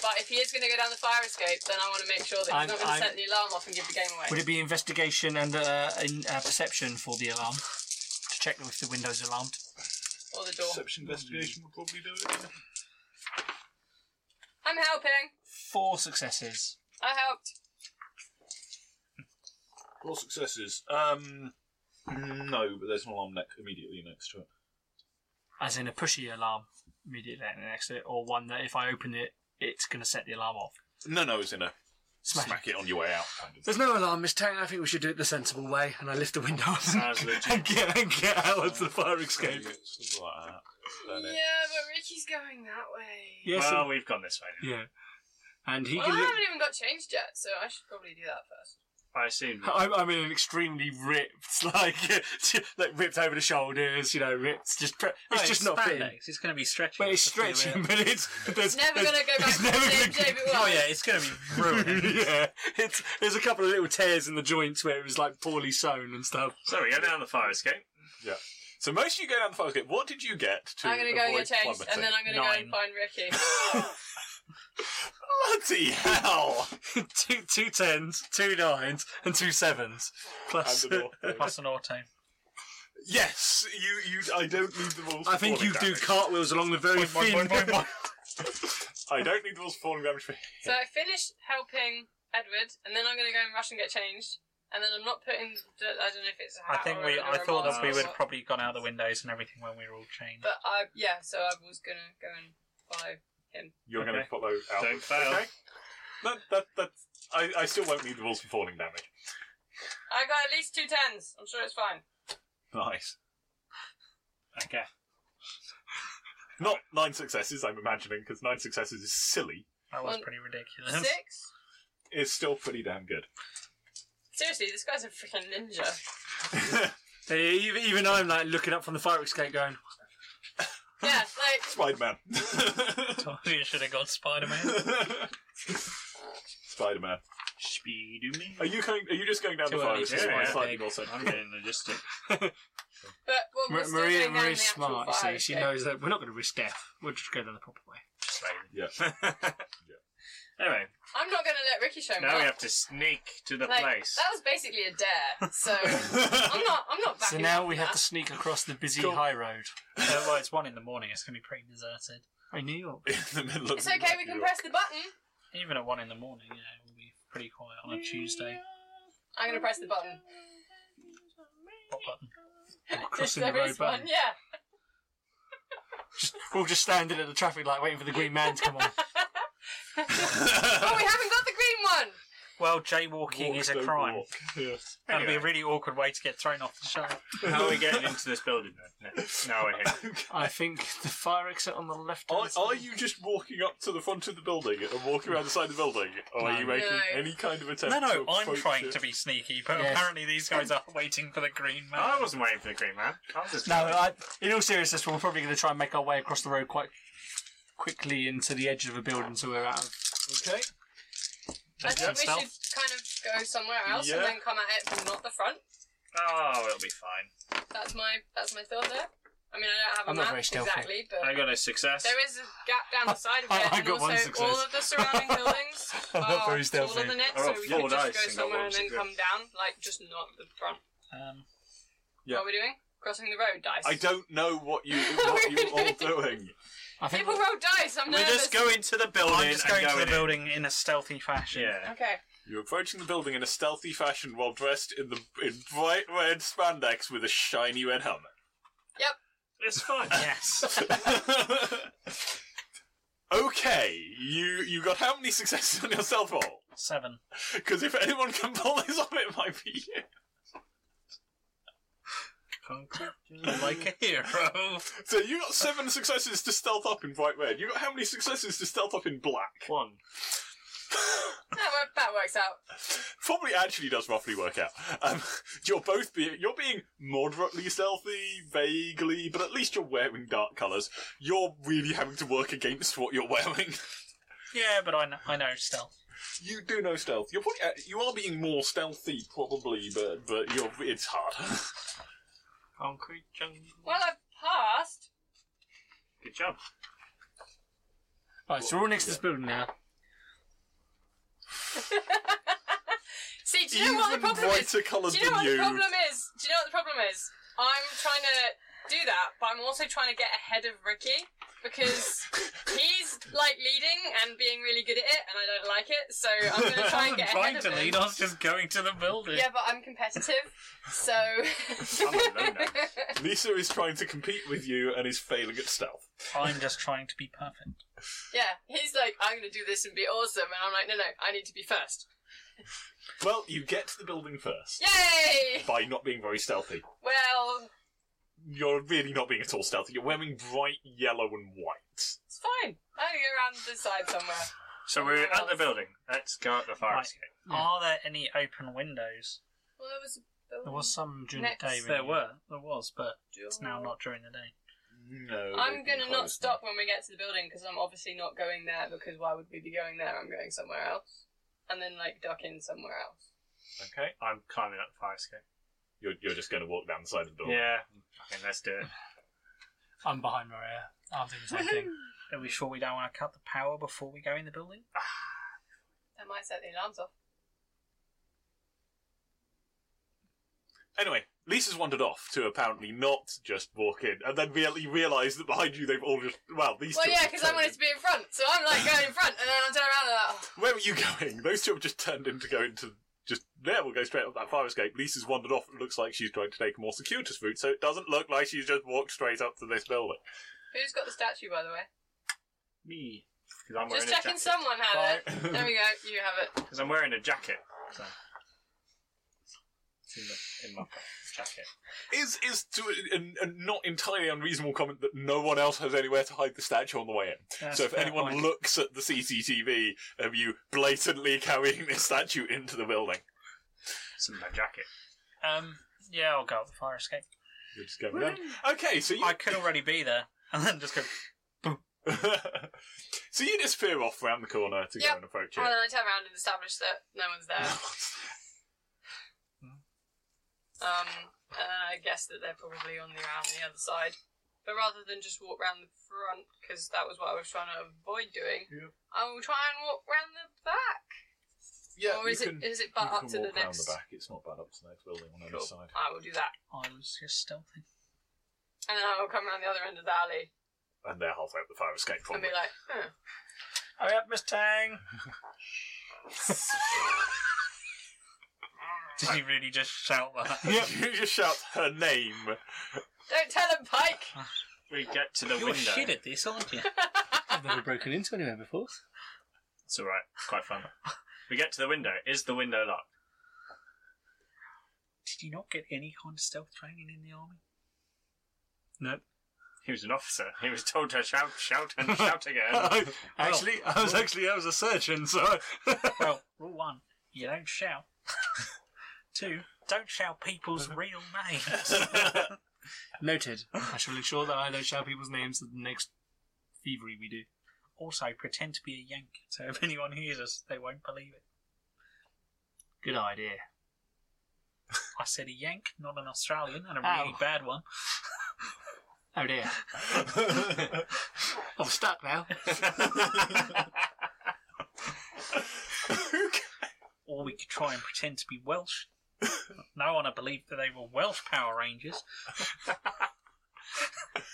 Speaker 2: But if he is going to go down the fire escape, then I want to make sure that he's
Speaker 4: I'm-
Speaker 2: not going
Speaker 4: I'm-
Speaker 2: to set the alarm off and give the game away.
Speaker 4: Would it be investigation and uh, in, uh, perception for the alarm? To check if the window's alarmed?
Speaker 2: Or the door.
Speaker 1: Perception investigation will probably do it.
Speaker 2: I'm helping.
Speaker 4: Four successes.
Speaker 2: I helped.
Speaker 1: Four successes. Um, no, but there's an alarm neck immediately next to it.
Speaker 4: As in a pushy alarm immediately next to it, or one that if I open it, it's going to set the alarm off.
Speaker 1: No, no, it's in a
Speaker 4: Smash.
Speaker 1: smack it on your way out kind of
Speaker 4: There's no alarm, Miss Tang. I think we should do it the sensible way. And I lift the window up and,
Speaker 5: Sounds legit.
Speaker 4: [laughs] and get, and get out of the fire escape.
Speaker 1: Something like that. Burn it.
Speaker 2: Yeah, but Ricky's going that way.
Speaker 4: Yes.
Speaker 5: well,
Speaker 4: and-
Speaker 5: we've gone this way now.
Speaker 4: yeah. and he
Speaker 2: well,
Speaker 4: can.
Speaker 2: I
Speaker 4: Look,
Speaker 2: haven't even got changed yet, so I should probably do that first.
Speaker 5: I assume.
Speaker 4: I'm, I'm in an extremely ripped, [laughs] like, like ripped over the shoulders. You know, ripped. Just pre- it's
Speaker 3: No,
Speaker 4: just not fitting.
Speaker 3: spandex. It's going to be stretching.
Speaker 4: But it's
Speaker 3: It's gonna be a bit-
Speaker 4: stretching,
Speaker 3: [laughs]
Speaker 4: [laughs] but it's but
Speaker 2: It's
Speaker 4: there's,
Speaker 2: never
Speaker 4: there's-
Speaker 2: going to go back
Speaker 4: it's
Speaker 2: to the
Speaker 4: never
Speaker 2: same
Speaker 4: gonna
Speaker 2: shape it was.
Speaker 3: Oh yeah, it's going to be ruined.
Speaker 4: [laughs] yeah, it's there's a couple of little tears in the joints where it was like poorly sewn and stuff.
Speaker 5: So we go down the fire escape.
Speaker 1: So most of you go down the fire escape. What did you get to
Speaker 2: I'm going to go and
Speaker 1: avoid
Speaker 2: get changed,
Speaker 1: plummeting?
Speaker 2: and then I'm going to go and
Speaker 3: Nine.
Speaker 2: find Ricky.
Speaker 1: Bloody hell!
Speaker 4: [laughs] two two tens, two nines, and two sevens. Plus,
Speaker 1: And the north thing.
Speaker 3: Plus an auto. [laughs]
Speaker 1: yes, you, you. I don't need the rules.
Speaker 4: [laughs] I think you do cartwheels along the very
Speaker 1: Boing, boing,
Speaker 4: thin.
Speaker 1: boing,
Speaker 4: [laughs]
Speaker 1: boing,
Speaker 3: [laughs]
Speaker 1: I don't need the rules for falling damage. For
Speaker 2: so I finished helping Edward, and then I'm going to go and rush and get changed. And then I'm not putting. I don't know if it's. a
Speaker 3: I
Speaker 2: hat
Speaker 3: think
Speaker 2: or a
Speaker 3: we.
Speaker 2: hood
Speaker 3: I
Speaker 2: or a
Speaker 3: thought
Speaker 2: mask
Speaker 3: that we
Speaker 2: or
Speaker 3: would
Speaker 2: what.
Speaker 3: probably gone out the windows and everything when we were all chained.
Speaker 2: But I yeah, so I was going to go and follow him.
Speaker 1: You're going
Speaker 5: Okay.
Speaker 1: to follow out.
Speaker 5: Don't fail.
Speaker 1: Okay. That, that, that's, I, I still won't need the rules for falling damage.
Speaker 2: I got at least two tens. I'm sure it's fine.
Speaker 1: Nice.
Speaker 5: Okay.
Speaker 1: Not nine successes, I'm imagining, because nine successes is silly.
Speaker 3: that was
Speaker 2: One-
Speaker 3: pretty ridiculous. [laughs]
Speaker 2: Six.
Speaker 1: Is still pretty damn good. [laughs]
Speaker 2: Seriously, this guy's a freaking ninja.
Speaker 4: Hey, even, even I'm like looking up from the fire escape, going,
Speaker 2: Yeah, like
Speaker 1: Spider [laughs] Man.
Speaker 3: Told you should have got Spider Man.
Speaker 1: Spider Man.
Speaker 5: Speed me.
Speaker 1: Are you going, Are you just going down
Speaker 3: Too
Speaker 1: the fire
Speaker 3: early to
Speaker 1: escape?
Speaker 5: say,
Speaker 1: Mine's
Speaker 5: I
Speaker 1: slightly
Speaker 3: think.
Speaker 1: more so.
Speaker 5: I'm getting logistic.
Speaker 2: But well,
Speaker 4: Ma-
Speaker 2: we're still
Speaker 4: Maria,
Speaker 2: going down
Speaker 4: Maria's
Speaker 2: the actual
Speaker 4: smart. You
Speaker 2: fire
Speaker 4: see, she
Speaker 2: escape.
Speaker 4: knows that we're not going to risk death. We'll just go down the proper way.
Speaker 3: [laughs]
Speaker 1: Yeah. [laughs]
Speaker 5: Anyway,
Speaker 2: I'm not going to let Ricky show me.
Speaker 5: now we
Speaker 2: up.
Speaker 5: have to sneak to the
Speaker 2: Like,
Speaker 5: place.
Speaker 2: That was basically a dare.
Speaker 4: [laughs]
Speaker 2: So I'm not. I'm not backing.
Speaker 4: so now
Speaker 2: off
Speaker 4: we
Speaker 2: that.
Speaker 4: have to sneak across the busy
Speaker 1: Cool.
Speaker 4: high road.
Speaker 3: Uh, well, it's one in the morning. It's going to be pretty deserted.
Speaker 4: Hey, New York.
Speaker 1: In the middle of
Speaker 2: It's okay. We can press the button.
Speaker 3: Even at one in the morning, you know, we'll be pretty quiet on a Tuesday.
Speaker 2: I'm going to press the button.
Speaker 3: What button?
Speaker 2: Just
Speaker 4: crossing the
Speaker 2: there
Speaker 4: road
Speaker 2: is one.
Speaker 4: button.
Speaker 2: Yeah.
Speaker 4: Just, [laughs] we're all just standing at the traffic light waiting for the green man to come on.
Speaker 1: [laughs]
Speaker 2: [laughs] Oh, we haven't got the green one.
Speaker 3: Well, jaywalking is a
Speaker 1: don't
Speaker 3: crime.
Speaker 1: walk. Yes.
Speaker 3: That'd be a
Speaker 5: Anyway.
Speaker 3: really awkward way to get thrown off the show.
Speaker 2: [laughs]
Speaker 5: How are we getting into this building then? No, now we're here.
Speaker 4: I think the fire exit on the left.
Speaker 1: [laughs] Are, are you just walking up to the front of the building and walking around the side of the building? Or are you
Speaker 2: No.
Speaker 1: making
Speaker 2: No.
Speaker 1: any kind of attempt
Speaker 3: No, no,
Speaker 1: to
Speaker 3: I'm
Speaker 1: approach
Speaker 3: trying
Speaker 1: it?
Speaker 3: to be sneaky, but
Speaker 4: Yes.
Speaker 3: apparently these guys are waiting for the green man.
Speaker 5: I wasn't waiting for the green man. I was just
Speaker 4: No, I, in all seriousness, we're probably going to try and make our way across the road quite quickly into the edge of a building, so we're out. Of,
Speaker 1: Okay.
Speaker 2: I think
Speaker 3: Just doing
Speaker 2: we should
Speaker 3: stealth.
Speaker 2: kind of go somewhere else and
Speaker 1: Yeah.
Speaker 2: then come at it from not the front.
Speaker 5: Oh, it'll be fine.
Speaker 2: That's my. That's my thought there. I mean, I don't have a
Speaker 4: I'm not
Speaker 2: map
Speaker 4: very stealthy.
Speaker 2: exactly, but
Speaker 5: I got a success.
Speaker 2: There is a gap
Speaker 4: [laughs]
Speaker 2: down the side of
Speaker 4: I-
Speaker 2: it,
Speaker 4: I
Speaker 2: and
Speaker 4: got one
Speaker 2: also
Speaker 4: success.
Speaker 2: all of the surrounding
Speaker 4: [laughs]
Speaker 2: buildings
Speaker 4: I'm not
Speaker 2: are
Speaker 4: very stealthy.
Speaker 2: taller than it,
Speaker 5: I
Speaker 2: so
Speaker 5: got
Speaker 2: we
Speaker 5: four
Speaker 2: could just go
Speaker 5: dice and got
Speaker 2: somewhere
Speaker 5: one
Speaker 2: and then
Speaker 5: success.
Speaker 2: come down, like just not the front.
Speaker 3: Um,
Speaker 1: Yeah.
Speaker 2: What are we doing? Crossing the road, dice.
Speaker 1: I don't know what you what you're
Speaker 2: [laughs]
Speaker 1: all doing.
Speaker 4: I think
Speaker 2: People roll dice. I'm
Speaker 5: We're
Speaker 2: nervous.
Speaker 5: just going to the building.
Speaker 3: I'm just going
Speaker 5: and
Speaker 3: to the
Speaker 5: going in.
Speaker 3: building in a stealthy fashion.
Speaker 5: Yeah.
Speaker 2: Okay.
Speaker 1: You're approaching the building in a stealthy fashion while dressed in the in bright red spandex with a shiny red
Speaker 5: It's fine.
Speaker 3: [laughs] Yes.
Speaker 1: helmet. [laughs] okay, you you got how many successes on your stealth roll?
Speaker 3: Seven.
Speaker 1: Because if anyone can pull this off, it might be you.
Speaker 3: like a hero.
Speaker 1: So you got seven successes to stealth up in bright red. You got how many successes to stealth up in black?
Speaker 5: One.
Speaker 2: That, wor- that works out.
Speaker 1: Probably actually does roughly work out. Um, [laughs] you're both being you're being moderately stealthy, vaguely, but at least you're wearing dark colours. You're really having to work against what you're wearing. [laughs]
Speaker 3: Yeah, but I know, I know stealth.
Speaker 1: You do know stealth. You're probably uh, you are being more stealthy probably, but but you're it's hard. [laughs]
Speaker 5: Concrete jungle.
Speaker 2: Well, I've passed. [laughs]
Speaker 5: Good job.
Speaker 4: Right, so we're all next to this building now.
Speaker 2: See, do you know what the
Speaker 1: Even
Speaker 2: problem is?
Speaker 1: brighter coloured
Speaker 2: Do you know what
Speaker 1: than
Speaker 2: the
Speaker 1: you. [laughs]
Speaker 2: problem is? Do you know what the problem is? I'm trying to do that, but I'm also trying to get ahead of Ricky because he's like leading and being really good at it, and I don't like it. So I'm going to try and get ahead
Speaker 3: trying
Speaker 2: of
Speaker 3: to
Speaker 2: him.
Speaker 3: lead. I was just going to the building.
Speaker 2: Yeah, but I'm competitive, so. [laughs]
Speaker 5: not alone now.
Speaker 1: Lisa is trying to compete with you and is failing at stealth.
Speaker 3: I'm just trying to be perfect.
Speaker 2: yeah, he's like, I'm going to do this and be awesome, and I'm like, no, no, I need to be first.
Speaker 1: Well, you get to the building first
Speaker 2: Yay!
Speaker 1: by not being very stealthy.
Speaker 2: Well,
Speaker 1: You're really not being at all stealthy. You're wearing bright yellow and white.
Speaker 2: it's fine. I'm going to go around the side somewhere.
Speaker 5: So we're at the building. Let's go up the fire
Speaker 3: Right.
Speaker 5: escape.
Speaker 4: Yeah.
Speaker 3: Are there any open windows?
Speaker 2: Well, there was.
Speaker 3: There was some during
Speaker 2: Next.
Speaker 3: the day. when
Speaker 2: There
Speaker 3: you-
Speaker 4: were.
Speaker 3: There was, but it's now not during the day.
Speaker 1: No.
Speaker 2: I'm
Speaker 1: they've been
Speaker 2: gonna not
Speaker 1: closed
Speaker 2: stop when we get to the building because I'm obviously not going there because why would we be going there? I'm going somewhere else, and then like duck in somewhere else.
Speaker 1: now. Okay.
Speaker 5: I'm climbing up the fire escape.
Speaker 1: You're, you're just going to walk down the side of the building.
Speaker 5: Yeah. Fucking let's do it.
Speaker 3: I'm behind Maria. I'm doing the same thing.
Speaker 2: [laughs]
Speaker 3: Are we sure we don't want to cut the power before we go in the building?
Speaker 2: That might set the alarms off.
Speaker 1: Anyway, Lisa's wandered off to apparently not just walk in, and then really realise that behind you they've all just well these.
Speaker 2: well,
Speaker 1: two
Speaker 2: yeah,
Speaker 1: have
Speaker 2: because
Speaker 1: turned
Speaker 2: I wanted
Speaker 1: in.
Speaker 2: to be in front, so I'm like going in front, and then I'm turning around and like, oh,
Speaker 1: Where were you going? Those two have just turned in to go into just there. We'll go straight up that fire escape. Lisa's wandered off. It looks like she's trying to take a more circuitous route, so it doesn't look like she's just walked straight up to this building.
Speaker 2: who's got the statue by the way?
Speaker 5: Me. Because I'm
Speaker 2: Just
Speaker 5: wearing a
Speaker 2: checking
Speaker 5: jacket.
Speaker 2: someone had it. Uh, There we go. You have it.
Speaker 5: Because I'm wearing a jacket. So. It's in, the, in my jacket.
Speaker 1: [laughs] Is is to a, a, a not entirely unreasonable comment that no one else has anywhere to hide the statue on the way in. so if anyone looks at the CCTV of you blatantly carrying this statue into the building,
Speaker 5: It's in my jacket.
Speaker 3: um, yeah, I'll go up the fire escape.
Speaker 1: you're just going down. Okay, so you
Speaker 3: I could already be there, [laughs] and then just go.
Speaker 1: [laughs] so you disappear off round the corner to
Speaker 2: Yep.
Speaker 1: go and approach it.
Speaker 2: And then I turn around and establish that no one's there.
Speaker 1: [laughs]
Speaker 2: Um, and then I guess that they're probably on the around the other side. But rather than just walk round the front, because that was what I was trying to avoid doing,
Speaker 1: Yeah.
Speaker 2: I will try and walk round the back.
Speaker 1: yeah,
Speaker 2: or is
Speaker 1: you can,
Speaker 2: it is
Speaker 1: you
Speaker 2: it butt
Speaker 1: can
Speaker 2: up to the
Speaker 1: walk round
Speaker 2: next?
Speaker 1: the back. It's not bad up to the next building on the
Speaker 2: Cool.
Speaker 1: other side.
Speaker 2: I will do that,
Speaker 3: I was just stealthy.
Speaker 2: and then I will come round the other end of the alley
Speaker 1: And they're halfway up the fire escape
Speaker 2: and
Speaker 1: [laughs] probably.
Speaker 2: be like, huh.
Speaker 3: Hurry up, Miss Tang. [laughs] Did you really just shout that?
Speaker 1: [laughs] you just shout her name.
Speaker 2: "Don't tell him, Pike."
Speaker 5: We get to the
Speaker 3: You're
Speaker 5: window.
Speaker 3: shit at this, aren't you?
Speaker 4: [laughs]
Speaker 3: [laughs]
Speaker 4: I've never broken into
Speaker 6: [laughs]
Speaker 4: anywhere before.
Speaker 5: It's alright. Quite fun. We get to the window. Is the window locked?
Speaker 3: Did you not get any kind of stealth training in the army?
Speaker 5: He was an officer. He was told to shout, shout,
Speaker 3: [laughs]
Speaker 5: and shout again.
Speaker 6: I, actually, I was actually I was a surgeon, so
Speaker 1: [laughs]
Speaker 6: I-
Speaker 3: Well, rule one, you don't shout. [laughs] Two, don't shout people's real names.
Speaker 4: Noted.
Speaker 6: [laughs] I shall ensure that I don't shout people's names at the next thievery we do.
Speaker 3: Also, pretend to be a Yank, so if anyone hears us, they won't believe it.
Speaker 6: Good idea.
Speaker 3: I said a Yank, not an Australian, and a
Speaker 6: Ow.
Speaker 3: really bad one.
Speaker 6: Oh
Speaker 4: [laughs]
Speaker 6: dear. I'm stuck now.
Speaker 3: Or we could try and pretend to be Welsh. No one would believe that they were Welsh Power Rangers.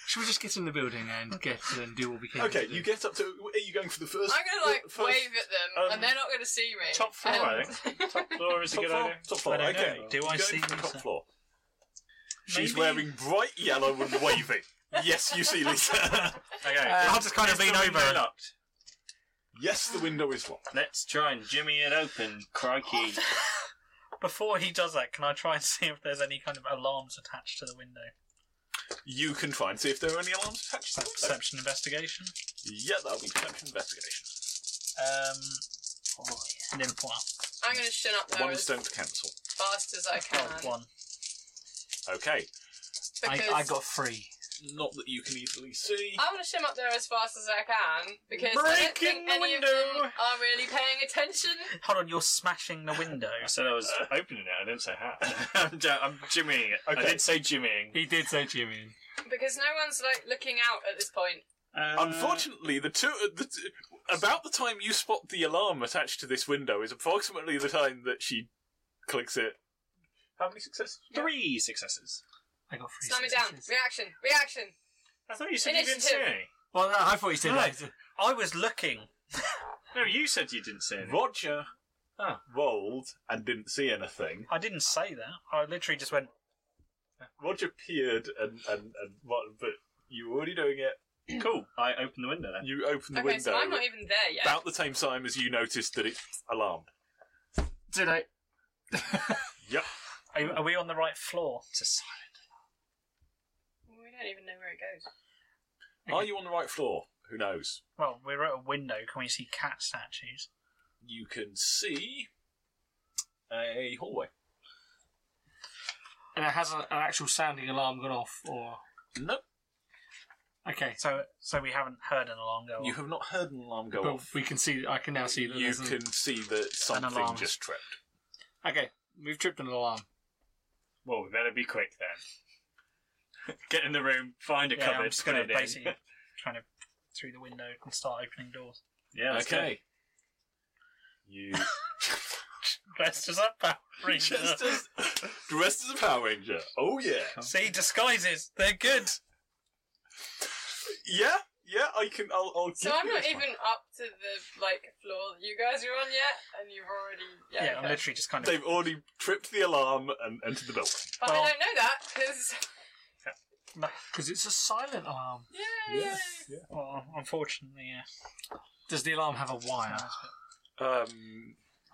Speaker 6: Should we just get in the building and get and do what we can?
Speaker 1: okay,
Speaker 6: to do?
Speaker 1: you get up to. Are you going for the first?
Speaker 2: I'm gonna like
Speaker 1: first-
Speaker 2: wave at them,
Speaker 1: um,
Speaker 2: and they're not gonna see me.
Speaker 5: top floor, I
Speaker 2: think.
Speaker 5: Laura is a
Speaker 1: Top
Speaker 5: good
Speaker 1: floor.
Speaker 5: idea.
Speaker 1: Top floor.
Speaker 3: I don't
Speaker 1: Okay.
Speaker 3: know. Do
Speaker 1: You're
Speaker 3: I
Speaker 1: going
Speaker 3: see
Speaker 1: for the top
Speaker 3: Lisa?
Speaker 1: floor? She's
Speaker 3: Maybe-
Speaker 1: wearing bright yellow and waving. yes, you see Lisa.
Speaker 5: Okay.
Speaker 3: I'll just kind of
Speaker 5: is the
Speaker 3: lean over
Speaker 5: window
Speaker 3: and-
Speaker 5: Locked.
Speaker 1: [laughs] yes, the window is locked.
Speaker 5: Let's try and jimmy it open. Crikey.
Speaker 3: Before he does that, can I try and [laughs] see if there's any kind of alarms attached to the window?
Speaker 1: You can try and see if there are any alarms attached to
Speaker 3: Is that
Speaker 1: the window.
Speaker 3: perception investigation?
Speaker 1: Yeah, that'll be perception investigation.
Speaker 3: Um, oh, yeah. Nil point.
Speaker 2: [laughs] I'm gonna shin up there
Speaker 1: One
Speaker 2: as
Speaker 1: stone to cancel.
Speaker 2: fast as I can.
Speaker 3: Oh, one.
Speaker 1: Okay.
Speaker 2: Because
Speaker 6: I, I got three.
Speaker 1: Not that you can easily see.
Speaker 2: I want to shim up there as fast as I can because I don't
Speaker 5: Breaking
Speaker 2: think
Speaker 5: the
Speaker 2: any of
Speaker 5: window.
Speaker 2: them are really paying attention.
Speaker 3: Hold on, you're smashing the window.
Speaker 5: I said I was opening it. I didn't say how. Uh. [laughs] I'm, j- I'm jimmying it. I
Speaker 1: Okay.
Speaker 5: did say jimmying.
Speaker 6: He did say Jimmy.
Speaker 2: Because no one's like looking out at this point.
Speaker 1: Unfortunately, the two uh, the, t- about the time you spot the alarm attached to this window is approximately the time that she clicks it. How many successes?
Speaker 5: Three successes.
Speaker 6: I got three.
Speaker 2: Slam it down.
Speaker 6: successes.
Speaker 2: Reaction. Reaction.
Speaker 5: I thought you said you didn't see
Speaker 2: Initiative.
Speaker 5: any.
Speaker 6: Well, no, I thought you said
Speaker 5: Right.
Speaker 6: that.
Speaker 3: I was looking.
Speaker 5: No, you said you didn't see any.
Speaker 1: Roger
Speaker 5: Ah.
Speaker 1: rolled and didn't see anything.
Speaker 3: I didn't say that. I literally just went.
Speaker 1: Roger peered and and and what? But you were already doing it.
Speaker 5: [clears throat] Cool. I opened the window then.
Speaker 1: You opened the
Speaker 2: okay,
Speaker 1: window
Speaker 2: so I'm not even there yet.
Speaker 1: about the same time as you noticed that it's alarmed.
Speaker 6: Too late.
Speaker 1: [laughs] Yep.
Speaker 3: Are, are we on the right floor?
Speaker 5: It's a sign.
Speaker 2: We don't even know where it goes.
Speaker 1: Are you on the right floor? Who knows?
Speaker 3: Well, we're at a window. Can we see cat statues?
Speaker 1: You can see a hallway.
Speaker 6: And it has a, an actual sounding alarm gone off, or
Speaker 1: No,
Speaker 6: okay,
Speaker 3: So, so we haven't heard an alarm go
Speaker 1: you
Speaker 3: off.
Speaker 1: have not heard an alarm go
Speaker 6: but
Speaker 1: off.
Speaker 6: we can see. I can now see that.
Speaker 1: You
Speaker 6: there's an-
Speaker 1: can see that something
Speaker 3: alarm.
Speaker 1: just
Speaker 5: [laughs]
Speaker 1: tripped.
Speaker 6: Okay, we've tripped an alarm.
Speaker 5: Well, we better be quick then. [laughs] Get in the room, find a
Speaker 3: yeah,
Speaker 5: cupboard,
Speaker 3: I'm just
Speaker 5: put
Speaker 3: gonna
Speaker 5: it in.
Speaker 3: basically kind of through the window and start opening doors.
Speaker 5: Yeah, that's good.
Speaker 1: Okay.
Speaker 5: [laughs]
Speaker 1: You
Speaker 3: Dressed as a Power Ranger.
Speaker 1: [laughs] just [laughs] as dressed as a Power Ranger. Oh yeah,
Speaker 3: See disguises, they're good.
Speaker 1: yeah, yeah. I can. I'll. I'll
Speaker 2: So
Speaker 1: give
Speaker 2: I'm
Speaker 1: you
Speaker 2: not
Speaker 1: this one.
Speaker 2: even up to the like floor that you guys are on yet, and you've already
Speaker 3: Yeah,
Speaker 2: yeah.
Speaker 3: I'm
Speaker 2: okay.
Speaker 3: literally just kind of.
Speaker 1: They've already tripped the alarm and entered the building.
Speaker 2: But
Speaker 3: well-
Speaker 2: I don't know that because [laughs]
Speaker 6: Because it's a silent alarm.
Speaker 2: yeah, yeah.
Speaker 3: Well, unfortunately, yeah.
Speaker 6: Does the alarm have a wire?
Speaker 1: Um,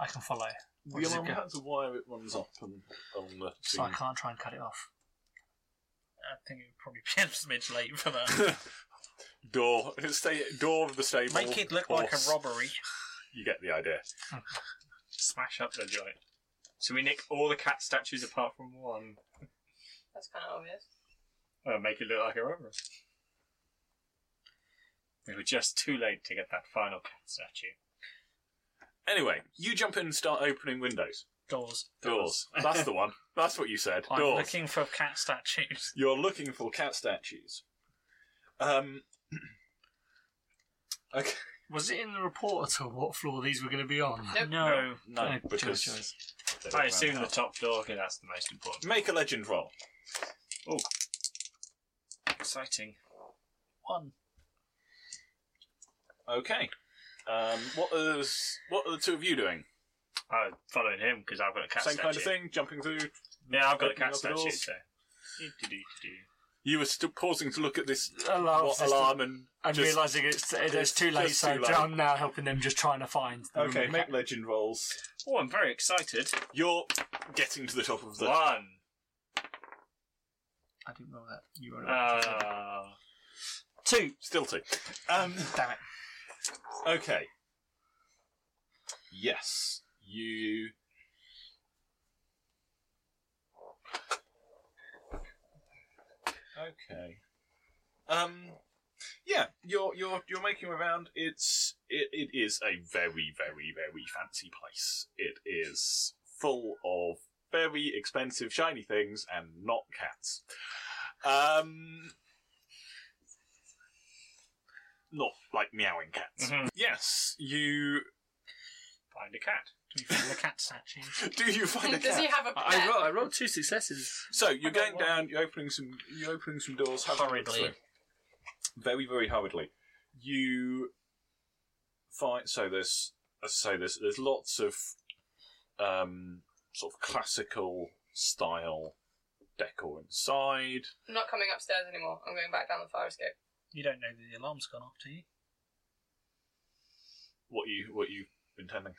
Speaker 6: Oh, I can follow,
Speaker 1: the
Speaker 6: does it
Speaker 1: alarm
Speaker 6: go?
Speaker 1: has a wire. It runs up and on the.
Speaker 6: so I
Speaker 1: thing.
Speaker 6: can't try and cut it off.
Speaker 3: I think it would probably be [laughs] a smidge late for that.
Speaker 1: [laughs] door. Stay door of the stable.
Speaker 3: Make it look like
Speaker 1: horse.
Speaker 3: a robbery.
Speaker 1: You get the idea.
Speaker 5: Smash up the joint. So we nick all the cat statues apart from one.
Speaker 2: That's kind of obvious.
Speaker 5: Uh, make it look like a robbery. We were just too late to get that final cat statue.
Speaker 1: Anyway, you jump in and start opening windows.
Speaker 3: Doors.
Speaker 1: Doors.
Speaker 3: [laughs]
Speaker 1: That's the one. That's what you said.
Speaker 3: I'm
Speaker 1: Doors.
Speaker 3: looking for cat statues.
Speaker 1: You're looking for cat statues. Um. [clears throat] Okay.
Speaker 6: Was it in the report at all what floor these were going to be on?
Speaker 2: Nope.
Speaker 3: No.
Speaker 1: No,
Speaker 6: No,
Speaker 1: because
Speaker 6: choice, choice.
Speaker 1: they
Speaker 5: I
Speaker 1: were
Speaker 5: assume
Speaker 1: round
Speaker 5: the
Speaker 1: up.
Speaker 5: top floor, okay, that's the most important.
Speaker 1: Make a legend roll.
Speaker 5: Exciting.
Speaker 3: One.
Speaker 1: Okay. Um, what is what are the two of you doing?
Speaker 5: I was following him because I've got a cat
Speaker 1: Same
Speaker 5: statue.
Speaker 1: kind of thing, jumping through.
Speaker 5: Yeah, I've got a
Speaker 1: Opening
Speaker 5: cat
Speaker 1: up the
Speaker 5: statue,
Speaker 1: doors.
Speaker 5: so. Doo-doo-doo-doo.
Speaker 1: You were still pausing to look at this
Speaker 4: Oh,
Speaker 6: Alarm
Speaker 1: what
Speaker 6: system.
Speaker 1: alarm and
Speaker 6: I'm
Speaker 1: just-
Speaker 6: realising it's, it's,
Speaker 1: it's
Speaker 6: too late,
Speaker 1: just
Speaker 6: so
Speaker 1: too late.
Speaker 6: I'm now helping them just trying to find. The
Speaker 1: Okay,
Speaker 6: room.
Speaker 1: make legend rolls.
Speaker 5: Oh, I'm very excited.
Speaker 1: You're getting to the top of the.
Speaker 5: One.
Speaker 6: I didn't know that. You were
Speaker 5: Uh,
Speaker 6: two.
Speaker 1: Still two. Um,
Speaker 6: Damn it.
Speaker 1: okay. Yes, you. Okay. Um. Yeah, you're you're you're making around. It's it, it is a very very very fancy place. It is full of very expensive shiny things and not cats. Um. Not like meowing cats.
Speaker 5: Mhm.
Speaker 1: Yes, you
Speaker 5: [laughs]
Speaker 1: [laughs]
Speaker 5: find a cat.
Speaker 3: Do we find [laughs] the cat statues?
Speaker 1: do. You find a
Speaker 2: [laughs] Does
Speaker 1: cat.
Speaker 2: he have a pet?
Speaker 4: I, I, rolled, I rolled two successes.
Speaker 1: So you're
Speaker 3: got
Speaker 1: going
Speaker 3: one.
Speaker 1: down. You're opening some. You're opening some doors. having a look
Speaker 3: Hurriedly.
Speaker 1: through. Very very hurriedly. You find so there's so there's there's lots of um sort of classical style decor inside.
Speaker 2: I'm not coming upstairs anymore. I'm going back down the fire escape.
Speaker 3: You don't know that the alarm's gone off, do you?
Speaker 1: What you what you intending?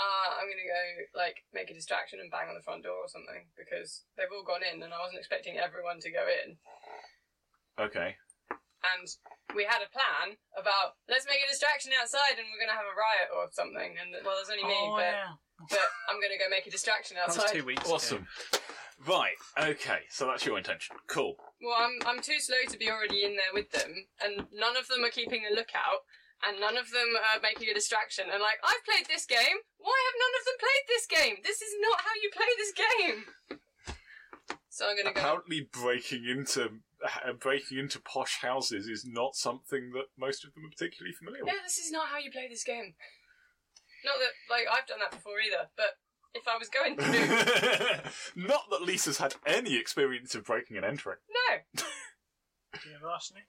Speaker 2: Uh, I'm gonna go like make a distraction and bang on the front door or something because they've all gone in and I wasn't expecting everyone to go in.
Speaker 1: Okay.
Speaker 2: And we had a plan about let's make a distraction outside and we're gonna have a riot or something. And well, there's only me,
Speaker 3: oh,
Speaker 2: but
Speaker 3: yeah.
Speaker 2: but I'm gonna go make a distraction
Speaker 3: That was
Speaker 2: outside.
Speaker 3: two weeks
Speaker 1: Awesome. Right. Okay. So that's your intention. Cool.
Speaker 2: Well, I'm I'm too slow to be already in there with them, and none of them are keeping a lookout, and none of them are making a distraction. And like, I've played this game. Why have none of them played this game? This is not how you play this game. So I'm gonna go.
Speaker 1: Apparently, breaking into uh, breaking into posh houses is not something that most of them are particularly familiar with.
Speaker 2: Yeah, this is not how you play this game. Not that like I've done that before either, but if I was going to
Speaker 1: [laughs] [laughs]
Speaker 2: do,
Speaker 1: not that Lisa's had any experience of breaking and entering. [laughs]
Speaker 2: no,
Speaker 5: Do you have arsenic?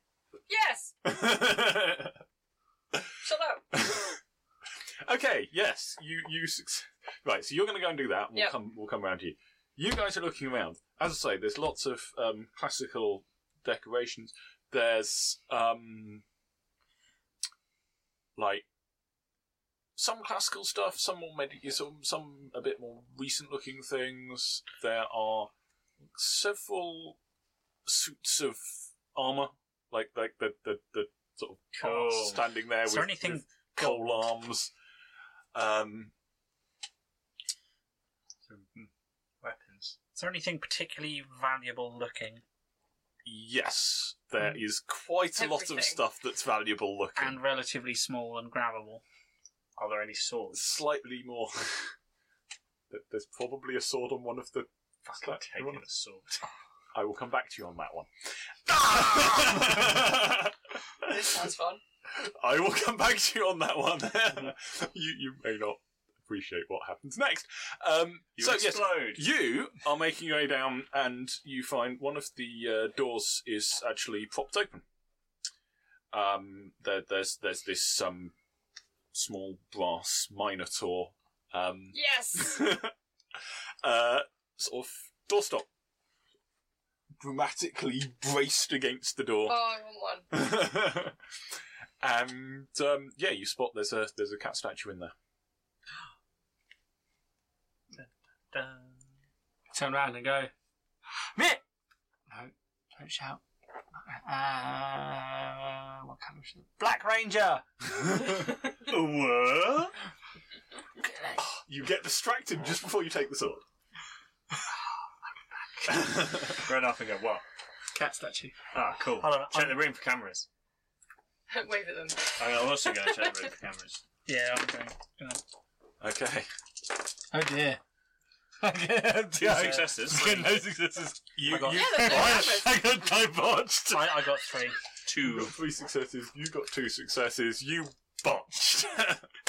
Speaker 2: yes, shut up.
Speaker 1: okay, yes, you you suc- right. So you're going to go and do that. and We'll
Speaker 2: Yep.
Speaker 1: come we'll come round to you. You guys are looking around. As I say, there's lots of um, classical decorations. There's um, like some classical stuff, some more medi- some some a bit more recent looking things. There are several suits of armor, like like the the, the sort of cart
Speaker 5: Cool.
Speaker 1: standing there
Speaker 3: Oh, Is
Speaker 1: with,
Speaker 3: there anything
Speaker 1: with coal arms. Um,
Speaker 5: Mm-hmm. Weapons.
Speaker 3: Is there anything particularly valuable looking?
Speaker 1: yes, there is quite a lot
Speaker 2: Everything.
Speaker 1: of stuff that's valuable looking.
Speaker 3: Hmm. And relatively small and grabbable.
Speaker 5: Are there any swords?
Speaker 1: slightly more. [laughs] There- There's probably a sword on one of the.
Speaker 5: Fucking
Speaker 1: That-
Speaker 5: taking a sword.
Speaker 1: I will come back to you on that
Speaker 3: [laughs]
Speaker 1: one. I
Speaker 2: This sounds fun.
Speaker 1: will come back to you on that one. [laughs] you you may not appreciate what happens next. Um,
Speaker 5: You
Speaker 1: so yes,
Speaker 5: explode.
Speaker 1: you are making your way down, and you find one of the uh, doors is actually propped open. Um, there, there's there's this um, small brass minotaur um,
Speaker 2: Yes.
Speaker 1: uh, sort of doorstop, dramatically braced against the door. [laughs]
Speaker 2: Oh, I want one.
Speaker 1: and um, yeah, you spot there's a there's a cat statue in there.
Speaker 3: Dun.
Speaker 6: Turn around and go, Mitt! No, don't shout. Uh, what colour is it? Black Ranger!
Speaker 5: What?
Speaker 1: [laughs] You get distracted just before you take the sword. [laughs]
Speaker 5: Run off and go, what?
Speaker 6: Cat statue.
Speaker 5: Ah, cool.
Speaker 3: Hold on,
Speaker 5: check
Speaker 3: I'm-
Speaker 5: the room for cameras.
Speaker 2: [laughs]
Speaker 5: Oh,
Speaker 2: Wave at them.
Speaker 5: I'm also going to check the room for cameras.
Speaker 3: Yeah, I'm going.
Speaker 1: [laughs] Okay.
Speaker 6: Oh
Speaker 4: [laughs]
Speaker 6: dear.
Speaker 5: Two
Speaker 1: uh,
Speaker 5: successes. [laughs]
Speaker 6: no successes.
Speaker 1: You,
Speaker 3: I got-
Speaker 1: you [laughs]
Speaker 2: Yeah, there's no cameras.
Speaker 6: got divulged.
Speaker 3: I, I got three.
Speaker 5: Two.
Speaker 1: got three successes. You got two successes. You botched.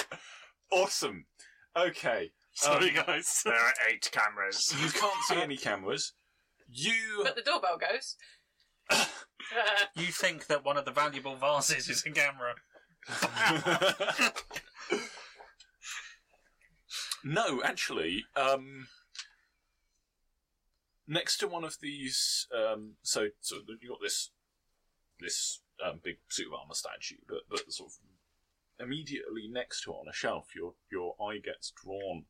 Speaker 1: [laughs] awesome. Okay.
Speaker 5: Sorry, guys. There are eight cameras.
Speaker 1: [laughs] You can't see any cameras. You
Speaker 2: But the doorbell goes.
Speaker 3: You think that one of the valuable vases is a camera?
Speaker 1: [laughs] no, actually, um, next to one of these, um, so so you got this this um, big suit of armor statue, but but sort of immediately next to it on a shelf, your your eye gets drawn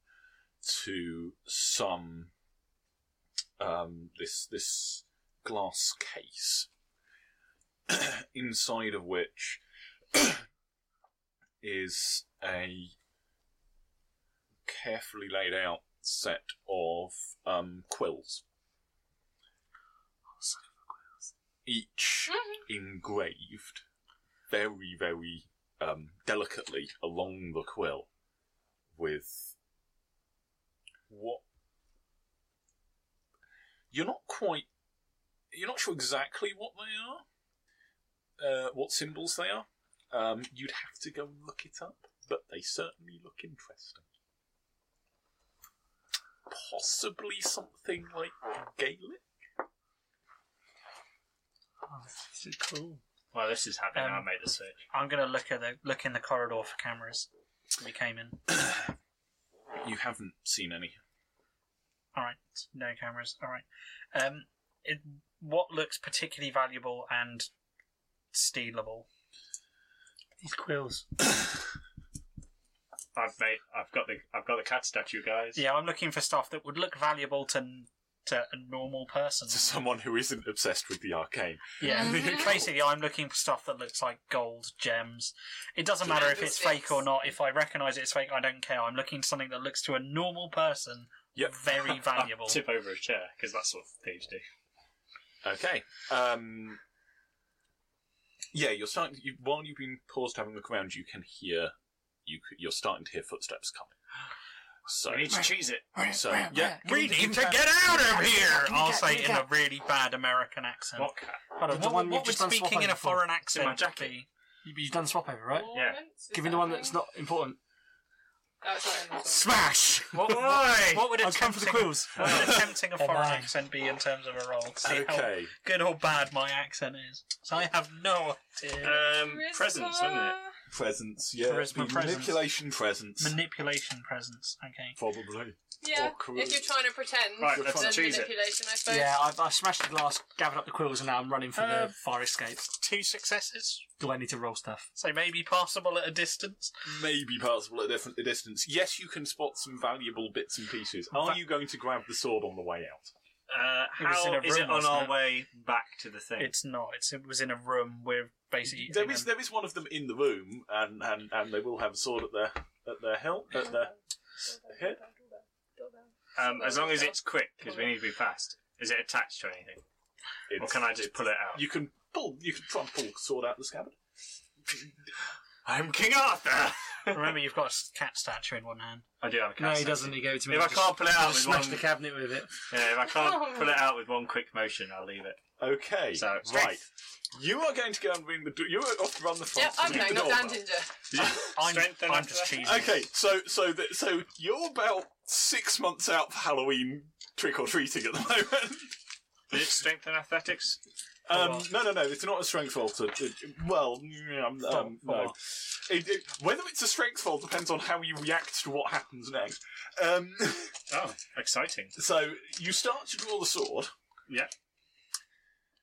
Speaker 1: to some um, this this glass case [coughs] inside of which is a carefully laid out set of um, quills. Each engraved very, very um, delicately along the quill with what you're not quite you're not sure exactly what they are uh, what symbols they are um, you'd have to go and look it up but they certainly look interesting possibly something like gaelic
Speaker 3: Oh,
Speaker 6: Cool.
Speaker 5: Well, this is happening.
Speaker 3: Um,
Speaker 5: I made the search.
Speaker 3: I'm gonna look at the look in the corridor for cameras. We came in.
Speaker 1: you haven't seen any [laughs]
Speaker 3: All right, no cameras. All right. Um, it, what looks particularly valuable and stealable?
Speaker 6: These quills.
Speaker 5: I've made. I've got the. I've got the cat statue, guys.
Speaker 3: Yeah, I'm looking for stuff that would look valuable to to a normal person.
Speaker 1: to someone who isn't obsessed with the arcane
Speaker 3: [laughs] Yeah,
Speaker 2: Mhm.
Speaker 3: basically, I'm looking for stuff that looks like gold, gems. It doesn't matter if it's
Speaker 2: Candlesticks.
Speaker 3: fake or not. If I recognise it's fake, I don't care. I'm looking for something that looks to a normal person
Speaker 1: Yep.
Speaker 3: [laughs] very valuable.
Speaker 5: Tip over a chair because that's what thieves do.
Speaker 1: Okay. Um, yeah, you're starting. You, while you've been paused to have a look around, you can hear. You c- you're starting to hear footsteps coming. So
Speaker 5: We need to cheese it.
Speaker 1: so yeah.
Speaker 3: we need to get out of here! I'll say in a really bad American accent.
Speaker 5: What cat?
Speaker 6: Hold on,
Speaker 3: What, what,
Speaker 6: you've
Speaker 3: would
Speaker 6: just done swap
Speaker 3: speaking in
Speaker 6: over
Speaker 3: a
Speaker 6: for?
Speaker 3: foreign
Speaker 5: my
Speaker 3: accent
Speaker 5: jacket.
Speaker 3: be?
Speaker 6: You- You've done swap over, right?
Speaker 5: Yeah.
Speaker 2: Ornaments? Is
Speaker 6: Give me
Speaker 2: that
Speaker 6: the one
Speaker 2: a thing?
Speaker 6: that's not important.
Speaker 2: Oh, it's not in this one.
Speaker 4: [laughs]
Speaker 6: Smash!
Speaker 3: What,
Speaker 5: Why?
Speaker 3: what would
Speaker 6: I've come for the
Speaker 3: attempting-
Speaker 6: quills.
Speaker 3: [laughs] What would attempting a
Speaker 6: They're
Speaker 3: foreign
Speaker 6: mine.
Speaker 3: accent be in terms of a role? To see how
Speaker 1: Okay.
Speaker 3: good or bad my accent is. So I have no idea.
Speaker 5: Um,
Speaker 2: Charisma.
Speaker 5: presents, isn't it?
Speaker 1: Presence. Yeah.
Speaker 3: Charisma
Speaker 1: the
Speaker 3: presence.
Speaker 1: Manipulation presence.
Speaker 3: Manipulation presence. Okay.
Speaker 1: Probably.
Speaker 2: Yeah.
Speaker 1: Awkward.
Speaker 2: If you're trying to pretend,
Speaker 5: Right,
Speaker 2: then
Speaker 5: let's cheese it.
Speaker 2: manipulation, I suppose.
Speaker 6: Yeah, I've, I've smashed the glass, gathered up the quills, and now I'm running for
Speaker 3: Uh,
Speaker 6: the fire escape.
Speaker 3: Two successes.
Speaker 6: Do I need to roll stuff?
Speaker 3: So maybe passable at a distance.
Speaker 1: Maybe passable at a different distance. Yes, you can spot some valuable bits and pieces. Are
Speaker 3: Va-
Speaker 1: you going to grab the sword on the way out?
Speaker 5: Uh,
Speaker 7: It was in
Speaker 5: how
Speaker 7: a
Speaker 5: is it
Speaker 7: room,
Speaker 5: on
Speaker 7: wasn't
Speaker 5: our
Speaker 7: it?
Speaker 5: way back to the thing?
Speaker 7: It's not. It's, it was in a room with basically.
Speaker 1: There is there is one of them in the room, and, and, and they will have a sword at their at their hilt at their head.
Speaker 5: Um, as long as it's quick, because we need to be fast. Is it attached to anything, or
Speaker 1: It's-
Speaker 5: can I just pull it out?
Speaker 1: You can pull. You can try and pull the sword out of the scabbard.
Speaker 5: I'm King Arthur.
Speaker 7: Remember, you've got a cat statue in one hand.
Speaker 5: I do have a
Speaker 4: No,
Speaker 5: cat.
Speaker 4: he
Speaker 5: statue.
Speaker 4: doesn't. He gave it to me.
Speaker 5: If I can't pull it out with one,
Speaker 4: smash the cabinet with it.
Speaker 5: yeah, if I can't pull it out with one quick motion, I'll leave it.
Speaker 1: Okay,
Speaker 5: So
Speaker 1: right.
Speaker 5: strength.
Speaker 1: You are going to go and ring the. Do- you are off to run the
Speaker 2: Yeah,
Speaker 1: front.
Speaker 2: I'm
Speaker 1: to ring the
Speaker 2: going, not down
Speaker 1: doorbell.
Speaker 2: Ginger.
Speaker 7: I'm,
Speaker 5: Strength and
Speaker 7: I'm just
Speaker 5: athletics.
Speaker 7: cheesy.
Speaker 1: Okay, so so th- so you're about six months out for Halloween trick or treating at the [laughs] moment.
Speaker 5: Is it strength and athletics?
Speaker 1: Um, no, no, no. It's not a strength roll. To, it- well, mm, um, um, no. It, it, whether it's a strength roll depends on how you react to what happens next. Um, [laughs]
Speaker 5: Oh, exciting!
Speaker 1: so you start to draw the sword.
Speaker 5: Yeah.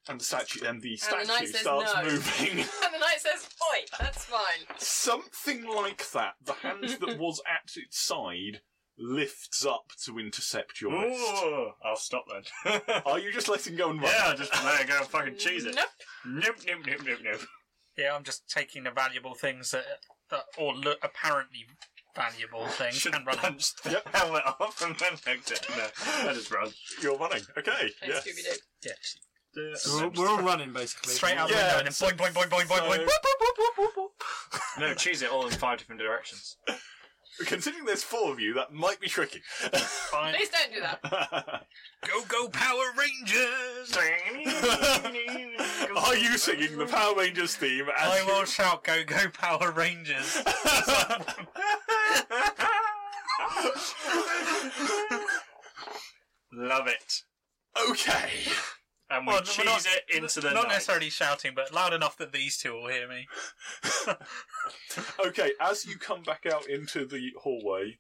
Speaker 1: And the statue and the
Speaker 2: And the
Speaker 1: statue
Speaker 2: knight says
Speaker 1: starts
Speaker 2: no.
Speaker 1: moving. [laughs]
Speaker 2: [laughs] And the knight says, Oi, that's fine.
Speaker 1: Something like that. The
Speaker 2: [laughs]
Speaker 1: hand that was at its side lifts up to intercept your wrist.
Speaker 5: Ooh, I'll stop then. [laughs]
Speaker 1: Are you just letting go and run?
Speaker 5: yeah, I'll just let it go and fucking cheese it.
Speaker 2: Nope.
Speaker 5: Nope, nope, nope, nope, nope.
Speaker 7: Yeah, I'm just taking the valuable things that, that or look apparently valuable things
Speaker 5: Should
Speaker 7: and
Speaker 5: have
Speaker 7: running.
Speaker 5: punched the helmet off and then hugged it. No, I just run.
Speaker 1: You're running. Okay.
Speaker 2: Thanks,
Speaker 1: yeah.
Speaker 2: Scooby Doo.
Speaker 7: Yeah,
Speaker 4: We're all, we're all running basically.
Speaker 7: straight out the
Speaker 1: Yeah,
Speaker 7: window and then
Speaker 1: so-
Speaker 7: boing boing boing boing boing
Speaker 1: so-
Speaker 7: boing. boop, boop, boop, boop, boop.
Speaker 5: No, cheese it all in five different directions.
Speaker 1: Considering there's four of you, that might be tricky. [laughs]
Speaker 7: Fine.
Speaker 2: Please don't do that.
Speaker 7: Go go Power
Speaker 3: [laughs]
Speaker 7: Rangers!
Speaker 1: Are you singing the Power Rangers theme? As
Speaker 7: I
Speaker 1: you-
Speaker 7: will shout go go Power Rangers.
Speaker 5: [laughs] Love it.
Speaker 1: [laughs] okay.
Speaker 5: And we
Speaker 7: Well,
Speaker 5: cheese
Speaker 7: we're not-
Speaker 5: it into the
Speaker 7: Not
Speaker 5: night.
Speaker 7: necessarily shouting, but loud enough that these two will hear me.
Speaker 1: Okay, as you come back out into the hallway,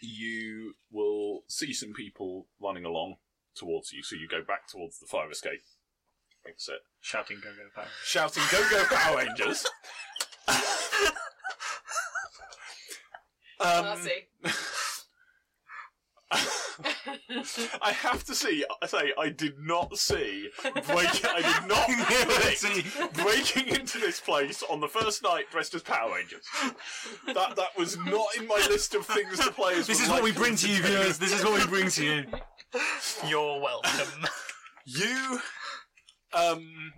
Speaker 1: you will see some people running along towards you, so you go back towards the fire escape. Exit.
Speaker 5: Shouting go go power.
Speaker 1: Shouting, Go Go Power Rangers! um,
Speaker 2: Classy.
Speaker 1: [laughs] I have to see, say, I did not see.
Speaker 4: [laughs]
Speaker 1: Break, I did
Speaker 6: [laughs]
Speaker 1: not predict breaking into this place on the first night dressed as Power Rangers. That that was not in my list of things to play as.
Speaker 4: This
Speaker 1: were
Speaker 4: is what we
Speaker 1: likely
Speaker 4: bring to
Speaker 6: [laughs]
Speaker 4: you,
Speaker 1: do.
Speaker 4: viewers. This is what we bring to you.
Speaker 7: You're welcome.
Speaker 1: You, um,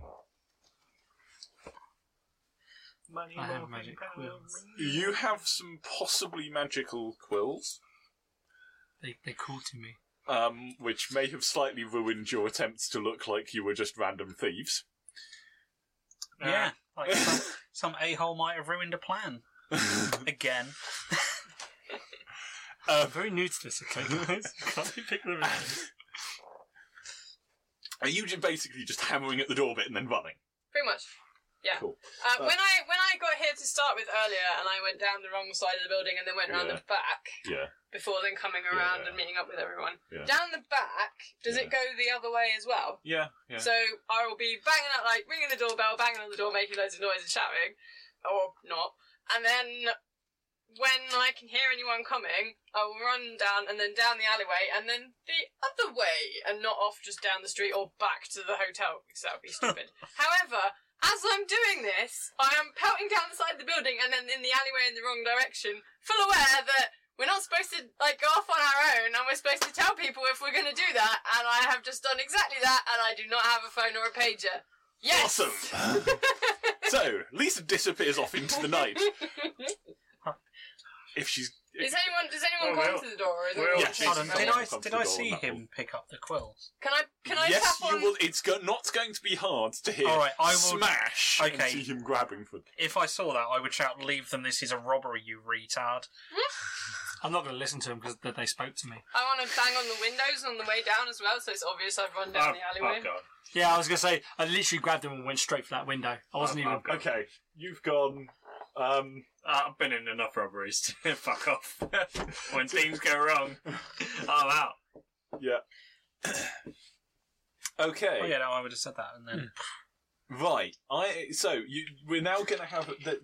Speaker 5: Money,
Speaker 4: [laughs] I have
Speaker 5: more
Speaker 4: magic
Speaker 5: power.
Speaker 4: quills.
Speaker 1: you have some possibly magical quills,
Speaker 4: They they call to me.
Speaker 1: um, which may have slightly ruined your attempts to look like you were just random thieves.
Speaker 4: [laughs]
Speaker 7: yeah. Uh, Like some, some a hole might have ruined a plan. Again.
Speaker 4: I'm very new to this, okay, guys? Can't you pick them up?
Speaker 1: Are you ju- basically just hammering at the door bit and then running?
Speaker 2: Pretty much. Yeah.
Speaker 1: Cool.
Speaker 2: Uh,
Speaker 1: Uh,
Speaker 2: when I when I got here to start with earlier, and I went down the wrong side of the building, and then went round
Speaker 1: Yeah.
Speaker 2: the back
Speaker 1: Yeah.
Speaker 2: before then coming around
Speaker 1: Yeah.
Speaker 2: and meeting up with everyone.
Speaker 1: Yeah.
Speaker 2: Down the back, does
Speaker 1: Yeah.
Speaker 2: it go the other way as well?
Speaker 1: Yeah. Yeah.
Speaker 2: So I will be banging out, like ringing the doorbell, banging on the door, making loads of noise and shouting, or not. And then when I can hear anyone coming, I will run down and then down the alleyway and then the other way and not off just down the street or back to the hotel because that would be stupid. However, as I'm doing this, I am pelting down the side of the building and then in the alleyway in the wrong direction, full aware that we're not supposed to like go off on our own, and we're supposed to tell people if we're going to do that. And I have just done exactly that, and I do not have a phone or a pager. Yes. [laughs]
Speaker 1: Awesome. so Lisa disappears off into the night. If she's
Speaker 2: Is anyone? Does anyone
Speaker 5: Well,
Speaker 2: come
Speaker 5: Oh, well,
Speaker 2: to the door? Or is it
Speaker 5: well,
Speaker 2: all-
Speaker 1: Yeah, she's-
Speaker 7: Hold on,
Speaker 1: someone
Speaker 7: did I,
Speaker 1: comes to
Speaker 7: did
Speaker 1: the
Speaker 7: I
Speaker 1: door
Speaker 7: see
Speaker 1: and that will-
Speaker 7: him pick up the quills?
Speaker 2: Can I? Can I
Speaker 1: yes,
Speaker 2: tap on?
Speaker 1: you will. It's go- not going to be hard to hear.
Speaker 7: All right, I will-
Speaker 1: smash. and
Speaker 7: Okay.
Speaker 1: see him grabbing for.
Speaker 7: If I saw that, I would shout, Leave them, this is a robbery, you retard.
Speaker 6: I'm not going to listen to them because they spoke to me.
Speaker 2: I want to bang on the windows on the way down as well, so it's obvious I've run down
Speaker 5: Oh,
Speaker 2: the
Speaker 5: oh
Speaker 2: alleyway.
Speaker 5: god.
Speaker 6: Yeah, I was going to say, I literally grabbed them and went straight for that window. I
Speaker 5: Oh,
Speaker 6: wasn't even.
Speaker 1: Okay, you've gone. Um,
Speaker 5: Uh, I've been in enough robberies [laughs] to fuck off. when things go wrong, I'm out.
Speaker 1: yeah. okay.
Speaker 7: Oh, yeah, no, I would have said that. And then
Speaker 1: Right. I. So you. We're now going to have. The,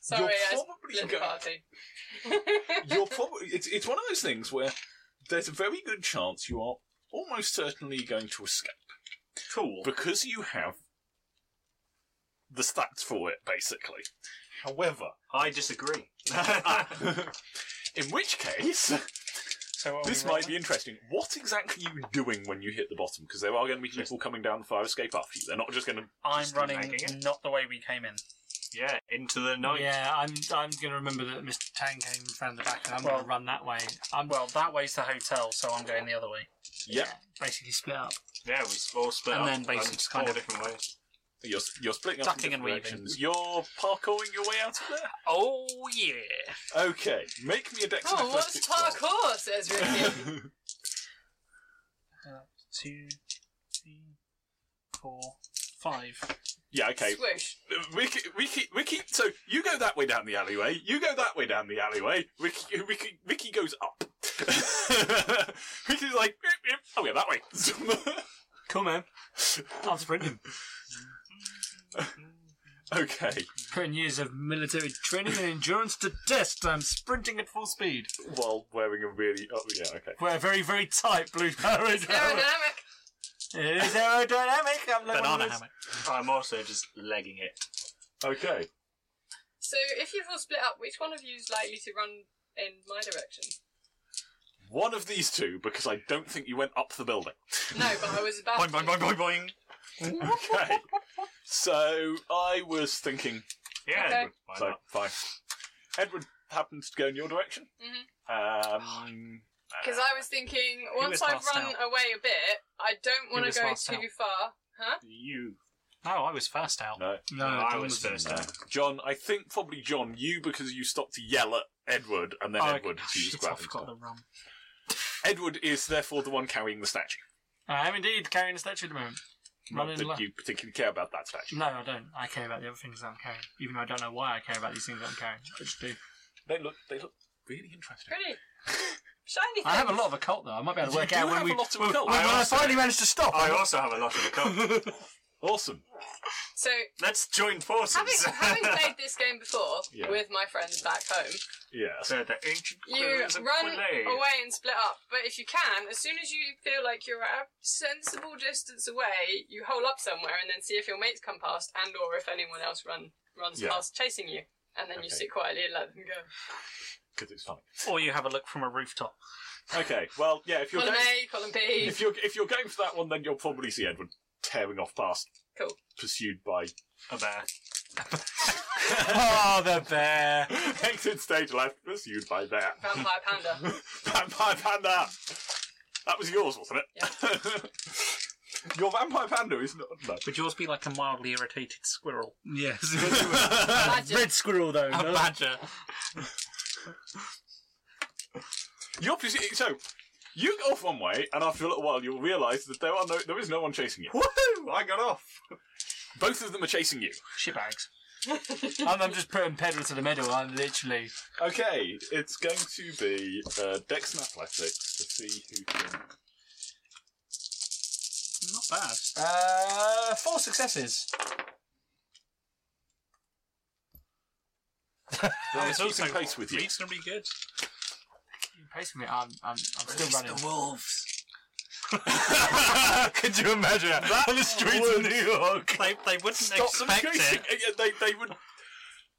Speaker 2: Sorry, I
Speaker 1: you're probably
Speaker 2: split the
Speaker 1: going.
Speaker 2: party.
Speaker 1: You're probably. It's. It's one of those things where there's a very good chance you are almost certainly going to escape
Speaker 5: Cool.
Speaker 1: because you have the stats for it, basically. However,
Speaker 5: I disagree.
Speaker 1: [laughs] in which case,
Speaker 3: So
Speaker 1: this might be interesting. What exactly are you doing when you hit the bottom? Because there are going to be people coming down the fire escape after you. They're not just going to.
Speaker 3: I'm
Speaker 5: Just
Speaker 3: running
Speaker 5: dragging it.
Speaker 3: not the way we came in.
Speaker 5: yeah, into the night.
Speaker 4: Yeah, I'm. I'm gonna remember that Mr. Tang came round the back, and I'm
Speaker 3: Well-
Speaker 4: gonna run that way. I'm
Speaker 3: Well, that way's the hotel, so I'm going the other way.
Speaker 1: Yep.
Speaker 4: basically split up.
Speaker 5: Yeah, we all split
Speaker 3: And
Speaker 5: up.
Speaker 3: then basically
Speaker 5: um,
Speaker 3: just kind
Speaker 5: four
Speaker 3: of-
Speaker 5: different ways.
Speaker 1: You're, you're splitting up in
Speaker 3: Ducking and
Speaker 1: different
Speaker 3: weaving.
Speaker 1: directions. You're parkouring your way out of there.
Speaker 3: Oh yeah.
Speaker 1: Okay, make me a dex and
Speaker 2: Oh, what's
Speaker 1: athletics roll.
Speaker 2: parkour? Says Ricky.
Speaker 3: Two, three, four, five.
Speaker 1: yeah, [laughs] okay.
Speaker 2: Swoosh.
Speaker 1: Ricky, Ricky, Ricky. So you go that way down the alleyway. You go that way down the alleyway. Ricky, Ricky, Ricky goes up. [laughs] Ricky's like, "Yep, yep, I'll go that way. [laughs]
Speaker 4: Cool, man. I'll sprint him.
Speaker 1: okay.
Speaker 4: [laughs] Putting years of military training and endurance to test. I'm sprinting at full speed.
Speaker 1: While wearing a really, oh yeah, okay.
Speaker 4: We're a very, very tight blue [laughs] power. It is
Speaker 2: Aerodynamic.
Speaker 4: aerodynamic. I'm like one
Speaker 3: Banana
Speaker 4: of those-
Speaker 3: hammock.
Speaker 5: I'm also just legging it.
Speaker 1: Okay.
Speaker 2: So if you've all split up, which one of you is likely to run in my direction?
Speaker 1: One of these two, because I don't think you went up the building. [laughs]
Speaker 2: No, but I was about.
Speaker 3: Boing, boing,
Speaker 2: to.
Speaker 3: boing, boing, boing.
Speaker 1: Okay. so I was thinking
Speaker 5: Yeah,
Speaker 2: Okay.
Speaker 5: good. Why
Speaker 1: So
Speaker 5: not?
Speaker 1: fine. Edward happens to go in your direction.
Speaker 2: Mhm.
Speaker 1: Um,
Speaker 2: Because I was thinking, once
Speaker 3: was
Speaker 2: I've
Speaker 3: last
Speaker 2: run
Speaker 3: out?
Speaker 2: away a bit, I don't want
Speaker 3: was
Speaker 2: to go
Speaker 3: last
Speaker 2: too
Speaker 3: out?
Speaker 2: far. Huh?
Speaker 5: You.
Speaker 3: No, I was first out.
Speaker 1: no,
Speaker 4: No,
Speaker 5: I
Speaker 4: John
Speaker 5: was first
Speaker 1: no.
Speaker 5: out.
Speaker 1: John. I think probably John. You because you stopped to yell at Edward, and then
Speaker 3: Oh, okay.
Speaker 1: Edward.
Speaker 3: Oh,
Speaker 1: she was
Speaker 3: shit, I
Speaker 1: grabbing
Speaker 3: forgot
Speaker 1: stuff.
Speaker 3: the rum.
Speaker 1: Edward is therefore the one carrying the statue.
Speaker 4: I am indeed carrying a statue at the moment.
Speaker 1: Not
Speaker 4: Running
Speaker 1: that
Speaker 4: la-
Speaker 1: you particularly care about that statue.
Speaker 4: No, I don't. I care about the other things that I'm carrying, even though I don't know why I care about these things that I'm carrying. I just do.
Speaker 1: They look. They look really interesting.
Speaker 2: Pretty.
Speaker 3: [laughs]
Speaker 2: Shiny.
Speaker 4: I have a
Speaker 2: things.
Speaker 4: lot of occult though. I might be able to work
Speaker 1: you do
Speaker 4: out
Speaker 1: have
Speaker 4: when we
Speaker 1: a lot of
Speaker 4: when-
Speaker 1: occult.
Speaker 4: when
Speaker 1: I
Speaker 4: I
Speaker 1: also-
Speaker 4: finally managed to stop.
Speaker 5: I also have a lot of the cup.
Speaker 4: [laughs]
Speaker 1: Awesome.
Speaker 2: So
Speaker 5: Let's join forces.
Speaker 2: having having played this game before
Speaker 1: Yeah.
Speaker 2: with my friends back home,
Speaker 1: Yes.
Speaker 5: [laughs] So the ancient
Speaker 2: you
Speaker 5: quills of
Speaker 2: run
Speaker 5: Quillade.
Speaker 2: away and split up. But if you can, as soon as you feel like you're at a sensible distance away, you hole up somewhere and then see if your mates come past and or if anyone else run runs
Speaker 1: Yeah.
Speaker 2: past chasing you. And then you
Speaker 1: Okay.
Speaker 2: sit quietly and let them go.
Speaker 1: Because it's funny.
Speaker 3: Or you have a look from a rooftop.
Speaker 1: Okay. Well, yeah. If you're
Speaker 2: Column
Speaker 1: going,
Speaker 2: A, column
Speaker 1: [laughs]
Speaker 2: B.
Speaker 1: if you're if you're going for that one, then you'll probably see Edward tearing off past,
Speaker 2: Cool.
Speaker 1: pursued by [laughs]
Speaker 5: A bear.
Speaker 3: oh, the bear.
Speaker 1: Exit stage left, pursued by bear.
Speaker 2: Vampire
Speaker 1: [laughs]
Speaker 2: panda.
Speaker 1: Vampire panda. That was yours, wasn't it? Your vampire panda is not. No. [laughs]
Speaker 3: Would yours be like a mildly irritated squirrel?
Speaker 4: Yes,
Speaker 2: Badger.
Speaker 4: [laughs] red squirrel though.
Speaker 3: [laughs] A
Speaker 4: no?
Speaker 3: badger.
Speaker 1: You're pursuing. So you go off one way, and after a little while, you'll realise that there are no, there is no one chasing you.
Speaker 5: Woohoo! I got off.
Speaker 1: Both of them are chasing you.
Speaker 3: Shitbags.
Speaker 4: I'm, I'm just putting pedal to the metal. I'm literally.
Speaker 1: Okay, it's going to be uh, Dex and Athletics to see who can.
Speaker 3: Not bad.
Speaker 4: Uh, four successes.
Speaker 1: They're
Speaker 3: it's
Speaker 1: keeping
Speaker 3: also
Speaker 1: pace with you.
Speaker 3: Reasonably good.
Speaker 4: You pace with me. I'm. I'm. I'm still running.
Speaker 3: wolves.
Speaker 1: Could you imagine that on the streets of New York?
Speaker 3: They, they wouldn't
Speaker 1: stop them
Speaker 3: expect
Speaker 1: chasing.
Speaker 3: it.
Speaker 1: Uh, [laughs] yeah, They, they would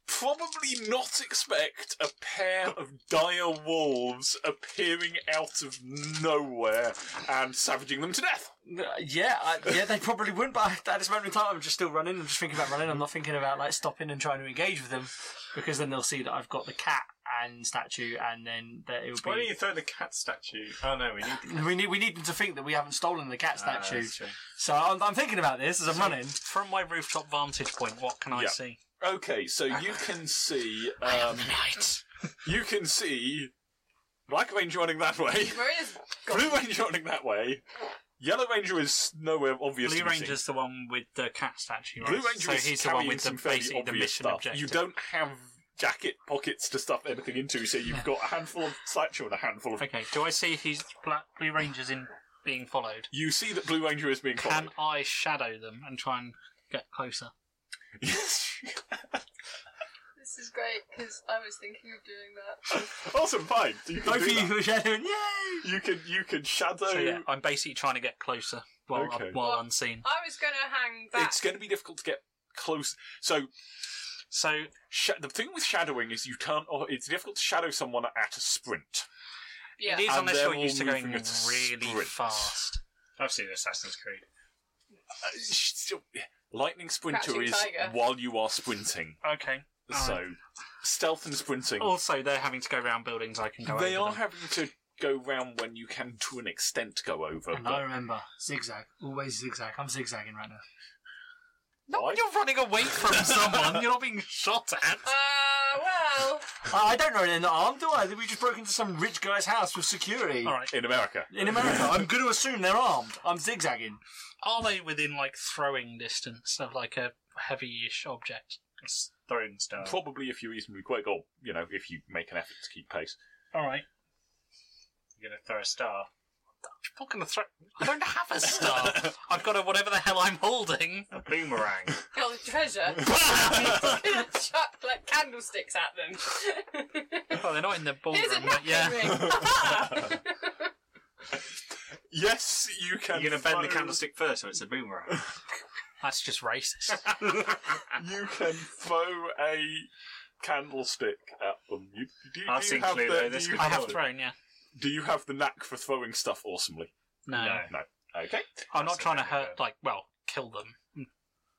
Speaker 1: probably not expect a pair of dire wolves appearing out of nowhere and savaging them to death.
Speaker 4: Uh, Yeah, I, yeah, they probably wouldn't. But at this moment in time, I'm just still running. I'm just thinking about running. I'm not thinking about like stopping and trying to engage with them, because then they'll see that I've got the cat and statue, and then that it
Speaker 5: Why
Speaker 4: will
Speaker 5: don't
Speaker 4: be.
Speaker 5: you throw the cat statue? Oh no, we need the
Speaker 4: We need we need them to think that we haven't stolen the
Speaker 1: Uh,
Speaker 4: cat
Speaker 5: cat
Speaker 4: statue.
Speaker 5: statue.
Speaker 4: so I'm, I'm thinking about this as I'm running.
Speaker 3: From my rooftop vantage point, what can I
Speaker 1: Yeah.
Speaker 3: see?
Speaker 1: Okay, so you can see, um,
Speaker 3: Night.
Speaker 1: you can see Black Ranger running that way, [laughs]
Speaker 2: Maria's
Speaker 1: Blue Ranger running that way, Yellow Ranger is nowhere obvious.
Speaker 3: Blue
Speaker 1: to be seen.
Speaker 3: Ranger's the one with the cat statue, right?
Speaker 1: Blue Ranger
Speaker 3: so
Speaker 1: is
Speaker 3: he's the
Speaker 1: carrying
Speaker 3: one with the
Speaker 1: some fairly
Speaker 3: basically the
Speaker 1: obvious
Speaker 3: mission
Speaker 1: stuff.
Speaker 3: objective.
Speaker 1: You don't have jacket pockets to stuff anything into, so you've got a handful of satchel and a handful of.
Speaker 3: Okay, do I see he's Black Blue Ranger's in being followed?
Speaker 1: You see that Blue Ranger is being [laughs]
Speaker 3: Can
Speaker 1: followed.
Speaker 3: I shadow them and try and get closer?
Speaker 1: Yes.
Speaker 2: This is great because I was thinking of doing that.
Speaker 1: awesome, fine. You can,
Speaker 6: Both of
Speaker 1: do
Speaker 6: you
Speaker 1: that.
Speaker 6: who are shadowing, yay!
Speaker 1: you can you can shadow.
Speaker 3: So yeah, I'm basically trying to get closer while
Speaker 1: Okay.
Speaker 3: while
Speaker 2: Well,
Speaker 3: unseen.
Speaker 2: I was gonna hang back.
Speaker 1: It's going to be difficult to get close. So
Speaker 3: So
Speaker 1: sh- the thing with shadowing is you can't. Or it's difficult to shadow someone at a sprint.
Speaker 2: yeah.
Speaker 3: it is
Speaker 1: And
Speaker 3: unless
Speaker 1: they're
Speaker 3: you're
Speaker 1: all
Speaker 3: used to going
Speaker 1: moving
Speaker 3: really
Speaker 1: at a sprint.
Speaker 3: fast.
Speaker 5: I've seen Assassin's Creed.
Speaker 1: Uh, sh- still- lightning sprinter
Speaker 2: Crouching
Speaker 1: is
Speaker 2: tiger.
Speaker 1: while you are sprinting.
Speaker 3: Okay.
Speaker 1: so
Speaker 3: Alright.
Speaker 1: stealth and sprinting.
Speaker 3: Also, they're having to go around buildings. I can go.
Speaker 1: they
Speaker 3: over
Speaker 1: are
Speaker 3: them.
Speaker 1: having to go round when you can, to an extent, go over.
Speaker 6: And I
Speaker 1: But
Speaker 6: remember, zigzag, always zigzag. I'm zigzagging right now.
Speaker 3: No, you're running
Speaker 1: [laughs]
Speaker 3: away from someone. You're not being shot at.
Speaker 2: Uh, well, [laughs]
Speaker 6: I, I don't run in the arm, do I? We just broke into some rich guy's house with security.
Speaker 3: All right.
Speaker 1: in America,
Speaker 6: In America, I'm going to assume they're armed. I'm zigzagging.
Speaker 3: Are they within like throwing distance of like a heavy-ish object?
Speaker 5: It's throwing stuff.
Speaker 1: probably if you're reasonably quick, or you know, if you make an effort to keep pace.
Speaker 3: All right.
Speaker 5: You're gonna throw a star.
Speaker 3: I'm not gonna throw. I don't have a star.
Speaker 1: [laughs]
Speaker 3: I've got a whatever the hell I'm holding.
Speaker 5: A
Speaker 4: [laughs]
Speaker 5: boomerang.
Speaker 2: got the treasure. [laughs] gonna chuck like candlesticks at them. [laughs]
Speaker 3: Well, they're not in the ballroom,
Speaker 2: Here's a
Speaker 3: but
Speaker 2: napkin
Speaker 3: yeah.
Speaker 2: ring. Ha-ha.
Speaker 3: [laughs]
Speaker 1: Yes, you can.
Speaker 5: You're gonna bend the
Speaker 1: throw-
Speaker 5: candlestick first, so it's a boomerang.
Speaker 4: [laughs]
Speaker 3: That's just racist.
Speaker 1: You can throw a candlestick at them. You, do,
Speaker 5: I've
Speaker 1: do
Speaker 5: seen
Speaker 1: you have
Speaker 5: Cluedo,
Speaker 1: the,
Speaker 5: this
Speaker 1: do, you,
Speaker 5: could-
Speaker 3: I have thrown, yeah.
Speaker 1: do you have the knack for throwing stuff awesomely?
Speaker 3: No.
Speaker 5: No.
Speaker 1: No. Okay.
Speaker 3: I'm not
Speaker 5: That's
Speaker 3: trying to
Speaker 5: not very
Speaker 3: hurt,
Speaker 5: good.
Speaker 3: like, well, kill them. I'm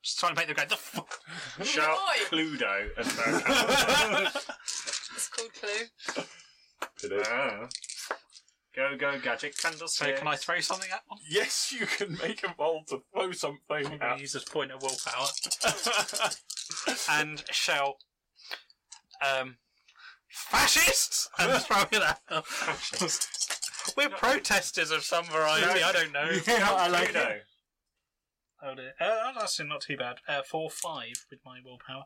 Speaker 3: just trying to make them go, the fuck?
Speaker 5: Shout
Speaker 2: Oi.
Speaker 5: Cluedo and
Speaker 4: [laughs]
Speaker 5: throw a
Speaker 1: it
Speaker 5: candlestick.
Speaker 2: [laughs] it's called Clue.
Speaker 1: is.
Speaker 5: Ah. Go go gadget
Speaker 3: So
Speaker 5: candlestick.
Speaker 3: can I throw something at one?
Speaker 1: Yes, you can make a roll to throw
Speaker 3: I'm
Speaker 1: something
Speaker 3: going
Speaker 1: at. [laughs]
Speaker 3: to use this point of willpower and shout, um, fascists! [laughs] And throw it at them.
Speaker 5: [laughs]
Speaker 3: We're protesters of some variety, I don't know.
Speaker 6: [laughs] Yeah, I like it.
Speaker 5: Cluedo.
Speaker 3: Oh dear. Uh, that's not too bad. Uh, 4 5 with my willpower.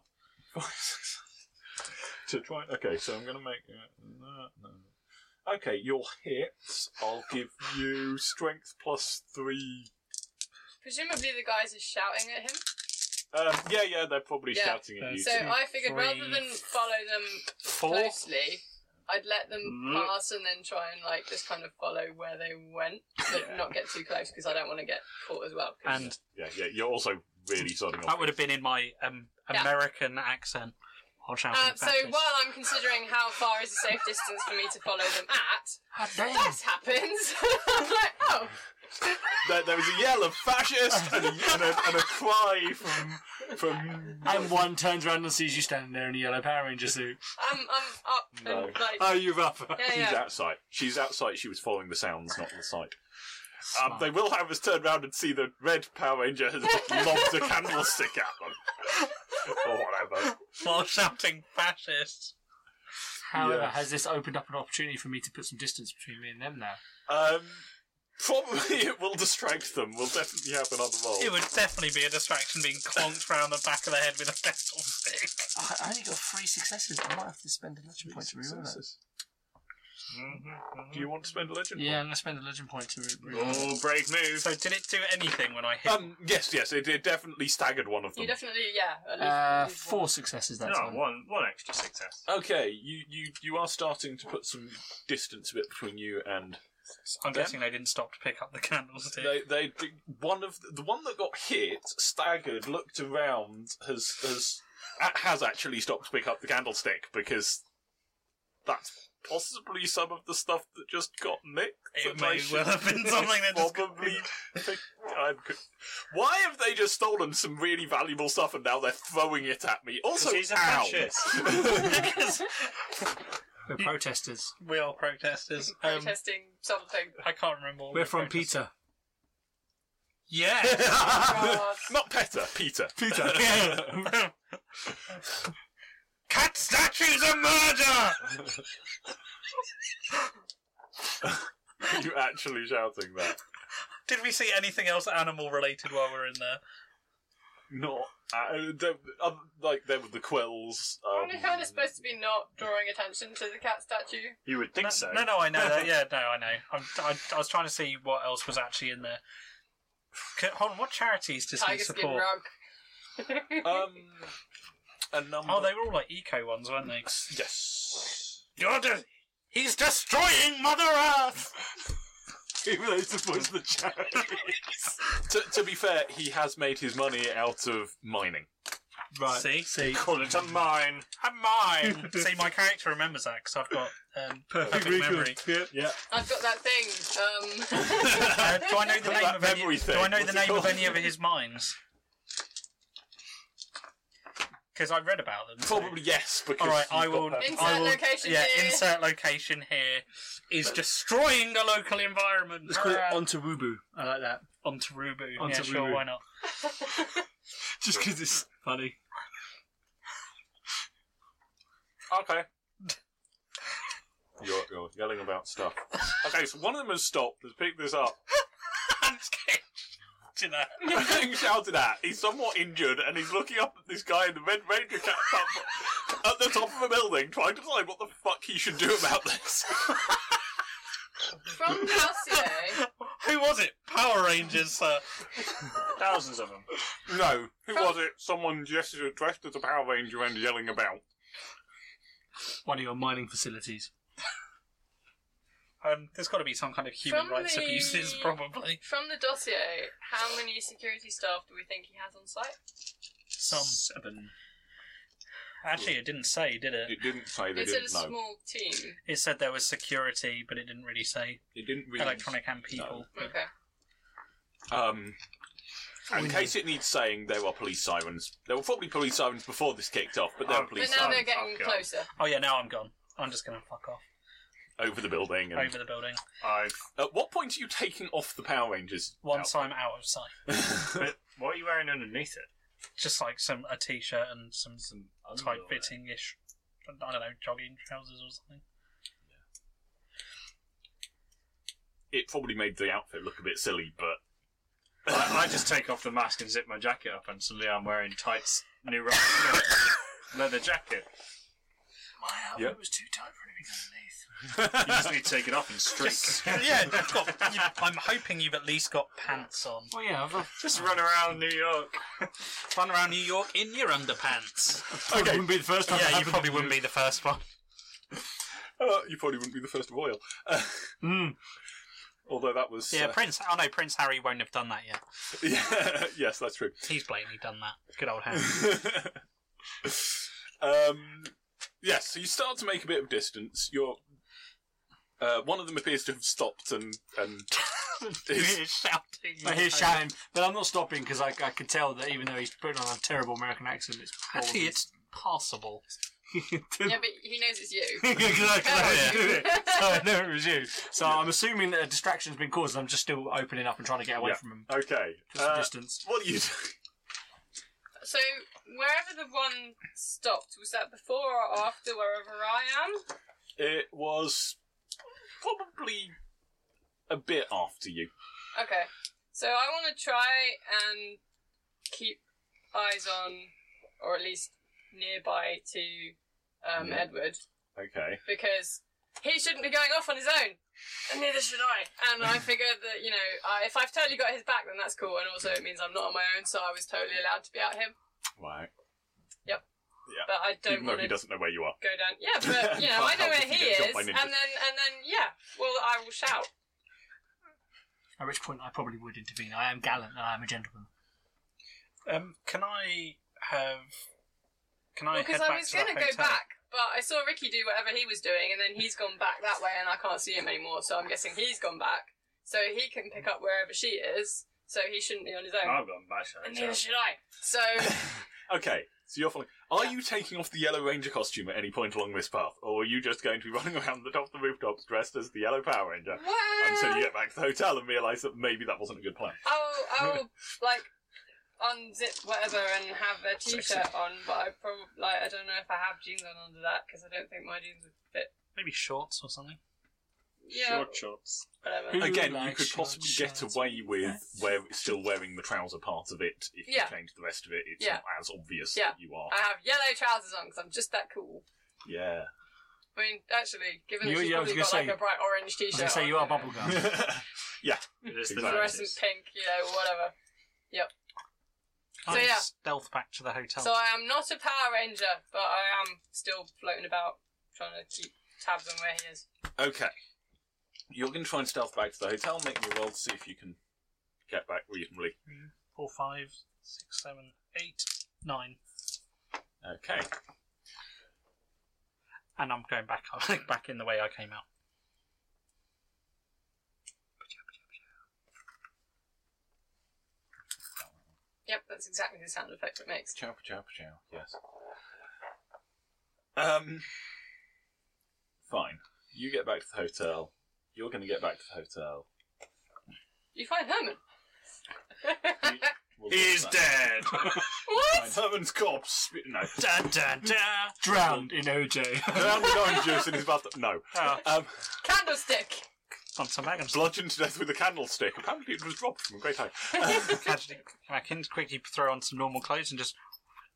Speaker 1: to try. Okay, so I'm going to make. uh, no, no. Okay, your hits. I'll give you strength plus three.
Speaker 2: Presumably the guys are shouting at him.
Speaker 1: Um, yeah, yeah, they're probably
Speaker 2: Yeah.
Speaker 1: shouting at you.
Speaker 2: So
Speaker 1: too.
Speaker 2: I figured rather
Speaker 3: three,
Speaker 2: than follow them
Speaker 3: Four?
Speaker 2: closely, I'd let them
Speaker 5: Mm.
Speaker 2: pass and then try and like just kind of follow where they went, but not get too close because I don't want to get caught as well. 'cause-
Speaker 3: And
Speaker 1: Yeah, yeah, you're also really sodding off.
Speaker 3: that would have been in my um,
Speaker 2: Yeah.
Speaker 3: American accent. I'll shout
Speaker 2: Uh,
Speaker 3: in
Speaker 2: so
Speaker 3: fascists.
Speaker 2: while I'm considering how far is a safe distance for me to follow them at, this happens. [laughs] I'm like, oh,
Speaker 1: There, there was a yell of fascist and a, and a, and a cry from from.
Speaker 6: And one turns around and sees you standing there in a yellow Power Ranger suit.
Speaker 2: I'm, I'm up
Speaker 1: No.
Speaker 2: and like,
Speaker 4: Uh,
Speaker 6: Oh, you're up.
Speaker 2: [laughs] yeah,
Speaker 1: She's
Speaker 2: yeah.
Speaker 1: outside. She's outside. She was following the sounds, not the sight. Um, they will have us turn round and see the red Power Ranger has lobbed a candlestick at them. [laughs] or whatever.
Speaker 3: while shouting fascists.
Speaker 6: However,
Speaker 1: Yes.
Speaker 6: has this opened up an opportunity for me to put some distance between me and them now?
Speaker 1: Um, probably [laughs] it will distract them. We'll definitely have another roll.
Speaker 3: It would definitely be a distraction being clonked round the back of the head with a pestle stick.
Speaker 6: I I only got three successes. I might have to spend a legend point to reroll that.
Speaker 5: Mm-hmm,
Speaker 1: Do you want to spend a legend?
Speaker 6: Yeah, I'm going to spend a legend point to re- reroll that.
Speaker 5: Oh, brave move.
Speaker 3: So did it do anything when I hit?
Speaker 1: Um, yes, yes, it, it definitely staggered one of
Speaker 2: You
Speaker 1: them.
Speaker 2: definitely, yeah. at
Speaker 6: Uh,
Speaker 2: least- at least
Speaker 6: four
Speaker 2: one.
Speaker 6: successes that
Speaker 5: No,
Speaker 6: time.
Speaker 5: Oh, one one extra success.
Speaker 1: okay, you, you you are starting to put some distance a bit between you and
Speaker 3: I'm guessing they didn't stop to pick up the candlestick.
Speaker 1: They, they, did- one of the, the one that got hit, staggered, looked around, has has a- has actually stopped to pick up the candlestick because that's possibly some of the stuff that just got nicked.
Speaker 3: It
Speaker 1: that
Speaker 3: may
Speaker 1: they should-
Speaker 3: well
Speaker 1: [laughs]
Speaker 3: have been something that just got
Speaker 1: probably. pick- I'm co- Why have they just stolen some really valuable stuff and now they're throwing it at me? Also,
Speaker 5: She's a
Speaker 1: ow.
Speaker 5: fascist.
Speaker 3: [laughs] Because
Speaker 6: We're protesters.
Speaker 3: we are [laughs] protesters. Um,
Speaker 2: protesting something.
Speaker 3: I can't remember. What
Speaker 6: We're from
Speaker 3: protest-
Speaker 6: Peter.
Speaker 3: Yeah.
Speaker 2: God.
Speaker 1: [laughs] Not Peter, Peter.
Speaker 6: Peter.
Speaker 3: [laughs] Cat statues are murder.
Speaker 1: Are [laughs] you actually shouting that?
Speaker 3: Did we see anything else animal related while we are in there?
Speaker 1: Not. Uh, there- uh, like, there were the quills. Um,
Speaker 2: Aren't we kind of supposed to be not drawing attention to the cat statue?
Speaker 5: You would think
Speaker 3: No,
Speaker 5: so.
Speaker 3: no, no, I know [laughs] that. Yeah, no, I know. I'm, I, I was trying to see what else was actually in there. C- Hold on, what charities does he
Speaker 2: Tiger skin
Speaker 1: Uh,
Speaker 3: support?
Speaker 2: rug.
Speaker 1: Um, a number.
Speaker 3: Oh, they were all like eco ones, weren't they?
Speaker 1: Yes.
Speaker 3: You're de- He's destroying Mother Earth!
Speaker 1: Even though he supports the charity. [laughs] to, to be fair, he has made his money out of mining. [laughs]
Speaker 6: Right.
Speaker 3: See?
Speaker 6: See.
Speaker 5: Call it a mine.
Speaker 3: And
Speaker 1: [laughs]
Speaker 3: mine! See, my character remembers that because I've got um, perfect, memory.
Speaker 2: [laughs] I've got that thing.
Speaker 1: [laughs]
Speaker 2: Um,
Speaker 3: Uh, do I know the
Speaker 1: That
Speaker 3: name of
Speaker 1: memory
Speaker 3: any,
Speaker 1: thing,
Speaker 3: Do I know
Speaker 1: what's
Speaker 3: the
Speaker 1: it
Speaker 3: name
Speaker 1: called?
Speaker 3: of any of his mines? Because I read about them. so-
Speaker 1: Probably yes, because
Speaker 3: All right,
Speaker 1: you've
Speaker 3: I
Speaker 1: got
Speaker 3: will.
Speaker 1: that.
Speaker 2: Insert
Speaker 3: I will,
Speaker 2: location
Speaker 3: yeah,
Speaker 2: here.
Speaker 3: insert location here is destroying the local environment.
Speaker 4: Let's call it
Speaker 3: Hurrah.
Speaker 4: onto Wubu. I like that.
Speaker 3: on [laughs] Tarubu.
Speaker 4: On
Speaker 3: yeah,
Speaker 4: Tarubu.
Speaker 3: sure, why not?
Speaker 4: Just because it's funny.
Speaker 1: Okay. You're, you're yelling about stuff. Okay, so one of them has stopped. Has picked this up.
Speaker 3: I'm just kidding. Do that.
Speaker 1: [laughs] He's getting shouted at. He's somewhat injured, and he's looking up at this guy in the Red Ranger cap up at the top of a building, trying to decide what the fuck he should do about this.
Speaker 2: from dossier.
Speaker 3: Who was it? Power Rangers, sir.
Speaker 5: Thousands of them.
Speaker 1: No, who was it? Someone just dressed as a Power Ranger and yelling about.
Speaker 4: One of your mining facilities.
Speaker 3: Um, there's got to be some kind of human
Speaker 2: From
Speaker 3: rights
Speaker 2: the-
Speaker 3: abuses, [laughs] probably.
Speaker 2: From the dossier, how many security staff do we think he has on site?
Speaker 3: Some.
Speaker 5: Seven.
Speaker 3: Actually, it didn't say, did it?
Speaker 1: It didn't say. They
Speaker 2: It's a
Speaker 1: didn't know.
Speaker 2: small team.
Speaker 3: It said there was security, but it didn't really say
Speaker 1: it didn't really.
Speaker 3: electronic and people.
Speaker 2: Okay.
Speaker 1: Um, in case it needs saying, there were police sirens. There were probably police sirens before this kicked off, but there were
Speaker 5: Oh,
Speaker 1: police
Speaker 2: but now
Speaker 1: sirens
Speaker 2: they're getting
Speaker 5: Oh, God.
Speaker 2: closer.
Speaker 1: [laughs]
Speaker 3: Oh yeah, now I'm gone. I'm just gonna fuck off
Speaker 1: over the building. And
Speaker 3: over the building
Speaker 5: I've.
Speaker 1: At what point are you taking off the Power Rangers?
Speaker 3: once I'm out of sight.
Speaker 5: But what are you wearing underneath it?
Speaker 3: Just like some a t-shirt and some, some tight
Speaker 5: Underwear.
Speaker 3: fitting ish. I don't know, jogging trousers or something.
Speaker 1: [laughs] It probably made the outfit look a bit silly, but
Speaker 5: I, I just take off the mask and zip my jacket up, and suddenly I'm wearing tights, new
Speaker 2: [laughs]
Speaker 5: rock, leather jacket.
Speaker 6: My outfit
Speaker 1: Yep.
Speaker 6: was too tight for anything underneath.
Speaker 5: You just need to take it off and streak.
Speaker 3: [laughs]
Speaker 5: [laughs]
Speaker 3: yeah, you've got, you, I'm hoping you've at least got pants on.
Speaker 6: Well, yeah, I've, uh,
Speaker 5: just run around New York.
Speaker 3: Run around New York in your underpants.
Speaker 1: okay,
Speaker 6: wouldn't be the first time.
Speaker 3: [laughs] yeah, you probably wouldn't be the first one.
Speaker 1: uh, you probably wouldn't be the first royal. Uh,
Speaker 6: Hmm.
Speaker 1: Although that was
Speaker 3: Yeah,
Speaker 1: uh,
Speaker 3: Prince. Oh no, Prince Harry won't have done that yet.
Speaker 1: [laughs] yeah, yes, that's true. [laughs]
Speaker 3: He's blatantly done that. Good old Harry.
Speaker 1: um, yes, so you start to make a bit of distance. You're uh, one of them appears to have stopped and and is-
Speaker 3: [laughs] He's [laughs] shouting.
Speaker 6: I hear shouting, but I'm not stopping because I, I can tell that even though he's putting on a terrible American accent, it's
Speaker 3: Actually, it's passable.
Speaker 6: [laughs]
Speaker 2: Yeah, but he knows
Speaker 1: [laughs]
Speaker 2: it's you.
Speaker 6: because I, 'cause I
Speaker 2: Yeah.
Speaker 6: knew it. So I knew it was you. So I'm assuming that a distraction's been caused. and I'm just still opening up and trying to get away
Speaker 1: Yeah.
Speaker 6: from him.
Speaker 1: okay.
Speaker 6: Just
Speaker 1: Uh,
Speaker 6: the distance.
Speaker 1: what do you do?
Speaker 2: [laughs]
Speaker 1: [laughs]
Speaker 2: So wherever the one stopped, was that before or after wherever I am?
Speaker 1: It was probably a bit after you.
Speaker 2: Okay. So I want to try and keep eyes on, or at least nearby to um,
Speaker 1: Yeah.
Speaker 2: Edward,
Speaker 1: Okay.
Speaker 2: because he shouldn't be going off on his own, and neither should I. And I figured that you know, I, if I've totally got his back, then that's cool, and also it means I'm not on my own, so I was totally allowed to be at him.
Speaker 1: Right.
Speaker 2: But I don't
Speaker 1: Even though
Speaker 2: want
Speaker 1: he
Speaker 2: to
Speaker 1: doesn't know where you are. [laughs]
Speaker 2: go down. Yeah, but you know, I know
Speaker 1: Can't help if
Speaker 2: where
Speaker 1: you
Speaker 2: he
Speaker 1: get shot
Speaker 2: is,
Speaker 1: by
Speaker 2: and
Speaker 1: ninjas.
Speaker 2: then and then yeah, well, I will shout.
Speaker 6: At which point I probably would intervene. I am gallant and I am a gentleman.
Speaker 3: Um, can I have? Can I head
Speaker 2: Because
Speaker 3: back
Speaker 2: I was
Speaker 3: to that
Speaker 2: going to go
Speaker 3: hotel?
Speaker 2: back, but I saw Ricky do whatever he was doing, and then he's gone back that way, and I can't see him anymore. So I'm guessing he's gone back, so he can pick up wherever she is. So he shouldn't be on his own.
Speaker 5: I've gone back to
Speaker 2: and
Speaker 5: that
Speaker 2: neither
Speaker 5: hotel.
Speaker 2: should I. So
Speaker 1: Okay. So you're following. Are you taking off the Yellow Ranger costume at any point along this path, or are you just going to be [laughs] running around the top of the rooftops dressed as the Yellow Power Ranger until you
Speaker 2: well,
Speaker 1: get back to the hotel and realise that maybe that wasn't a good plan?
Speaker 2: I will, I will like unzip whatever and have a t-shirt on, but I probably like I don't know if I have jeans on under that because I don't think my jeans would fit.
Speaker 3: Maybe shorts or something.
Speaker 2: Yeah,
Speaker 5: Short shorts.
Speaker 2: whatever.
Speaker 6: Who
Speaker 1: Again, you
Speaker 6: likes
Speaker 1: could
Speaker 6: short
Speaker 1: possibly get
Speaker 6: shirts?
Speaker 1: away with wear, still wearing the trouser part of it if
Speaker 2: Yeah.
Speaker 1: you change the rest of it. It's
Speaker 2: Yeah.
Speaker 1: not as obvious
Speaker 2: Yeah.
Speaker 1: that you are.
Speaker 2: I have yellow trousers on because I'm just that cool.
Speaker 1: Yeah.
Speaker 2: I mean, actually, given
Speaker 6: You-
Speaker 2: that she's
Speaker 6: yeah, I was
Speaker 2: probably got
Speaker 6: gonna
Speaker 2: like a bright orange
Speaker 6: I was
Speaker 2: t-shirt,
Speaker 6: going to say
Speaker 2: on,
Speaker 6: you are
Speaker 2: know,
Speaker 6: bubblegum. [laughs]
Speaker 1: [laughs]
Speaker 5: It is the
Speaker 2: Mm.
Speaker 1: Exactly.
Speaker 2: fluorescent
Speaker 5: 90s.
Speaker 2: pink, you know, whatever. So, yeah.
Speaker 3: stealth back to the hotel.
Speaker 2: So I am not a Power Ranger, but I am still floating about trying to keep tabs on where he is.
Speaker 1: Okay. You're going to try and stealth back to the hotel, make me a roll to see if you can get back reasonably.
Speaker 3: Four, five, six, seven, eight, nine.
Speaker 1: Okay.
Speaker 3: And I'm going back up, [laughs] back in the way I came out.
Speaker 2: Yep, that's exactly the sound effect it makes.
Speaker 1: Chow, chow, chow. Yes. Um. Fine. You get back to the hotel. You're going to get back to the hotel.
Speaker 2: You find Herman.
Speaker 1: We'll
Speaker 5: He's
Speaker 1: do that.
Speaker 2: [laughs]
Speaker 5: dead.
Speaker 1: Fine. Herman's corpse. spit- [laughs] No.
Speaker 5: da, da,
Speaker 2: [laughs]
Speaker 5: da.
Speaker 6: Drowned in [laughs] OJ.
Speaker 1: Down with orange juice in his bathtub. No. Um,
Speaker 2: Candlestick.
Speaker 3: Ah, On some magnums.
Speaker 1: bludgeoned to death with a candlestick. Apparently it was dropped from a great height. [laughs]
Speaker 3: Actually, I can quickly throw on some normal clothes and just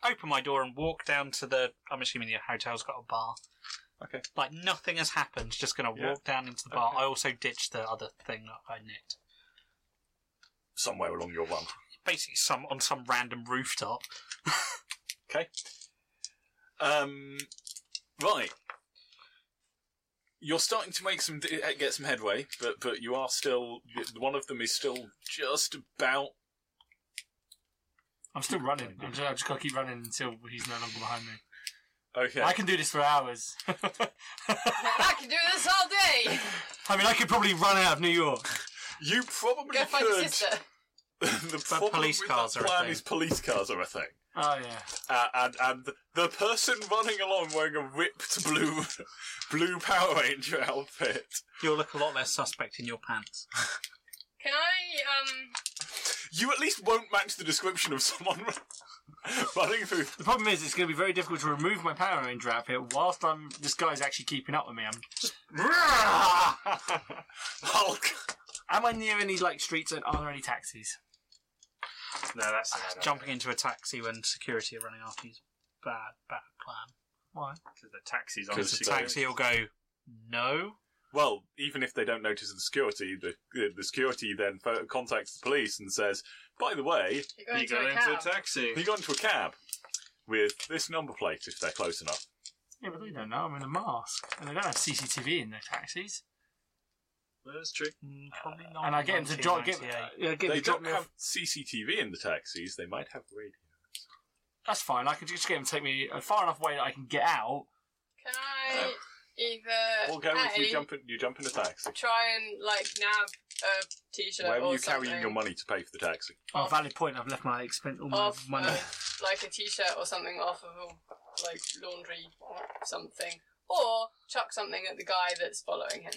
Speaker 3: open my door and walk down to the. I'm assuming the hotel's got a bar.
Speaker 1: Okay.
Speaker 3: Like nothing has happened. Just gonna
Speaker 1: Yeah.
Speaker 3: walk down into the bar. I also ditched the other thing that I nicked.
Speaker 1: Somewhere along your run.
Speaker 3: Basically, some on some random rooftop.
Speaker 1: Okay. Um, right. You're starting to make some get some headway, but but you are still one of them is still just about
Speaker 6: I'm still running. I'm just, I just gotta keep running until he's no longer behind me.
Speaker 1: okay.
Speaker 6: I can do this for [laughs] hours.
Speaker 2: I can do this all day.
Speaker 6: I mean, I could probably run out of New York.
Speaker 1: you probably
Speaker 2: Go find your
Speaker 1: could.
Speaker 2: sister.
Speaker 1: [laughs] the problem
Speaker 3: police
Speaker 1: with
Speaker 3: cars
Speaker 1: that
Speaker 3: are a
Speaker 1: plan
Speaker 3: thing.
Speaker 1: is police cars are a thing.
Speaker 6: Oh yeah.
Speaker 1: Uh, and and the person running along wearing a ripped blue [laughs] blue Power Ranger outfit
Speaker 3: You'll look a lot less suspect in your pants.
Speaker 2: Can I um
Speaker 1: You at least won't match the description of someone [laughs] running
Speaker 3: [laughs]
Speaker 1: through.
Speaker 6: The problem is, it's going to be very difficult to remove my Power Ranger outfit whilst I'm this guy's actually keeping up with me. I'm.
Speaker 1: Hulk.
Speaker 6: Am I near any like streets and are there any taxis?
Speaker 5: No, that's
Speaker 2: [laughs]
Speaker 3: Jumping into a taxi when security are running after you is a bad, bad plan.
Speaker 5: because the taxi's on the
Speaker 3: Because the taxi will go, no.
Speaker 1: Well, even if they don't notice the security, the, the security then pho- contacts the police and says, "By the way,
Speaker 2: you go into
Speaker 5: got
Speaker 2: a cab?
Speaker 5: taxi.
Speaker 1: he got into a cab with this number plate. If they're close enough,
Speaker 6: Yeah, but they don't know I'm in a mask, and they don't have CCTV in their taxis.
Speaker 2: [laughs]
Speaker 5: That's true.
Speaker 3: Mm, Probably not.
Speaker 6: And I get them to drop, get, yeah, get them
Speaker 1: they
Speaker 6: to drop
Speaker 1: don't
Speaker 6: me off.
Speaker 1: have CCTV in the taxis. They might have radio.
Speaker 6: That's fine. I can just get them to take me uh, far enough away that I can get out.
Speaker 2: Can I either
Speaker 1: We'll go with
Speaker 2: A,
Speaker 1: you. Jump in. You jump in a taxi.
Speaker 2: try and like nab a t-shirt
Speaker 1: Where
Speaker 2: or
Speaker 1: were you
Speaker 2: something,
Speaker 1: carrying your money to pay for the taxi?
Speaker 6: Oh, valid point. I've left my expense all my
Speaker 2: off
Speaker 6: money.
Speaker 2: of, like a t-shirt or something off of a, like laundry or something, or chuck something at the guy that's following him.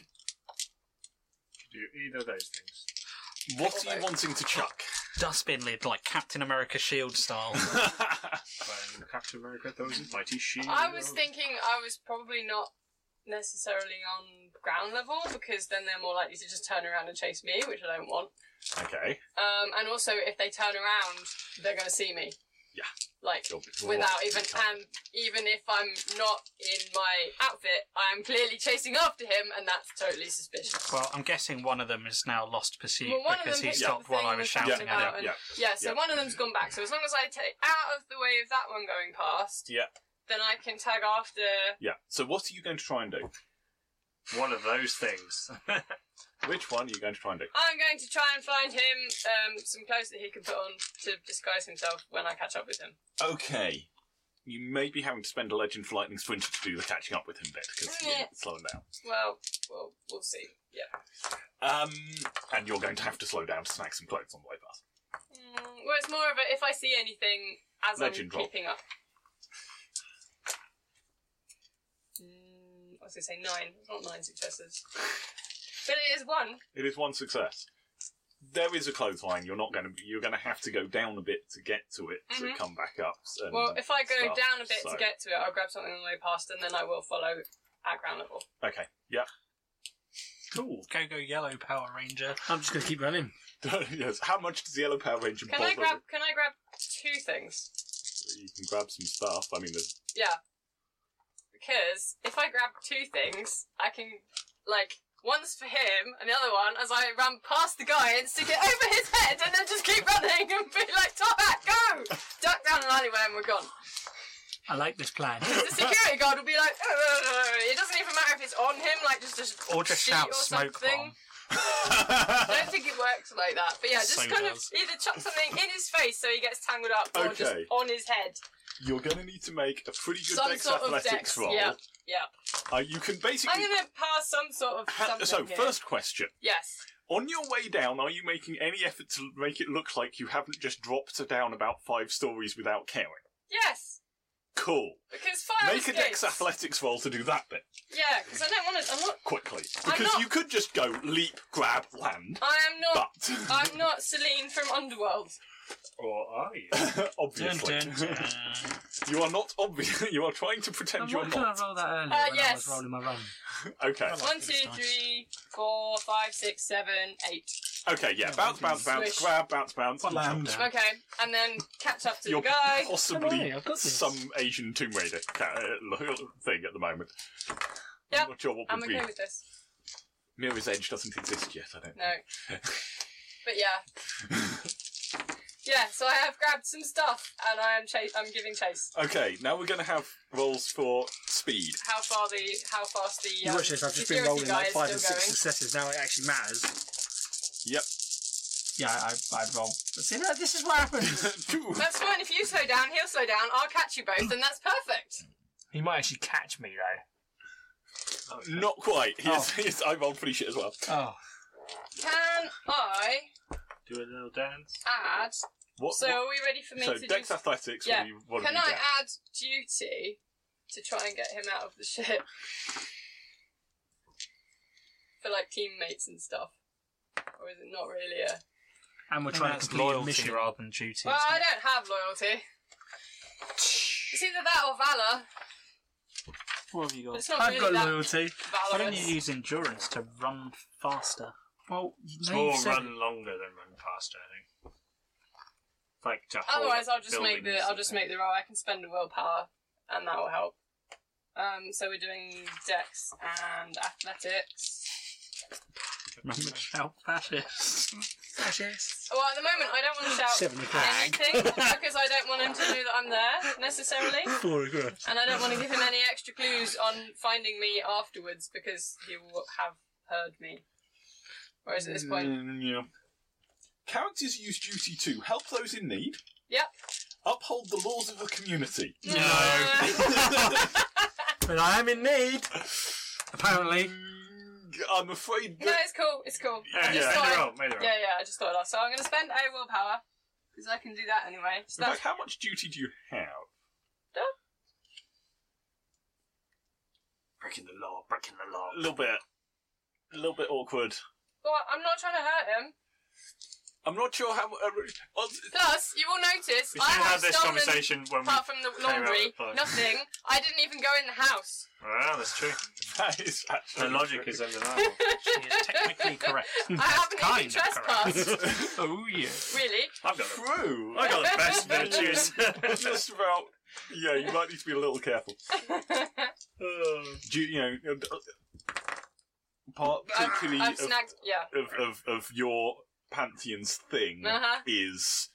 Speaker 5: Do either of those things.
Speaker 1: What are you wanting to chuck?
Speaker 3: Dustbin lid, like Captain America shield style.
Speaker 5: When Captain America throws his mighty shield.
Speaker 2: Mm. I was thinking I was probably not necessarily on ground level because then they're more likely to just turn around and chase me, which I don't want.
Speaker 1: [laughs] okay.
Speaker 2: Um, and also, if they turn around, they're going to see me.
Speaker 1: Yeah.
Speaker 2: Like
Speaker 1: You'll be
Speaker 2: without
Speaker 1: right.
Speaker 2: even and even if I'm not in my outfit, I am clearly chasing after him, and that's totally suspicious.
Speaker 3: well, I'm guessing one of them is now lost pursuit
Speaker 2: Well, one of
Speaker 3: because
Speaker 2: them
Speaker 3: he
Speaker 2: picked up
Speaker 3: stopped
Speaker 2: the
Speaker 3: while
Speaker 2: thing
Speaker 3: I was
Speaker 2: was
Speaker 3: shouting
Speaker 2: talking
Speaker 3: at him.
Speaker 2: about- and-
Speaker 1: yeah.
Speaker 2: Yeah, so
Speaker 1: Yeah.
Speaker 2: one of them's gone back. So as long as I take out of the way of that one going past,
Speaker 1: Yeah.
Speaker 2: then I can tag after.
Speaker 1: Yeah. So what are you going to try and do?
Speaker 5: one of those things.
Speaker 1: Which one are you going to try and do?
Speaker 2: I'm going to try and find him um, some clothes that he can put on to disguise himself when I catch up with him.
Speaker 1: Okay. You may be having to spend a legend for lightning splinter to do the catching up with him bit because
Speaker 2: Yeah.
Speaker 1: you're slowing down.
Speaker 2: Well, well, we'll see. Yeah.
Speaker 1: Um, and you're going to have to slow down to snag some clothes on the way past.
Speaker 2: Mm, well, it's more of a if I see anything as
Speaker 1: Legend
Speaker 2: I'm
Speaker 1: roll.
Speaker 2: keeping up. Mm, I was going to say nine. It's not nine successes. But it is one.
Speaker 1: It is one success. There is a clothesline. You're not going to. You're going to have to go down a bit to get to it
Speaker 2: Mhm.
Speaker 1: to come back up. And uh,
Speaker 2: Well, if I go
Speaker 1: stuff,
Speaker 2: down a bit
Speaker 1: so-
Speaker 2: to get to it, I'll grab something on the way past and then I will follow at ground level.
Speaker 1: okay, yeah,
Speaker 5: cool.
Speaker 3: Go go yellow Power Ranger.
Speaker 6: I'm just going to keep
Speaker 4: [laughs]
Speaker 6: running.
Speaker 1: [laughs] yes. How much does the yellow power ranger
Speaker 2: Can I
Speaker 1: bother?
Speaker 2: grab can I grab two things?
Speaker 1: with- You can grab some stuff. I mean, there's
Speaker 2: Yeah. Because if I grab two things, I can like one's for him and the other one as I [laughs] run past the guy and stick it over his head and then just keep running and be like, Top hat, go! alleyway and we're gone.
Speaker 6: I like this plan.
Speaker 3: [laughs]
Speaker 2: The
Speaker 1: [laughs]
Speaker 2: security guard will be like, "Ugh." it doesn't even matter if it's on him, like just a
Speaker 3: Or just
Speaker 2: sheet
Speaker 3: shout
Speaker 2: or
Speaker 3: smoke
Speaker 2: something. I don't think it works like that. But yeah, just
Speaker 3: Same
Speaker 2: kind
Speaker 3: as.
Speaker 2: of either chuck something in his face so he gets tangled up, or just
Speaker 1: Okay.
Speaker 2: on his head.
Speaker 1: [laughs] You're going to need to make a pretty good
Speaker 2: Some
Speaker 1: dex
Speaker 2: sort of
Speaker 1: athletics
Speaker 2: dex,
Speaker 1: roll.
Speaker 2: yeah, yeah.
Speaker 1: Uh, you can
Speaker 2: I'm
Speaker 1: basically.
Speaker 2: gonna pass some sort of
Speaker 1: Ha-
Speaker 2: something.
Speaker 1: so,
Speaker 2: here.
Speaker 1: first question.
Speaker 2: yes,
Speaker 1: On your way down, are you making any effort to make it look like you haven't just dropped down about five stories without caring?
Speaker 2: yes,
Speaker 1: Cool.
Speaker 2: because fire
Speaker 1: Make a dex
Speaker 2: escapes.
Speaker 1: athletics roll to do that bit
Speaker 2: Yeah, because I don't want to. I'm not.
Speaker 1: quickly.
Speaker 2: I'm
Speaker 1: Because
Speaker 2: not-
Speaker 1: you could just go leap, grab, land.
Speaker 2: I am not.
Speaker 1: But [laughs]
Speaker 2: I'm not Celine from Underworld.
Speaker 5: Or are you?
Speaker 3: Dun,
Speaker 1: obviously,
Speaker 3: dun, dun.
Speaker 1: you are not obvious. [laughs] You are trying to pretend you're
Speaker 6: Can I
Speaker 1: not.
Speaker 6: roll that earlier
Speaker 2: Uh,
Speaker 6: when I
Speaker 2: yes.
Speaker 6: was rolling my run?
Speaker 1: Okay.
Speaker 2: One, two, three, four, five, six, seven, eight.
Speaker 1: Okay. Yeah. Bounce, bounce, bounce.
Speaker 2: Swish.
Speaker 1: Grab, bounce, bounce.
Speaker 3: Land.
Speaker 2: Okay, and then catch up to
Speaker 1: You're
Speaker 2: the guy.
Speaker 1: possibly
Speaker 6: Hey, I've got this.
Speaker 1: some Asian Tomb Raider ca- uh, thing at the moment.
Speaker 2: Yep,
Speaker 1: I'm not sure what
Speaker 2: I'm
Speaker 1: would
Speaker 2: okay
Speaker 1: be.
Speaker 2: with this.
Speaker 1: Mirror's Edge doesn't exist yet. I don't.
Speaker 2: No. But yeah. yeah, so I have grabbed some stuff and I am chase I'm giving chase.
Speaker 1: Okay. Now we're going to have rolls for speed. [laughs]
Speaker 2: How far the how fast the
Speaker 4: You
Speaker 2: um,
Speaker 4: watch this, I've just been
Speaker 2: security
Speaker 4: rolling
Speaker 2: guy
Speaker 4: like
Speaker 2: is
Speaker 4: five
Speaker 2: still
Speaker 4: and six
Speaker 2: going.
Speaker 4: successes. Now it actually matters.
Speaker 6: Yeah, I, I roll. See, that, this is what happens.
Speaker 1: Phew.
Speaker 2: That's fine, if you slow down, he'll slow down, I'll catch you both, and that's perfect.
Speaker 6: [laughs] he might actually catch me though.
Speaker 1: not quite. Yes, yes, I rolled pretty shit as well.
Speaker 6: Oh,
Speaker 2: Can I
Speaker 5: Do a little dance.
Speaker 2: add
Speaker 1: What?
Speaker 2: so
Speaker 1: what-
Speaker 2: are we ready for me
Speaker 1: so
Speaker 2: to
Speaker 1: Dex
Speaker 2: do
Speaker 1: Athletics.
Speaker 2: Yeah.
Speaker 1: What do you, what
Speaker 2: Can
Speaker 1: have you
Speaker 2: I
Speaker 1: got?
Speaker 2: add duty to try and get him out of the ship? For like teammates and stuff. Or is it not really a
Speaker 6: and we're
Speaker 3: I think
Speaker 6: trying to
Speaker 3: That's
Speaker 6: complete a
Speaker 3: loyalty
Speaker 6: mission.
Speaker 3: rather than duty.
Speaker 2: Well,
Speaker 3: isn't
Speaker 2: I
Speaker 3: it?
Speaker 2: don't have loyalty. It's either that or valor.
Speaker 3: What have you
Speaker 2: But
Speaker 3: got?
Speaker 2: it's not
Speaker 6: I've
Speaker 2: really
Speaker 6: got
Speaker 2: that
Speaker 6: loyalty.
Speaker 3: Why
Speaker 2: valorous.
Speaker 3: don't you use endurance to run faster?
Speaker 6: Well,
Speaker 5: It's
Speaker 6: no,
Speaker 5: more
Speaker 6: you said
Speaker 5: run longer than run faster, I think. Like to hold
Speaker 2: Otherwise, I'll just make the
Speaker 5: buildings
Speaker 2: I'll
Speaker 5: and
Speaker 2: just
Speaker 5: things.
Speaker 2: make the roll. I can spend a willpower, and that will help. Um, so we're doing Dex and Athletics.
Speaker 3: Remember to shout fascist.
Speaker 2: Well, at the moment, I don't want to shout anything [laughs] because I don't want him to know that I'm there
Speaker 3: [laughs]
Speaker 2: necessarily,
Speaker 4: Four agree.
Speaker 2: and I don't want to give him any extra clues on finding me afterwards because he will have heard me. Whereas at this point,
Speaker 1: Mm, yeah. Characters use duty to help those in need.
Speaker 2: Yep.
Speaker 1: Uphold the laws of the
Speaker 2: [laughs]
Speaker 1: community.
Speaker 3: Mm.
Speaker 6: But I am in need. Apparently.
Speaker 1: [laughs] I'm afraid
Speaker 2: No,
Speaker 1: that.
Speaker 2: it's cool. It's cool.
Speaker 5: Yeah,
Speaker 2: I just
Speaker 5: yeah,
Speaker 2: thought
Speaker 5: made
Speaker 2: I-
Speaker 5: the roll, made the roll.
Speaker 2: yeah, yeah. I just thought of that. So I'm going to spend a willpower because I can do that anyway. So
Speaker 1: In fact,
Speaker 2: that's
Speaker 1: how much duty do you have?
Speaker 5: Breaking the law, breaking the law.
Speaker 1: A little bit. A little bit awkward.
Speaker 2: well, I'm not trying to hurt him.
Speaker 1: I'm not sure how. Uh, uh, [laughs]
Speaker 2: Plus, you will notice
Speaker 5: We
Speaker 2: I
Speaker 5: should have
Speaker 2: have
Speaker 5: had this
Speaker 2: stolen
Speaker 5: conversation when we.
Speaker 2: apart from the
Speaker 5: out
Speaker 2: laundry,
Speaker 5: with the-
Speaker 2: nothing. I didn't even go in the house.
Speaker 5: Well, that's true.
Speaker 1: that is actually
Speaker 5: The logic
Speaker 2: [laughs]
Speaker 5: is undeniable.
Speaker 3: [laughs] She is technically correct.
Speaker 2: I haven't even
Speaker 3: kind of
Speaker 1: [laughs]
Speaker 2: trespassed.
Speaker 6: Oh yeah.
Speaker 2: [laughs]
Speaker 5: [laughs]
Speaker 2: really?
Speaker 5: I've got the,
Speaker 1: true.
Speaker 5: [laughs]
Speaker 1: [laughs]
Speaker 5: I've got
Speaker 2: [laughs]
Speaker 5: the best virtues.
Speaker 1: Just about. Yeah, you might need to be a little careful. Do you, you know, uh, part-
Speaker 2: I've,
Speaker 1: particularly
Speaker 2: I've
Speaker 1: of-
Speaker 2: snagged. Yeah.
Speaker 1: of, of, of your pantheon's thing
Speaker 5: Mm.
Speaker 2: Uh-huh.
Speaker 1: is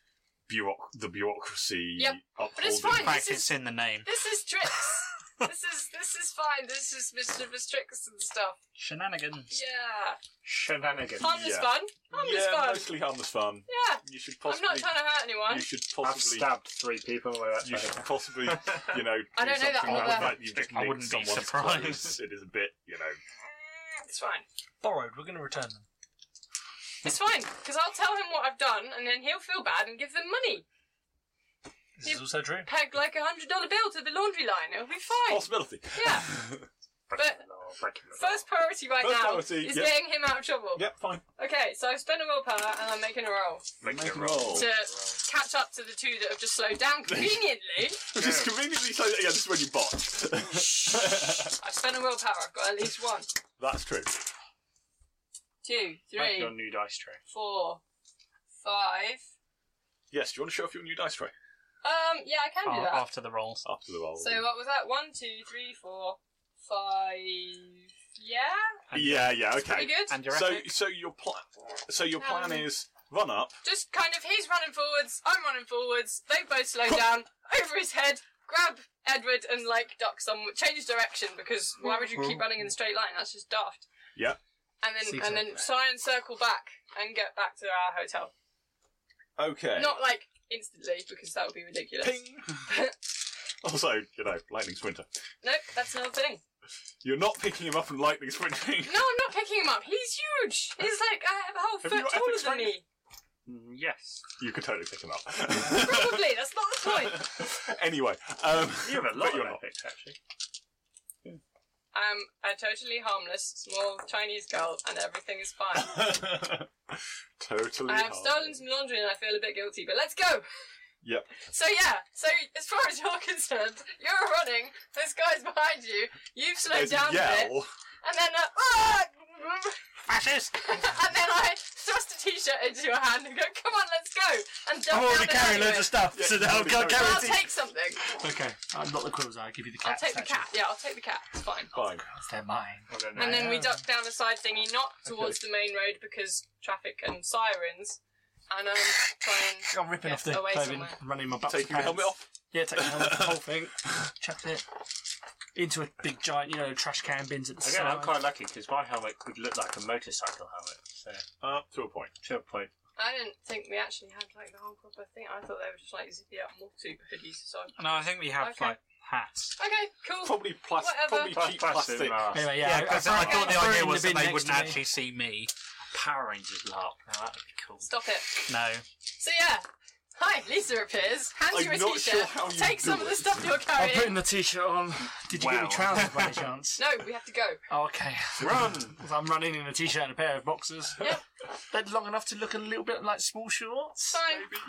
Speaker 1: bureauc- the bureaucracy
Speaker 2: Yep.
Speaker 1: upholding.
Speaker 2: But it's
Speaker 3: In
Speaker 2: fine.
Speaker 3: fact,
Speaker 2: This is
Speaker 3: it's in the name.
Speaker 2: this is tricks.
Speaker 5: [laughs]
Speaker 2: this is this is fine. This is mischievous tricks and stuff.
Speaker 3: Shenanigans.
Speaker 2: Yeah.
Speaker 5: Shenanigans.
Speaker 2: Harmless
Speaker 1: Yeah.
Speaker 2: fun. Harmless
Speaker 1: yeah,
Speaker 2: fun.
Speaker 1: mostly harmless fun.
Speaker 2: Yeah.
Speaker 1: You should
Speaker 2: I'm
Speaker 1: possibly.
Speaker 2: not trying to hurt anyone.
Speaker 1: you should
Speaker 5: I've
Speaker 1: possibly.
Speaker 5: stabbed three people. Well, that's
Speaker 1: You
Speaker 5: right.
Speaker 1: should possibly,
Speaker 5: [laughs]
Speaker 1: you know,
Speaker 2: I
Speaker 1: do
Speaker 2: don't know that
Speaker 1: something about the
Speaker 2: either.
Speaker 1: fact you've just
Speaker 3: I
Speaker 1: nicked
Speaker 3: wouldn't be
Speaker 1: someone's
Speaker 3: surprised.
Speaker 1: clothes. It is a bit, you know.
Speaker 2: Mm, [laughs] It's fine.
Speaker 6: Borrowed. We're going to return them.
Speaker 2: It's fine, because I'll tell him what I've done, and then he'll feel bad and give them money.
Speaker 6: This is also true.
Speaker 2: Peg like a hundred dollar bill to the laundry line. It'll be fine.
Speaker 1: Possibility. [laughs]
Speaker 2: Yeah.
Speaker 5: Breaking
Speaker 2: But-
Speaker 5: the law, breaking the law.
Speaker 2: First priority right
Speaker 1: First
Speaker 2: now
Speaker 1: priority,
Speaker 2: is
Speaker 1: yep.
Speaker 2: getting him out of trouble.
Speaker 1: Yep, fine.
Speaker 2: Okay, so I've spent a willpower and I'm making a roll
Speaker 5: Breaking
Speaker 1: Make
Speaker 5: the
Speaker 1: a roll.
Speaker 2: to catch up to the two that have just slowed down conveniently.
Speaker 1: Just conveniently say that again, this is when you [laughs] botch.
Speaker 2: I've spent a willpower. I've got at least one,
Speaker 1: That's true.
Speaker 2: two,
Speaker 5: Like your
Speaker 2: three,
Speaker 5: new dice tray.
Speaker 2: four, five.
Speaker 1: Yes, do you want to show off your new dice tray
Speaker 2: Um, yeah, I can do
Speaker 3: Oh,
Speaker 2: that.
Speaker 3: after the rolls.
Speaker 1: after the roll?
Speaker 2: So what was that? One, two, three, four, five. Yeah, uh,
Speaker 1: yeah, yeah, okay.
Speaker 2: pretty good.
Speaker 3: And your
Speaker 1: So,
Speaker 3: ethic?
Speaker 1: so your plan, so your plan
Speaker 2: Um,
Speaker 1: is run up.
Speaker 2: Just kind of, he's running forwards, I'm running forwards, they both slow down, over his head, grab Edward and like duck somewhere, change direction because why would you keep running in a straight line? That's just daft.
Speaker 1: Yeah.
Speaker 2: And then and then try and circle back and get back to our hotel.
Speaker 1: Okay.
Speaker 2: Not like instantly because that would be ridiculous.
Speaker 1: Ping. [laughs] also, you know, lightning sprinter.
Speaker 2: Nope, that's another
Speaker 1: [laughs]
Speaker 2: thing.
Speaker 1: You're not picking him up and lightning sprinting. [laughs]
Speaker 2: No, I'm not picking him up. He's huge. He's like I have a whole
Speaker 1: Have you
Speaker 2: foot
Speaker 1: got
Speaker 2: taller
Speaker 1: ethics
Speaker 2: than
Speaker 1: training?
Speaker 2: me.
Speaker 5: Mm, Yes.
Speaker 1: You could totally pick him up.
Speaker 2: Probably that's not the point.
Speaker 1: [laughs] anyway, um,
Speaker 5: You have a lot
Speaker 1: but
Speaker 5: of
Speaker 1: you're not.
Speaker 5: ethics, actually.
Speaker 2: I'm a totally harmless small Chinese girl, and everything is fine.
Speaker 1: [laughs] totally.
Speaker 2: I have
Speaker 1: hard.
Speaker 2: stolen some laundry and I feel a bit guilty, but let's go!
Speaker 1: Yep.
Speaker 2: So, yeah, so as far as you're [laughs] concerned, you're running, this guy's behind you, you've slowed
Speaker 1: There's
Speaker 2: down
Speaker 1: a
Speaker 2: a bit,
Speaker 1: yell.
Speaker 2: and then, uh, ah!
Speaker 3: Fascist!
Speaker 2: [laughs] and then I thrust a t shirt into your hand and go, come on, let's go! And
Speaker 4: I'm
Speaker 2: dump down
Speaker 4: already
Speaker 2: an
Speaker 4: carrying Oh, loads
Speaker 2: alleyway.
Speaker 4: of stuff,
Speaker 1: Yeah,
Speaker 4: so
Speaker 1: you
Speaker 4: now I've
Speaker 1: already
Speaker 4: got
Speaker 1: carry
Speaker 2: Well, I'll
Speaker 4: guaranteed.
Speaker 2: take something.
Speaker 4: Okay, I'm not the quills. I'll give you the
Speaker 2: I'll
Speaker 4: cat.
Speaker 2: take the
Speaker 4: statue.
Speaker 2: cat. Yeah, I'll take the cat. It's fine.
Speaker 1: Fine.
Speaker 5: Oh,
Speaker 4: They're mine.
Speaker 2: And then we ducked down a side thingy, not towards the main road because traffic and sirens, and um, try and
Speaker 4: I'm ripping
Speaker 2: Yeah,
Speaker 4: off the
Speaker 2: away
Speaker 4: clothing,
Speaker 2: somewhere.
Speaker 4: running my back.
Speaker 1: Taking the helmet off.
Speaker 4: Yeah, taking the helmet off, the whole
Speaker 2: [laughs]
Speaker 4: thing. Chucked it into a big giant, you know, trash can bins at the
Speaker 5: Again, I'm
Speaker 4: side.
Speaker 5: quite lucky because my helmet would look like a motorcycle helmet. So,
Speaker 1: Up to a point.
Speaker 5: to a point.
Speaker 2: I didn't think we actually had like the whole proper thing. I thought they were just like zippy up more super hoodies. So
Speaker 3: No, I think we have
Speaker 2: Okay.
Speaker 3: like hats.
Speaker 2: okay, cool.
Speaker 1: Probably plastic.
Speaker 2: Whatever.
Speaker 1: Probably
Speaker 5: Plus,
Speaker 1: cheap
Speaker 5: plus
Speaker 1: plastic.
Speaker 5: in uh, my ass.
Speaker 4: Anyway,
Speaker 3: Yeah,
Speaker 4: yeah,
Speaker 3: because I,
Speaker 4: I,
Speaker 3: thought the
Speaker 4: threw it
Speaker 3: idea
Speaker 4: in
Speaker 3: was
Speaker 4: the
Speaker 3: that
Speaker 4: bin
Speaker 3: they
Speaker 4: next
Speaker 3: wouldn't
Speaker 4: to me.
Speaker 3: actually see me.
Speaker 5: Power Rangers LARP. Now that'd be cool.
Speaker 2: Stop it.
Speaker 3: No.
Speaker 2: So yeah. Hi, Lisa appears. Hands
Speaker 1: I'm
Speaker 2: you a
Speaker 1: not sure
Speaker 2: t-shirt.
Speaker 1: how you
Speaker 2: Take
Speaker 1: do
Speaker 2: some of the
Speaker 1: it.
Speaker 2: stuff you're
Speaker 4: I'm putting
Speaker 2: carrying.
Speaker 4: the t-shirt on. Did you get
Speaker 5: Wow.
Speaker 4: any trousers by any chance?
Speaker 2: [laughs] No, we have to go.
Speaker 4: Oh, okay. [laughs]
Speaker 5: Run!
Speaker 4: 'Cause I'm running in a t-shirt and a pair of boxers.
Speaker 2: Yeah.
Speaker 4: [laughs] They're long enough to look a little bit like small shorts.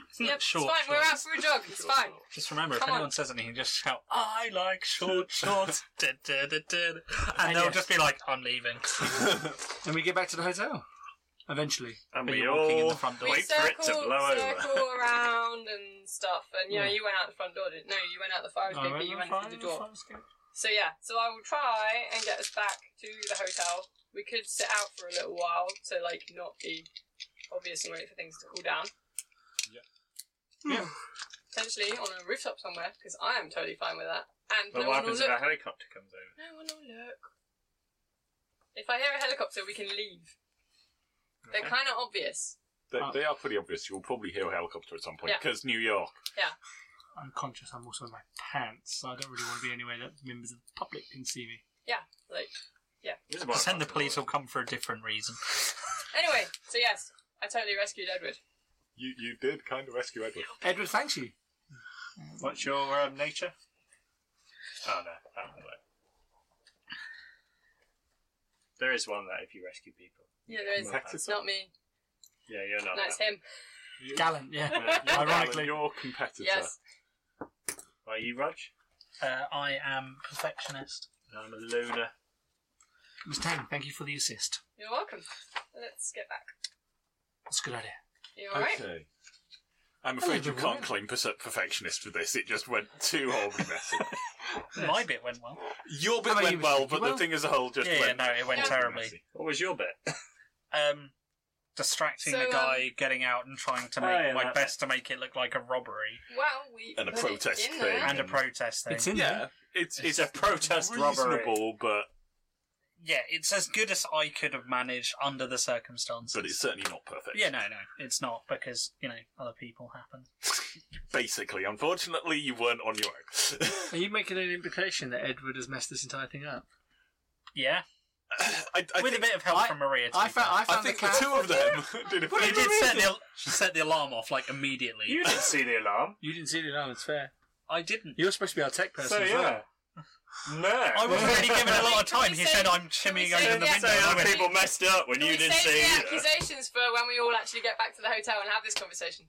Speaker 2: It's fine. Yep,
Speaker 3: Short
Speaker 2: it's fine. We're out for a jog. It's fine.
Speaker 3: Just remember, if
Speaker 2: Come on.
Speaker 3: anyone says anything, just shout, I like short shorts. [laughs] Da, da, da, da. And they'll
Speaker 4: yeah.
Speaker 3: just be like, I'm leaving.
Speaker 1: [laughs]
Speaker 4: And we get back to the hotel. Eventually.
Speaker 5: And
Speaker 3: But
Speaker 5: we
Speaker 3: you're walking in
Speaker 5: all
Speaker 3: the front door.
Speaker 2: we
Speaker 5: wait for it
Speaker 2: circle,
Speaker 5: to blow
Speaker 2: circle
Speaker 5: over.
Speaker 2: around and stuff. And yeah, you went out the front door, didn't? No, you went out the fire escape, but you went through the door. So yeah, so I will try and get us back to the hotel. We could sit out for a little while to like not be obvious and wait for things to cool down.
Speaker 1: Yeah.
Speaker 2: Yeah. Potentially on a rooftop somewhere because I am totally fine with that. And
Speaker 5: But
Speaker 2: no
Speaker 5: what
Speaker 2: one will
Speaker 5: happens if a
Speaker 2: look.
Speaker 5: helicopter comes over?
Speaker 2: No one will look. If I hear a helicopter, we can leave. They're kind of obvious.
Speaker 1: They, they are pretty obvious. You'll probably hear a helicopter at some point
Speaker 2: Yeah.
Speaker 1: because New York.
Speaker 4: I'm conscious I'm also in my pants, so I don't really want to be anywhere that members of the public can see me.
Speaker 2: Like
Speaker 5: This is why
Speaker 3: Just
Speaker 5: I'm
Speaker 3: then the
Speaker 5: not
Speaker 3: police will
Speaker 5: bothered.
Speaker 3: come for a different
Speaker 1: [laughs]
Speaker 3: reason.
Speaker 2: anyway, so yes, I totally rescued Edward.
Speaker 1: You you did kind of rescue Edward.
Speaker 4: Edward, thanks you.
Speaker 5: What's your um, nature? Oh no, that won't work. There is one that if you rescue people.
Speaker 2: Yeah, there is.
Speaker 1: Practice.
Speaker 2: It's not me.
Speaker 5: Yeah, you're not.
Speaker 2: No, it's him.
Speaker 1: You-
Speaker 4: Gallant,
Speaker 5: [laughs]
Speaker 4: yeah. [laughs]
Speaker 1: you're-
Speaker 4: Ironically.
Speaker 1: your competitor.
Speaker 2: Yes.
Speaker 5: Are you, Rog?
Speaker 3: Uh, I am perfectionist.
Speaker 5: I'm a loner.
Speaker 4: Miss Tang, thank you for the assist.
Speaker 2: You're welcome. Let's get back.
Speaker 4: That's a good idea.
Speaker 2: You all right?
Speaker 1: Okay. Oh, I'm afraid you
Speaker 4: Oliver,
Speaker 1: can't
Speaker 4: why?
Speaker 1: claim perse- perfectionist for this. It just went too horribly messy.
Speaker 3: My bit went well.
Speaker 1: [laughs] Your bit
Speaker 4: I mean, you
Speaker 1: went
Speaker 4: was
Speaker 1: well,
Speaker 4: thinking
Speaker 1: but the
Speaker 4: well.
Speaker 1: thing as a whole just
Speaker 3: Yeah, yeah,
Speaker 1: went
Speaker 3: no, it went
Speaker 1: horribly
Speaker 3: terribly.
Speaker 1: messy.
Speaker 5: What was your bit?
Speaker 3: Um, distracting
Speaker 2: So,
Speaker 3: the
Speaker 2: um,
Speaker 3: guy, getting out and trying to
Speaker 5: Oh,
Speaker 3: make
Speaker 5: yeah,
Speaker 3: my
Speaker 5: that-
Speaker 3: best to make it look like a robbery
Speaker 2: Well, we
Speaker 1: And a
Speaker 2: put it
Speaker 1: protest
Speaker 2: in
Speaker 1: thing.
Speaker 2: there.
Speaker 3: and a
Speaker 1: Mm.
Speaker 3: protest thing.
Speaker 4: It's in
Speaker 1: Yeah, it's it's,
Speaker 5: It's a protest robbery.
Speaker 1: reasonable, but
Speaker 3: yeah, it's as good as I could have managed under the circumstances.
Speaker 1: but it's certainly not perfect.
Speaker 3: yeah, no, no, it's not because you know other people happen.
Speaker 1: Basically, unfortunately, you weren't on your own. [laughs]
Speaker 4: there. Are you making an implication that Edward has messed this entire thing up?
Speaker 3: Yeah,
Speaker 1: I, I
Speaker 3: with
Speaker 1: think,
Speaker 3: a bit of help
Speaker 4: I-
Speaker 3: from Maria. To
Speaker 4: I
Speaker 3: be
Speaker 4: found,
Speaker 3: fair.
Speaker 4: I
Speaker 1: I
Speaker 4: found
Speaker 1: think
Speaker 4: the
Speaker 1: the
Speaker 4: cat.
Speaker 1: two of them [laughs] did a
Speaker 3: He
Speaker 1: pretty
Speaker 3: did set the al- [laughs] she set the alarm off like immediately.
Speaker 5: You didn't see the alarm.
Speaker 4: You didn't see the alarm, it's fair.
Speaker 3: I didn't.
Speaker 4: You're supposed to be our tech person.
Speaker 5: So
Speaker 4: as
Speaker 5: yeah.
Speaker 4: well.
Speaker 5: No.
Speaker 3: I was already given a lot of
Speaker 2: Can we
Speaker 3: time. He
Speaker 2: say-
Speaker 3: said, "I'm
Speaker 2: can we
Speaker 3: shimmying
Speaker 2: say
Speaker 3: open the
Speaker 2: the
Speaker 3: window."
Speaker 2: episode-
Speaker 3: I went,
Speaker 5: people messed up when
Speaker 2: Can
Speaker 5: you
Speaker 2: we
Speaker 5: didn't
Speaker 2: save
Speaker 5: see
Speaker 2: the
Speaker 5: either.
Speaker 2: accusations for when we all actually get back to the hotel and have this conversation.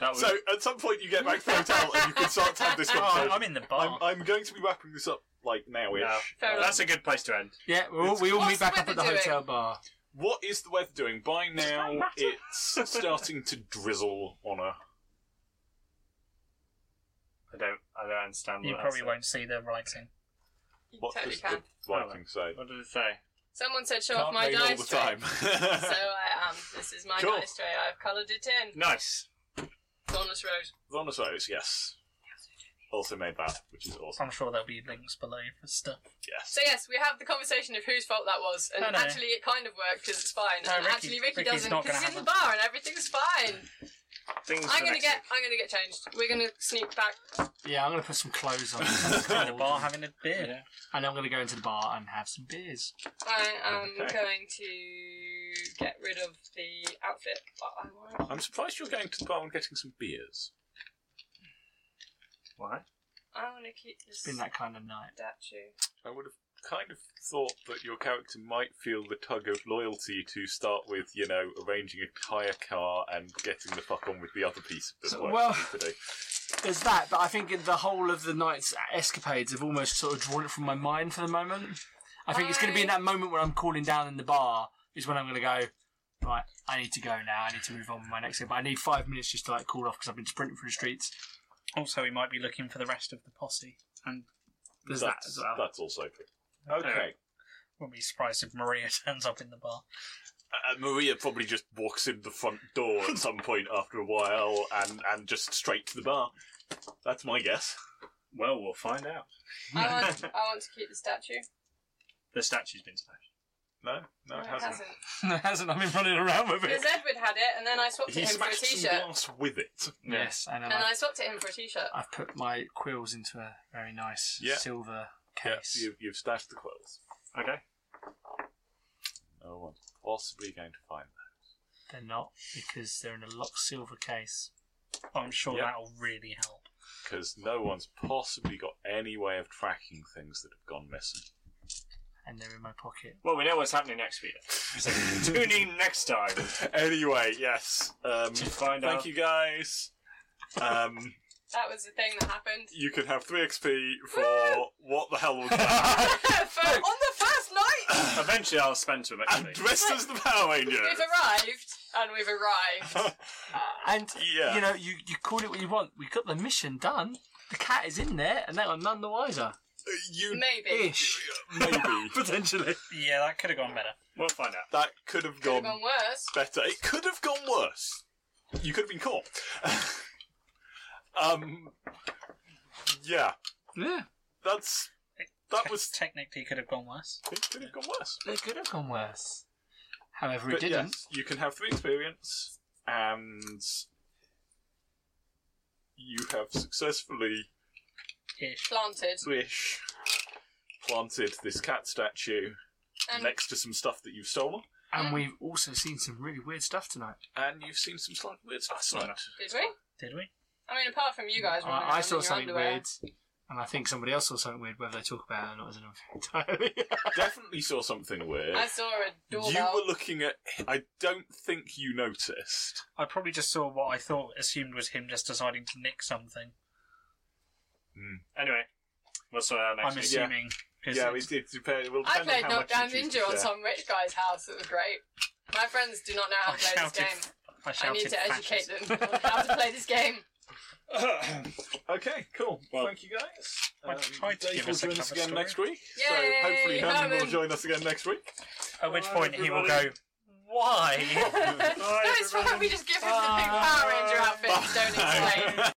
Speaker 5: That was
Speaker 1: So at some point, you get back to the hotel and
Speaker 2: [laughs]
Speaker 1: you can start to have this
Speaker 3: oh,
Speaker 1: conversation.
Speaker 3: I'm in the
Speaker 1: I'm,
Speaker 3: bar.
Speaker 1: I'm going to be wrapping this up like now-ish. Um,
Speaker 5: No.
Speaker 2: Fair enough.
Speaker 5: That's a good place to end.
Speaker 4: Yeah, we all, we all
Speaker 2: What's
Speaker 4: meet back
Speaker 2: the
Speaker 4: up at the
Speaker 2: weather doing?
Speaker 4: hotel bar.
Speaker 1: What is the weather doing? By now, it's starting to drizzle on a.
Speaker 5: I don't. I don't understand.
Speaker 3: you
Speaker 5: what that
Speaker 3: probably
Speaker 5: said.
Speaker 3: won't see the writing.
Speaker 2: You
Speaker 1: What
Speaker 2: totally
Speaker 1: does the
Speaker 2: can.
Speaker 1: Viking say?
Speaker 5: What did it say?
Speaker 2: Someone said show off
Speaker 1: Can't
Speaker 2: my
Speaker 1: rain all
Speaker 2: dice
Speaker 1: the
Speaker 2: tray.
Speaker 1: time. [laughs]
Speaker 2: so I am. This is my
Speaker 1: Cool.
Speaker 2: dice tray. I've coloured it in.
Speaker 5: Nice.
Speaker 2: Bonus road.
Speaker 1: Vonosaurus, yes. Also made that, which is awesome.
Speaker 3: I'm sure there'll be links below for stuff.
Speaker 1: Yes.
Speaker 2: So yes, we have the conversation of whose fault that was, and
Speaker 3: No, no.
Speaker 2: actually it kind of worked because it's fine.
Speaker 3: No,
Speaker 2: and
Speaker 3: Ricky-
Speaker 2: actually, Ricky
Speaker 3: Ricky's
Speaker 2: doesn't
Speaker 3: not
Speaker 2: because
Speaker 3: gonna
Speaker 2: he's in the
Speaker 3: have
Speaker 2: bar and everything's fine.
Speaker 5: Things
Speaker 2: I'm
Speaker 5: for
Speaker 2: gonna
Speaker 5: next
Speaker 2: get. I'm gonna get changed. We're gonna sneak back.
Speaker 4: Yeah, I'm going to put some clothes on.
Speaker 3: In a bar having a beer.
Speaker 4: And I'm going to go into the bar and have some beers.
Speaker 2: I am
Speaker 1: Okay.
Speaker 2: going to get rid of the outfit that I want.
Speaker 1: I'm surprised you're going to the bar and getting some beers.
Speaker 5: week. Why?
Speaker 2: I want to keep this
Speaker 4: It's been that kind of night. [laughs]
Speaker 2: statue.
Speaker 1: I would have kind of thought that your character might feel the tug of loyalty to start with, you know, arranging a hire car and getting the fuck on with the other piece of the
Speaker 4: So-
Speaker 1: work
Speaker 4: well-
Speaker 1: you need to do.
Speaker 4: There's that, but I think the whole of the night's escapades have almost sort of drawn it from my mind for the moment. I think it's going to be in that moment where I'm calling down in the bar is when I'm going to go. Right, I need to go now. I need to move on with my next thing. But I need five minutes just to like cool off because I've been sprinting through the streets. [laughs]
Speaker 3: Also, we might be looking for the rest of the posse, and
Speaker 4: There's
Speaker 1: that's,
Speaker 4: that as well.
Speaker 1: That's also good. Okay.
Speaker 3: wouldn't be surprised if Maria [laughs] turns up in the bar.
Speaker 1: Uh, Maria probably just walks in the front door at some point after a while and, and just straight to the bar. That's my guess.
Speaker 5: Well, we'll find out.
Speaker 2: I want. I want to keep the statue.
Speaker 5: The statue's been smashed.
Speaker 1: No, no, it
Speaker 2: it
Speaker 1: hasn't.
Speaker 4: [laughs]
Speaker 2: hasn't.
Speaker 4: no, it hasn't. I've been running around with
Speaker 2: Because
Speaker 4: it.
Speaker 2: Edward had it, and then I swapped
Speaker 1: He
Speaker 2: it him for a
Speaker 1: smashed some
Speaker 2: t-shirt.
Speaker 1: glass with it.
Speaker 4: Yes, and,
Speaker 2: And
Speaker 4: I,
Speaker 2: I swapped it him for a t-shirt.
Speaker 4: I've put my quills into a very nice
Speaker 1: Yeah.
Speaker 4: silver
Speaker 1: Yes,
Speaker 4: case.
Speaker 1: you, you've stashed the quills.
Speaker 5: Okay.
Speaker 1: No one's possibly going to find them.
Speaker 4: They're not because they're in a locked silver case.
Speaker 3: I'm sure
Speaker 1: Yep.
Speaker 3: that'll really help.
Speaker 1: Because no one's possibly got any way of tracking things that have gone missing.
Speaker 4: and they're in my pocket.
Speaker 5: Well, we know what's happening
Speaker 1: [laughs]
Speaker 5: next week. So tune in next time
Speaker 1: anyway, yes. Um,
Speaker 5: to find
Speaker 1: thank
Speaker 5: out.
Speaker 1: you guys. Um,
Speaker 2: That was the thing that
Speaker 4: [laughs]
Speaker 2: happened.
Speaker 1: you can have 3 XP for what the hell was that?
Speaker 2: For- on the first night,
Speaker 5: Eventually, I'll spend to him.
Speaker 1: and
Speaker 5: Actually,
Speaker 1: dressed as the Power Ranger.
Speaker 2: we've arrived, and we've
Speaker 1: [laughs]
Speaker 4: [laughs]
Speaker 2: arrived.
Speaker 4: And
Speaker 1: Yeah.
Speaker 4: you know, you, you call it what you want. We got the mission done. The cat is in there, and they are none the wiser.
Speaker 1: Uh, you
Speaker 2: Maybe
Speaker 4: Ish,
Speaker 1: maybe
Speaker 4: [laughs] potentially.
Speaker 3: Yeah, that could have gone better.
Speaker 5: we'll find out.
Speaker 1: that could have
Speaker 2: could
Speaker 1: gone
Speaker 2: have gone worse.
Speaker 1: better. It could have gone worse. You could have been caught. [laughs] um, yeah,
Speaker 4: Yeah,
Speaker 1: that's that was.
Speaker 3: technically could have gone worse.
Speaker 1: It could have gone worse.
Speaker 4: it could have gone worse. However, it
Speaker 1: But
Speaker 4: didn't.
Speaker 1: yes, you can have three experience, and you have successfully
Speaker 3: Ish.
Speaker 2: Planted.
Speaker 1: swish planted this cat statue
Speaker 2: And
Speaker 1: next to some stuff that you've stolen,
Speaker 4: And we've also seen some really weird stuff tonight.
Speaker 1: and you've seen some slightly weird stuff. tonight.
Speaker 2: did we?
Speaker 3: Did we?
Speaker 2: I mean, apart from you guys, running
Speaker 4: I, I
Speaker 2: around in
Speaker 4: saw
Speaker 2: your
Speaker 4: something
Speaker 2: underwear.
Speaker 4: weird, and I think somebody else saw something weird. Whether they talk about it or not is
Speaker 1: [laughs]
Speaker 4: another [laughs] thing entirely.
Speaker 1: [laughs] Definitely saw something weird.
Speaker 2: I saw a
Speaker 1: You
Speaker 2: doorbell.
Speaker 1: were looking at. I don't think you noticed.
Speaker 3: I probably just saw what I thought assumed was him just deciding to nick something.
Speaker 5: Anyway, we'll sort it out next
Speaker 3: I'm
Speaker 5: week.
Speaker 1: yeah.
Speaker 3: assuming. 'cause
Speaker 1: Yeah,
Speaker 3: it's-
Speaker 1: it, it, depend, it will
Speaker 2: I
Speaker 1: depend
Speaker 2: played
Speaker 1: on how much
Speaker 2: Knockdown
Speaker 1: you choose
Speaker 2: Ninja
Speaker 1: to
Speaker 2: on
Speaker 1: share.
Speaker 2: some rich guy's house. It was great. My friends do not know how
Speaker 3: [laughs] I
Speaker 2: to play this
Speaker 3: shouted-
Speaker 2: game.
Speaker 3: I
Speaker 2: I
Speaker 3: shouted
Speaker 2: need to educate
Speaker 3: fascist.
Speaker 2: them on how to play
Speaker 1: [laughs]
Speaker 2: this game.
Speaker 1: [coughs] Okay, cool.
Speaker 5: Well-
Speaker 1: Thank you guys.
Speaker 3: I tried to
Speaker 1: Dave
Speaker 3: give
Speaker 1: will
Speaker 3: us a
Speaker 1: join us
Speaker 3: cover
Speaker 1: again
Speaker 3: story.
Speaker 1: next week.
Speaker 2: Yay,
Speaker 1: so hopefully Herman will
Speaker 2: Herman.
Speaker 1: join us again next week.
Speaker 3: At which point he will go, Why?
Speaker 2: [laughs]
Speaker 1: [laughs]
Speaker 2: no, it's fine. We just give him the big Power Ranger outfit and don't explain.